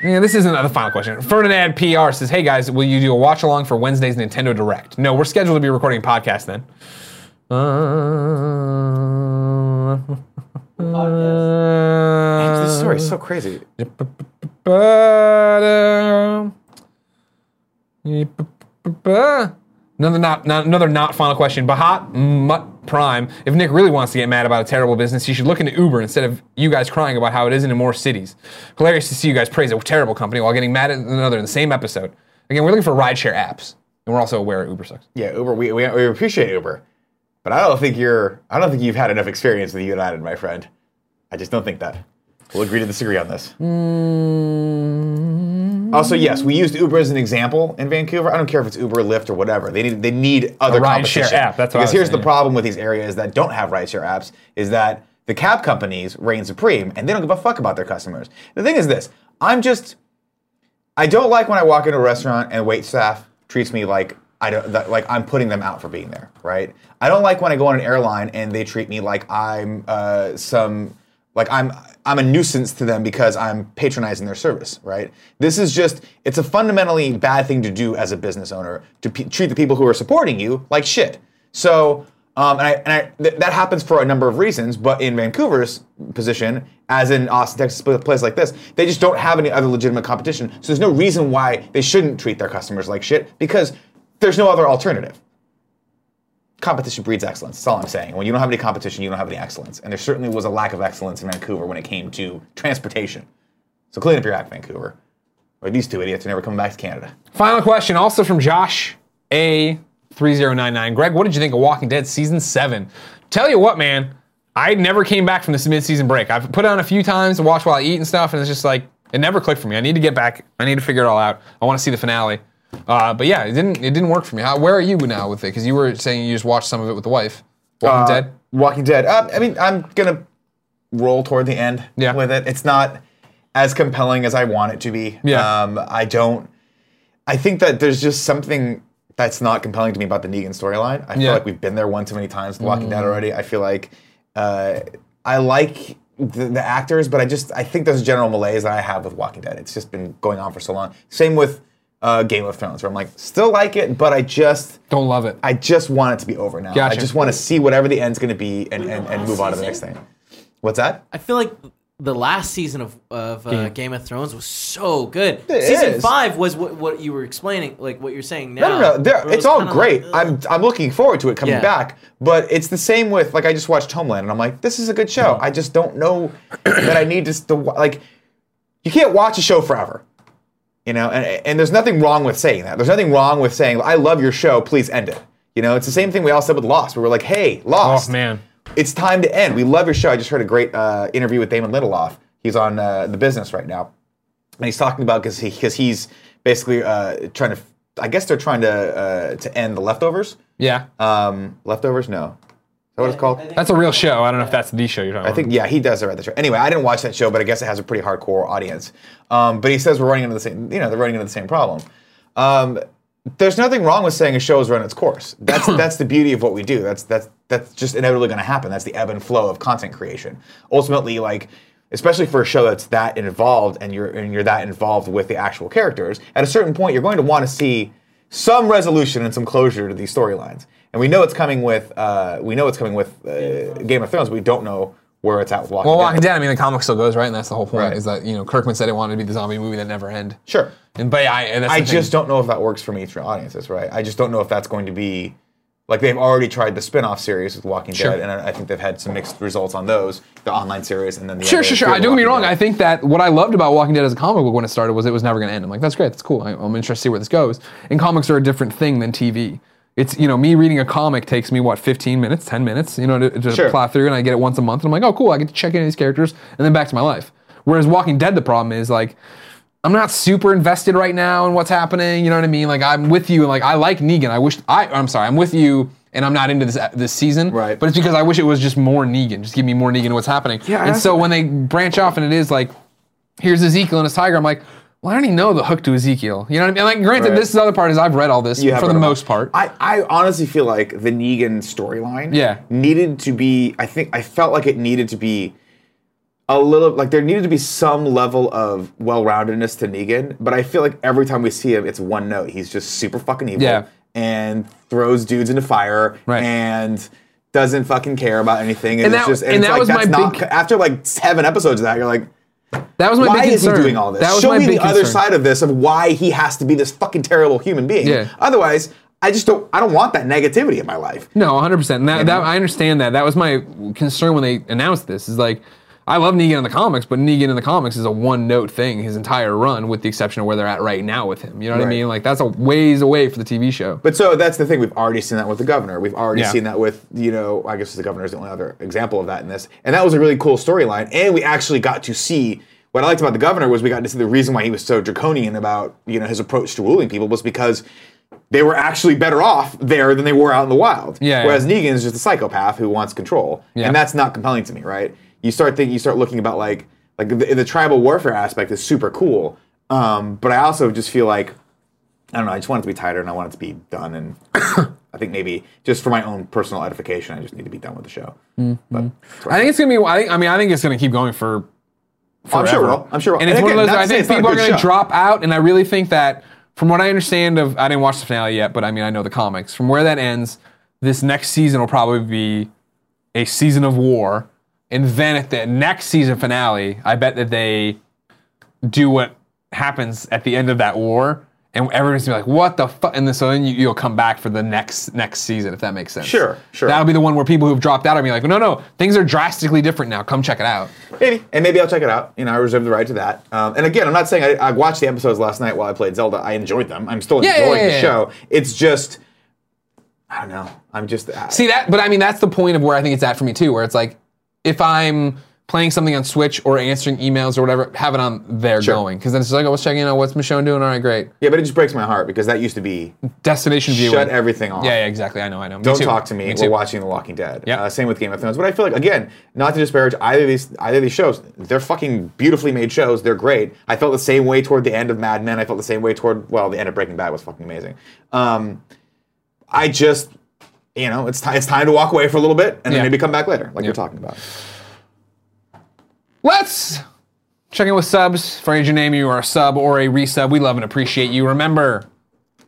[SPEAKER 1] Yeah, this isn't the final question. Ferdinand PR says, "Hey guys, will you do a watch along for Wednesday's Nintendo Direct?" No, we're scheduled to be recording a podcast then. Uh,
[SPEAKER 2] This story is so crazy.
[SPEAKER 1] Another not, not another not final question. Bahat Mutt Prime. If Nick really wants to get mad about a terrible business, he should look into Uber instead of you guys crying about how it isn't in more cities. Hilarious to see you guys praise a terrible company while getting mad at another in the same episode. Again, we're looking for rideshare apps, and we're also aware Uber sucks.
[SPEAKER 2] Yeah, Uber. We, we, we appreciate Uber, but I don't think you're. I don't think you've had enough experience with United, my friend. I just don't think that. We'll agree to disagree on this.
[SPEAKER 1] Mm.
[SPEAKER 2] Also, yes, we used Uber as an example in Vancouver. I don't care if it's Uber, Lyft, or whatever. They need they need other
[SPEAKER 1] A rideshare
[SPEAKER 2] competition.
[SPEAKER 1] app, that's what I
[SPEAKER 2] because
[SPEAKER 1] was
[SPEAKER 2] here's
[SPEAKER 1] saying,
[SPEAKER 2] the
[SPEAKER 1] yeah.
[SPEAKER 2] problem with these areas that don't have rideshare apps is that the cab companies reign supreme and they don't give a fuck about their customers. The thing is this: I'm just I don't like when I walk into a restaurant and wait staff treats me like I don't that, like I'm putting them out for being there, right? I don't like when I go on an airline and they treat me like I'm uh, some like I'm I'm a nuisance to them because I'm patronizing their service, right? This is just it's a fundamentally bad thing to do as a business owner to pe treat the people who are supporting you like shit. So um, and I, and I th- that happens for a number of reasons, but in Vancouver's position, as in Austin, Texas, pl- place like this, they just don't have any other legitimate competition. So there's no reason why they shouldn't treat their customers like shit because there's no other alternative. Competition breeds excellence. That's all I'm saying. When you don't have any competition, you don't have any excellence. And there certainly was a lack of excellence in Vancouver when it came to transportation. So clean up your act, Vancouver. Or these two idiots are never coming back to Canada.
[SPEAKER 1] Final question, also from Josh A3099. Greg, what did you think of Walking Dead season seven? Tell you what, man, I never came back from this mid-season break. I've put it on a few times to watch while I eat and stuff, and it's just like it never clicked for me. I need to get back. I need to figure it all out. I want to see the finale. Uh, but yeah, it didn't. It didn't work for me. How, where are you now with it? Because you were saying you just watched some of it with the wife. Walking
[SPEAKER 2] Uh,
[SPEAKER 1] Dead.
[SPEAKER 2] Walking Dead. Uh, I mean, I'm gonna roll toward the end
[SPEAKER 1] Yeah.
[SPEAKER 2] with it. It's not as compelling as I want it to be.
[SPEAKER 1] Yeah.
[SPEAKER 2] Um, I don't. I think that there's just something that's not compelling to me about the Negan storyline. I feel
[SPEAKER 1] Yeah. Mm.
[SPEAKER 2] like we've been there one too many times. with Walking Dead already. I feel like uh, I like. The, the actors, but I just I think there's a general malaise that I have with Walking Dead. It's just been going on for so long. Same with uh, Game of Thrones, where I'm like still like it, but I just
[SPEAKER 1] Don't love it.
[SPEAKER 2] I just want it to be over now.
[SPEAKER 1] Gotcha.
[SPEAKER 2] I just want to see whatever the end's going to be and, and, and move on to the next thing. What's that?
[SPEAKER 3] I feel like the last season of, of uh, Game of Thrones was so good.
[SPEAKER 2] It
[SPEAKER 3] season
[SPEAKER 2] is.
[SPEAKER 3] five was what, what you were explaining, like what you're saying now.
[SPEAKER 2] I don't know. There,
[SPEAKER 3] where it
[SPEAKER 2] it's
[SPEAKER 3] was
[SPEAKER 2] all
[SPEAKER 3] kinda
[SPEAKER 2] great.
[SPEAKER 3] like,
[SPEAKER 2] I'm I'm looking forward to it coming
[SPEAKER 3] Yeah.
[SPEAKER 2] back, but it's the same with like I just watched Homeland and I'm like, this is a good show. I just don't know that I need to st- like. You can't watch a show forever, you know. And and there's nothing wrong with saying that. There's nothing wrong with saying I love your show. Please end it. You know, it's the same thing we all said with Lost. We were like, hey,
[SPEAKER 1] Oh
[SPEAKER 2] Lost.
[SPEAKER 1] man.
[SPEAKER 2] it's time to end. We love your show. I just heard a great uh, interview with Damon Lindelof. He's on uh, The Business right now, and he's talking about because he because he's basically uh, trying to. I guess they're trying to uh, to end the leftovers.
[SPEAKER 1] Yeah.
[SPEAKER 2] Um, leftovers, no. Is that what it's called?
[SPEAKER 1] That's a real show. I don't know if that's the show you're talking about.
[SPEAKER 2] I think yeah, he does write the show. Anyway, I didn't watch that show, but I guess it has a pretty hardcore audience. Um, but he says we're running into the same, you know, they're running into the same problem. Um, there's nothing wrong with saying a show has run its course. That's that's the beauty of what we do. That's that's that's just inevitably going to happen. That's the ebb and flow of content creation. Ultimately, like especially for a show that's that involved and you're and you're that involved with the actual characters, at a certain point you're going to want to see some resolution and some closure to these storylines. And we know it's coming with uh, we know it's coming with uh, Game of Thrones. But we don't know where it's at with Walking
[SPEAKER 1] Well,
[SPEAKER 2] Dead.
[SPEAKER 1] Walking Dead. I mean, the comic still goes right, and that's the whole point.
[SPEAKER 2] Right.
[SPEAKER 1] Is that you know Kirkman said it wanted to be the zombie movie that never end.
[SPEAKER 2] Sure.
[SPEAKER 1] And but yeah, I, and that's
[SPEAKER 2] I
[SPEAKER 1] the thing.
[SPEAKER 2] just don't know if that works for mainstream audiences, right? I just don't know if that's going to be like they've already tried the spin-off series with Walking
[SPEAKER 1] Sure.
[SPEAKER 2] Dead, and I I think they've had some mixed results on those, the online series, and then the
[SPEAKER 1] Sure,
[SPEAKER 2] other
[SPEAKER 1] sure, sure.
[SPEAKER 2] serial
[SPEAKER 1] I don't get me wrong.
[SPEAKER 2] Walking Dead.
[SPEAKER 1] I think that what I loved about Walking Dead as a comic book when it started was it was never going to end. I'm like, that's great, that's cool. I, I'm interested to see where this goes. And comics are a different thing than TV. It's you know me reading a comic takes me what 15 minutes, 10 minutes, you know, to, to
[SPEAKER 2] Sure.
[SPEAKER 1] plow through, and I get it once a month, and I'm like, oh cool, I get to check in these characters, and then back to my life. Whereas Walking Dead, the problem is like. I'm not super invested right now in what's happening. You know what I mean? Like I'm with you, and like I like Negan. I wish I. I'm sorry. I'm with you, and I'm not into this this season.
[SPEAKER 2] Right.
[SPEAKER 1] But it's because I wish it was just more Negan. Just give me more Negan. and What's happening?
[SPEAKER 2] Yeah, I
[SPEAKER 1] And so
[SPEAKER 2] also-
[SPEAKER 1] when they branch off, and it is like here's Ezekiel and his tiger. I'm like, well, I already know the hook to Ezekiel. You know what I mean? Like, granted,
[SPEAKER 2] Right.
[SPEAKER 1] this is the other part is I've read all this
[SPEAKER 2] You have
[SPEAKER 1] for the
[SPEAKER 2] read them all.
[SPEAKER 1] most part.
[SPEAKER 2] I, I honestly feel like the Negan storyline
[SPEAKER 1] Yeah.
[SPEAKER 2] needed to be I think I felt like it needed to be a little like there needed to be some level of well-roundedness to Negan, but I feel like every time we see him it's one note. He's just super fucking evil
[SPEAKER 1] Yeah.
[SPEAKER 2] and throws dudes into fire
[SPEAKER 1] Right.
[SPEAKER 2] and doesn't fucking care about anything. And,
[SPEAKER 1] And
[SPEAKER 2] it's
[SPEAKER 1] that-
[SPEAKER 2] just
[SPEAKER 1] and
[SPEAKER 2] it's
[SPEAKER 1] that
[SPEAKER 2] like,
[SPEAKER 1] was my
[SPEAKER 2] that's not,
[SPEAKER 1] big-
[SPEAKER 2] after like seven episodes of that, you're like,
[SPEAKER 1] that was my
[SPEAKER 2] why
[SPEAKER 1] big
[SPEAKER 2] is
[SPEAKER 1] concern.
[SPEAKER 2] he doing all this?
[SPEAKER 1] That was
[SPEAKER 2] Show
[SPEAKER 1] my
[SPEAKER 2] me the
[SPEAKER 1] big
[SPEAKER 2] other
[SPEAKER 1] concern.
[SPEAKER 2] side of this of why he has to be this fucking terrible human being.
[SPEAKER 1] Yeah.
[SPEAKER 2] Otherwise, I just don't. I don't want that negativity in my life.
[SPEAKER 1] No, 100. percent that, that
[SPEAKER 2] know?
[SPEAKER 1] I understand that. That was my concern when they announced this. Is like, I love Negan in the comics, but Negan in the comics is a one-note thing his entire run, with the exception of where they're at right now with him. You know what I
[SPEAKER 2] Right.
[SPEAKER 1] mean? Like, that's a ways away for the TV show.
[SPEAKER 2] But so that's the thing. We've already seen that with the governor. We've already
[SPEAKER 1] Yeah.
[SPEAKER 2] seen that with you know. I guess the governor is the only other example of that in this. And that was a really cool storyline. And we actually got to see. What I liked about the governor was we got to see the reason why he was so draconian about you know his approach to ruling people was because they were actually better off there than they were out in the wild.
[SPEAKER 1] Yeah, yeah.
[SPEAKER 2] Whereas Negan is just a psychopath who wants control,
[SPEAKER 1] Yeah.
[SPEAKER 2] and that's not compelling to me, right? You start thinking, you start looking about like like the, the tribal warfare aspect is super cool, um, but I also just feel like I don't know. I just want it to be tighter, and I want it to be done. And I think maybe just for my own personal edification, I just need to be done with the show.
[SPEAKER 1] Mm-hmm.
[SPEAKER 2] But
[SPEAKER 1] I think it's gonna be. I, think, I mean, I think it's gonna keep going for.
[SPEAKER 2] Oh, I'm sure it
[SPEAKER 1] forever.
[SPEAKER 2] will. I'm sure. it will.
[SPEAKER 1] And it's one
[SPEAKER 2] again,
[SPEAKER 1] of those.
[SPEAKER 2] not to
[SPEAKER 1] I think
[SPEAKER 2] say it's not a
[SPEAKER 1] people are
[SPEAKER 2] good
[SPEAKER 1] going to
[SPEAKER 2] show.
[SPEAKER 1] drop out, and I really think that, from what I understand of, I didn't watch the finale yet, but I mean, I know the comics. From where that ends, this next season will probably be a season of war, and then at the next season finale, I bet that they do what happens at the end of that war. And everyone's gonna be like, "What the fuck?" And then, so then you, you'll come back for the next next season, if that makes sense.
[SPEAKER 2] Sure, sure.
[SPEAKER 1] That'll be the one where people who've dropped out are gonna be like, "No, no, things are drastically different now. Come check it out."
[SPEAKER 2] Maybe, and maybe I'll check it out. You know, I reserve the right to that. Um, and again, I'm not saying I, I watched the episodes last night while I played Zelda. I enjoyed them. I'm still
[SPEAKER 1] Yeah, yeah,
[SPEAKER 2] enjoying
[SPEAKER 1] yeah,
[SPEAKER 2] the
[SPEAKER 1] yeah.
[SPEAKER 2] show. It's just, I don't know. I'm just I-
[SPEAKER 1] See that, but I mean that's the point of where I think it's at for me too, where it's like if I'm playing something on Switch or answering emails or whatever, have it on there
[SPEAKER 2] Sure.
[SPEAKER 1] going because then it's like, oh, what's checking out? What's Michonne doing? All right, great.
[SPEAKER 2] Yeah, but it just breaks my heart because that used to be
[SPEAKER 1] Destination view.
[SPEAKER 2] shut everything off.
[SPEAKER 1] Yeah, yeah, exactly. I know, I know. Me
[SPEAKER 2] Don't
[SPEAKER 1] too.
[SPEAKER 2] talk to me.
[SPEAKER 1] me
[SPEAKER 2] We're
[SPEAKER 1] too.
[SPEAKER 2] watching The Walking Dead.
[SPEAKER 1] Yep.
[SPEAKER 2] Uh, same with Game of Thrones. But I feel like again, not to disparage either of these either of these shows. They're fucking beautifully made shows. They're great. I felt the same way toward the end of Mad Men. I felt the same way toward well, the end of Breaking Bad was fucking amazing. Um, I just you know, it's, ti- it's time to walk away for a little bit and
[SPEAKER 1] Yeah.
[SPEAKER 2] then maybe come back later, like
[SPEAKER 1] Yeah.
[SPEAKER 2] you're talking about.
[SPEAKER 1] Let's check in with subs. For your name, you are a sub or a resub. We love and appreciate you. Remember,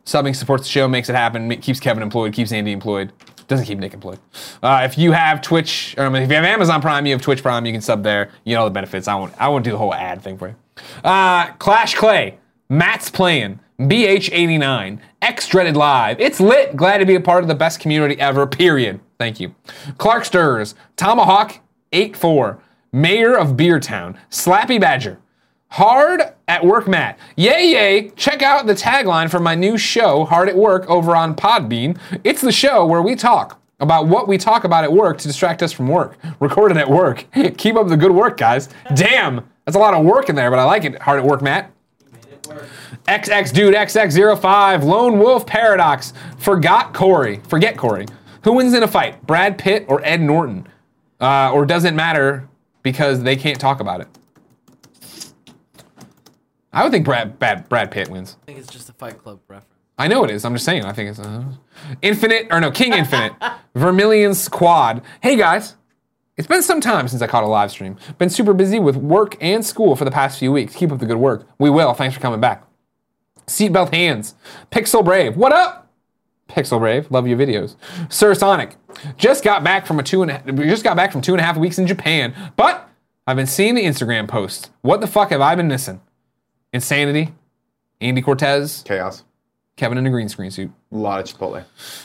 [SPEAKER 1] subbing supports the show, makes it happen, ma- keeps Kevin employed, keeps Andy employed, doesn't keep Nick employed. Uh, if you have Twitch, or I mean, if you have Amazon Prime, you have Twitch Prime, you can sub there. You know all the benefits. I won't, I won't do the whole ad thing for you. Uh, Clash Clay, Matt's playing. BH89, X Dreaded Live. It's lit. Glad to be a part of the best community ever, period. Thank you. Clark Stirs, Tomahawk 84, Mayor of Beertown, Slappy Badger, Hard at Work Matt. Yay, yay. Check out the tagline for my new show, Hard at Work, over on Podbean. It's the show where we talk about what we talk about at work to distract us from work. Recorded at work. Keep up the good work, guys. Damn, that's a lot of work in there, but I like it. Hard at Work Matt. XX Dude XX05 Lone Wolf Paradox Forgot Corey Forget Corey Who wins in a fight Brad Pitt or Ed Norton uh, Or doesn't matter Because they can't talk about it I would think Brad, Brad, Brad Pitt wins
[SPEAKER 3] I think it's just a Fight Club reference.
[SPEAKER 1] I know it is. I'm just saying. I think it's uh, Infinite or no King Infinite Vermilion Squad. Hey guys, it's been some time since I caught a live stream. Been super busy with work and school for the past few weeks. Keep up the good work. We will. Thanks for coming back. Seatbelt hands. Pixel Brave. What up? Pixel Brave, love your videos. Sir Sonic, just got back from a two and a, just got back from two and a half weeks in Japan, but I've been seeing the Instagram posts. What the fuck have I been missing? Insanity, Andy Cortez,
[SPEAKER 2] Chaos.
[SPEAKER 1] Kevin in a green screen suit.
[SPEAKER 2] A lot of Chipotle.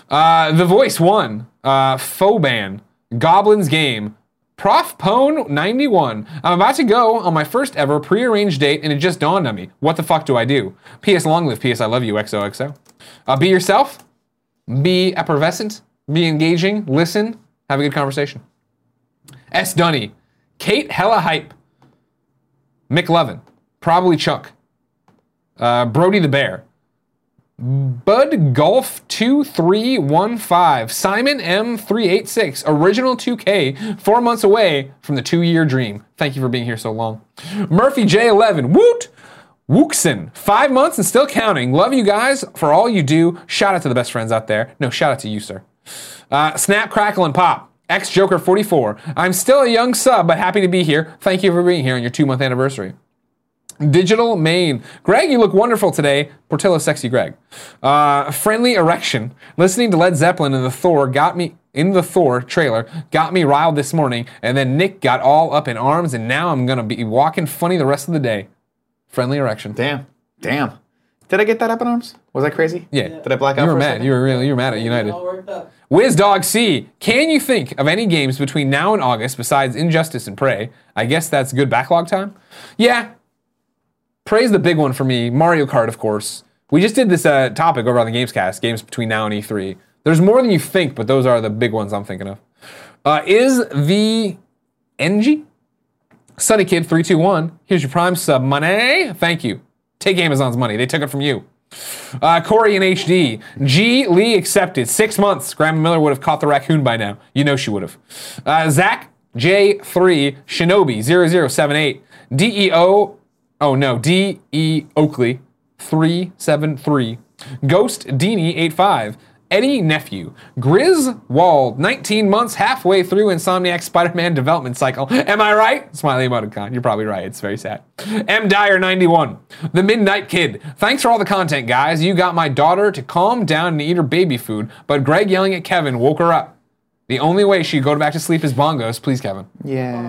[SPEAKER 1] Uh, the Voice One, uh, Foban, Goblin's Game, Prof Pone 91. I'm about to go on my first ever prearranged date and it just dawned on me. What the fuck do I do? P.S. Long live P.S. I love you, XOXO. Uh, be yourself? Be effervescent. Be engaging. Listen. Have a good conversation. S. Dunny. Kate Hella Hype. McLovin. Probably Chuck. Uh, Brody the Bear. Bud Golf 2315. Simon M386. Original 2K. Four months away from the two year dream. Thank you for being here so long. Murphy J11. Woot! Wookson, five months and still counting. Love you guys for all you do. Shout out to the best friends out there. No, shout out to you, sir. Uh, snap, crackle, and pop. Ex Joker 44. I'm still a young sub, but happy to be here. Thank you for being here on your two month anniversary. Digital Maine. Greg, you look wonderful today. Portillo Sexy Greg. Uh, friendly Erection. Listening to Led Zeppelin in the Thor got me in the Thor trailer got me riled this morning, and then Nick got all up in arms, and now I'm gonna be walking funny the rest of the day. Friendly Erection.
[SPEAKER 2] Damn. Damn. Did I get that up in arms? Was I crazy?
[SPEAKER 1] Yeah.
[SPEAKER 2] Did I black out?
[SPEAKER 1] You were
[SPEAKER 2] for a
[SPEAKER 1] mad.
[SPEAKER 2] second?
[SPEAKER 1] You were really you were mad at United.
[SPEAKER 3] All worked up.
[SPEAKER 1] Wiz Dog C, can you think of any games between now and August besides Injustice and Prey? I guess that's good backlog time. Yeah. Prey's the big one for me. Mario Kart, of course. We just did this uh, topic over on the Gamescast, games between now and E3. There's more than you think, but those are the big ones I'm thinking of. Uh, is the NG? Sunny Kid 321, here's your prime sub money. Thank you. Take Amazon's money. They took it from you. Uh, Corey in HD. G. Lee accepted. Six months. Grandma Miller would have caught the raccoon by now. You know she would have. Uh, Zach J3. Shinobi 0078. DEO. E Oh no. DE Oakley 373. Ghost Dini 85. Eddie Nephew. Griswold 19 months halfway through Insomniac Spider Man development cycle. Am I right? Smiley emoticon. You're probably right. It's very sad. M. Dyer 91. The Midnight Kid. Thanks for all the content, guys. You got my daughter to calm down and eat her baby food, but Greg yelling at Kevin woke her up. The only way she'd go back to sleep is bongos. Please, Kevin.
[SPEAKER 2] Yeah.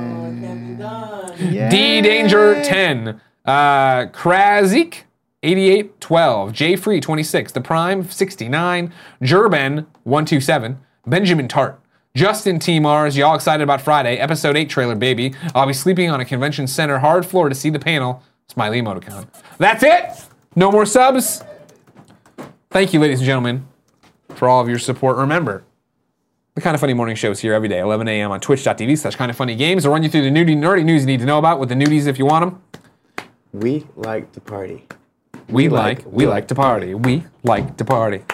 [SPEAKER 1] D Danger 10. Uh, Krazik 88 12. J Free 26. The Prime 69. Gerben 127. Benjamin Tart. Justin T Mars, y'all excited about Friday? Episode 8 trailer, baby. I'll be sleeping on a convention center hard floor to see the panel. Smiley emoticon. That's it. No more subs. Thank you, ladies and gentlemen, for all of your support. Remember, the Kind of Funny Morning Show is here every day, 11 a.m. on twitch.tv slash kind of funny games. I'll run you through the nudie nerdy news you need to know about with the nudies if you want them.
[SPEAKER 2] We like to party.
[SPEAKER 1] We like, we like to party. We like to party.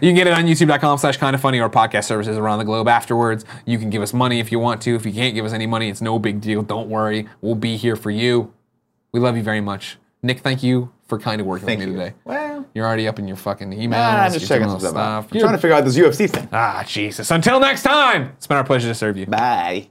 [SPEAKER 1] You can get it on youtube.com slash kind of funny or podcast services around the globe afterwards. You can give us money if you want to. If you can't give us any money, it's no big deal. Don't worry. We'll be here for you. We love you very much. Nick, thank you for kind of working
[SPEAKER 2] Thank
[SPEAKER 1] with
[SPEAKER 2] you.
[SPEAKER 1] me today.
[SPEAKER 2] Well,
[SPEAKER 1] You're already up in your fucking emails.
[SPEAKER 2] nah, I'm Ah, just
[SPEAKER 1] your
[SPEAKER 2] checking
[SPEAKER 1] email
[SPEAKER 2] some stuff out. I'm
[SPEAKER 1] You're-
[SPEAKER 2] trying to figure out this UFC thing.
[SPEAKER 1] ah, Jesus. Until next time, it's been our pleasure to serve you.
[SPEAKER 2] Bye.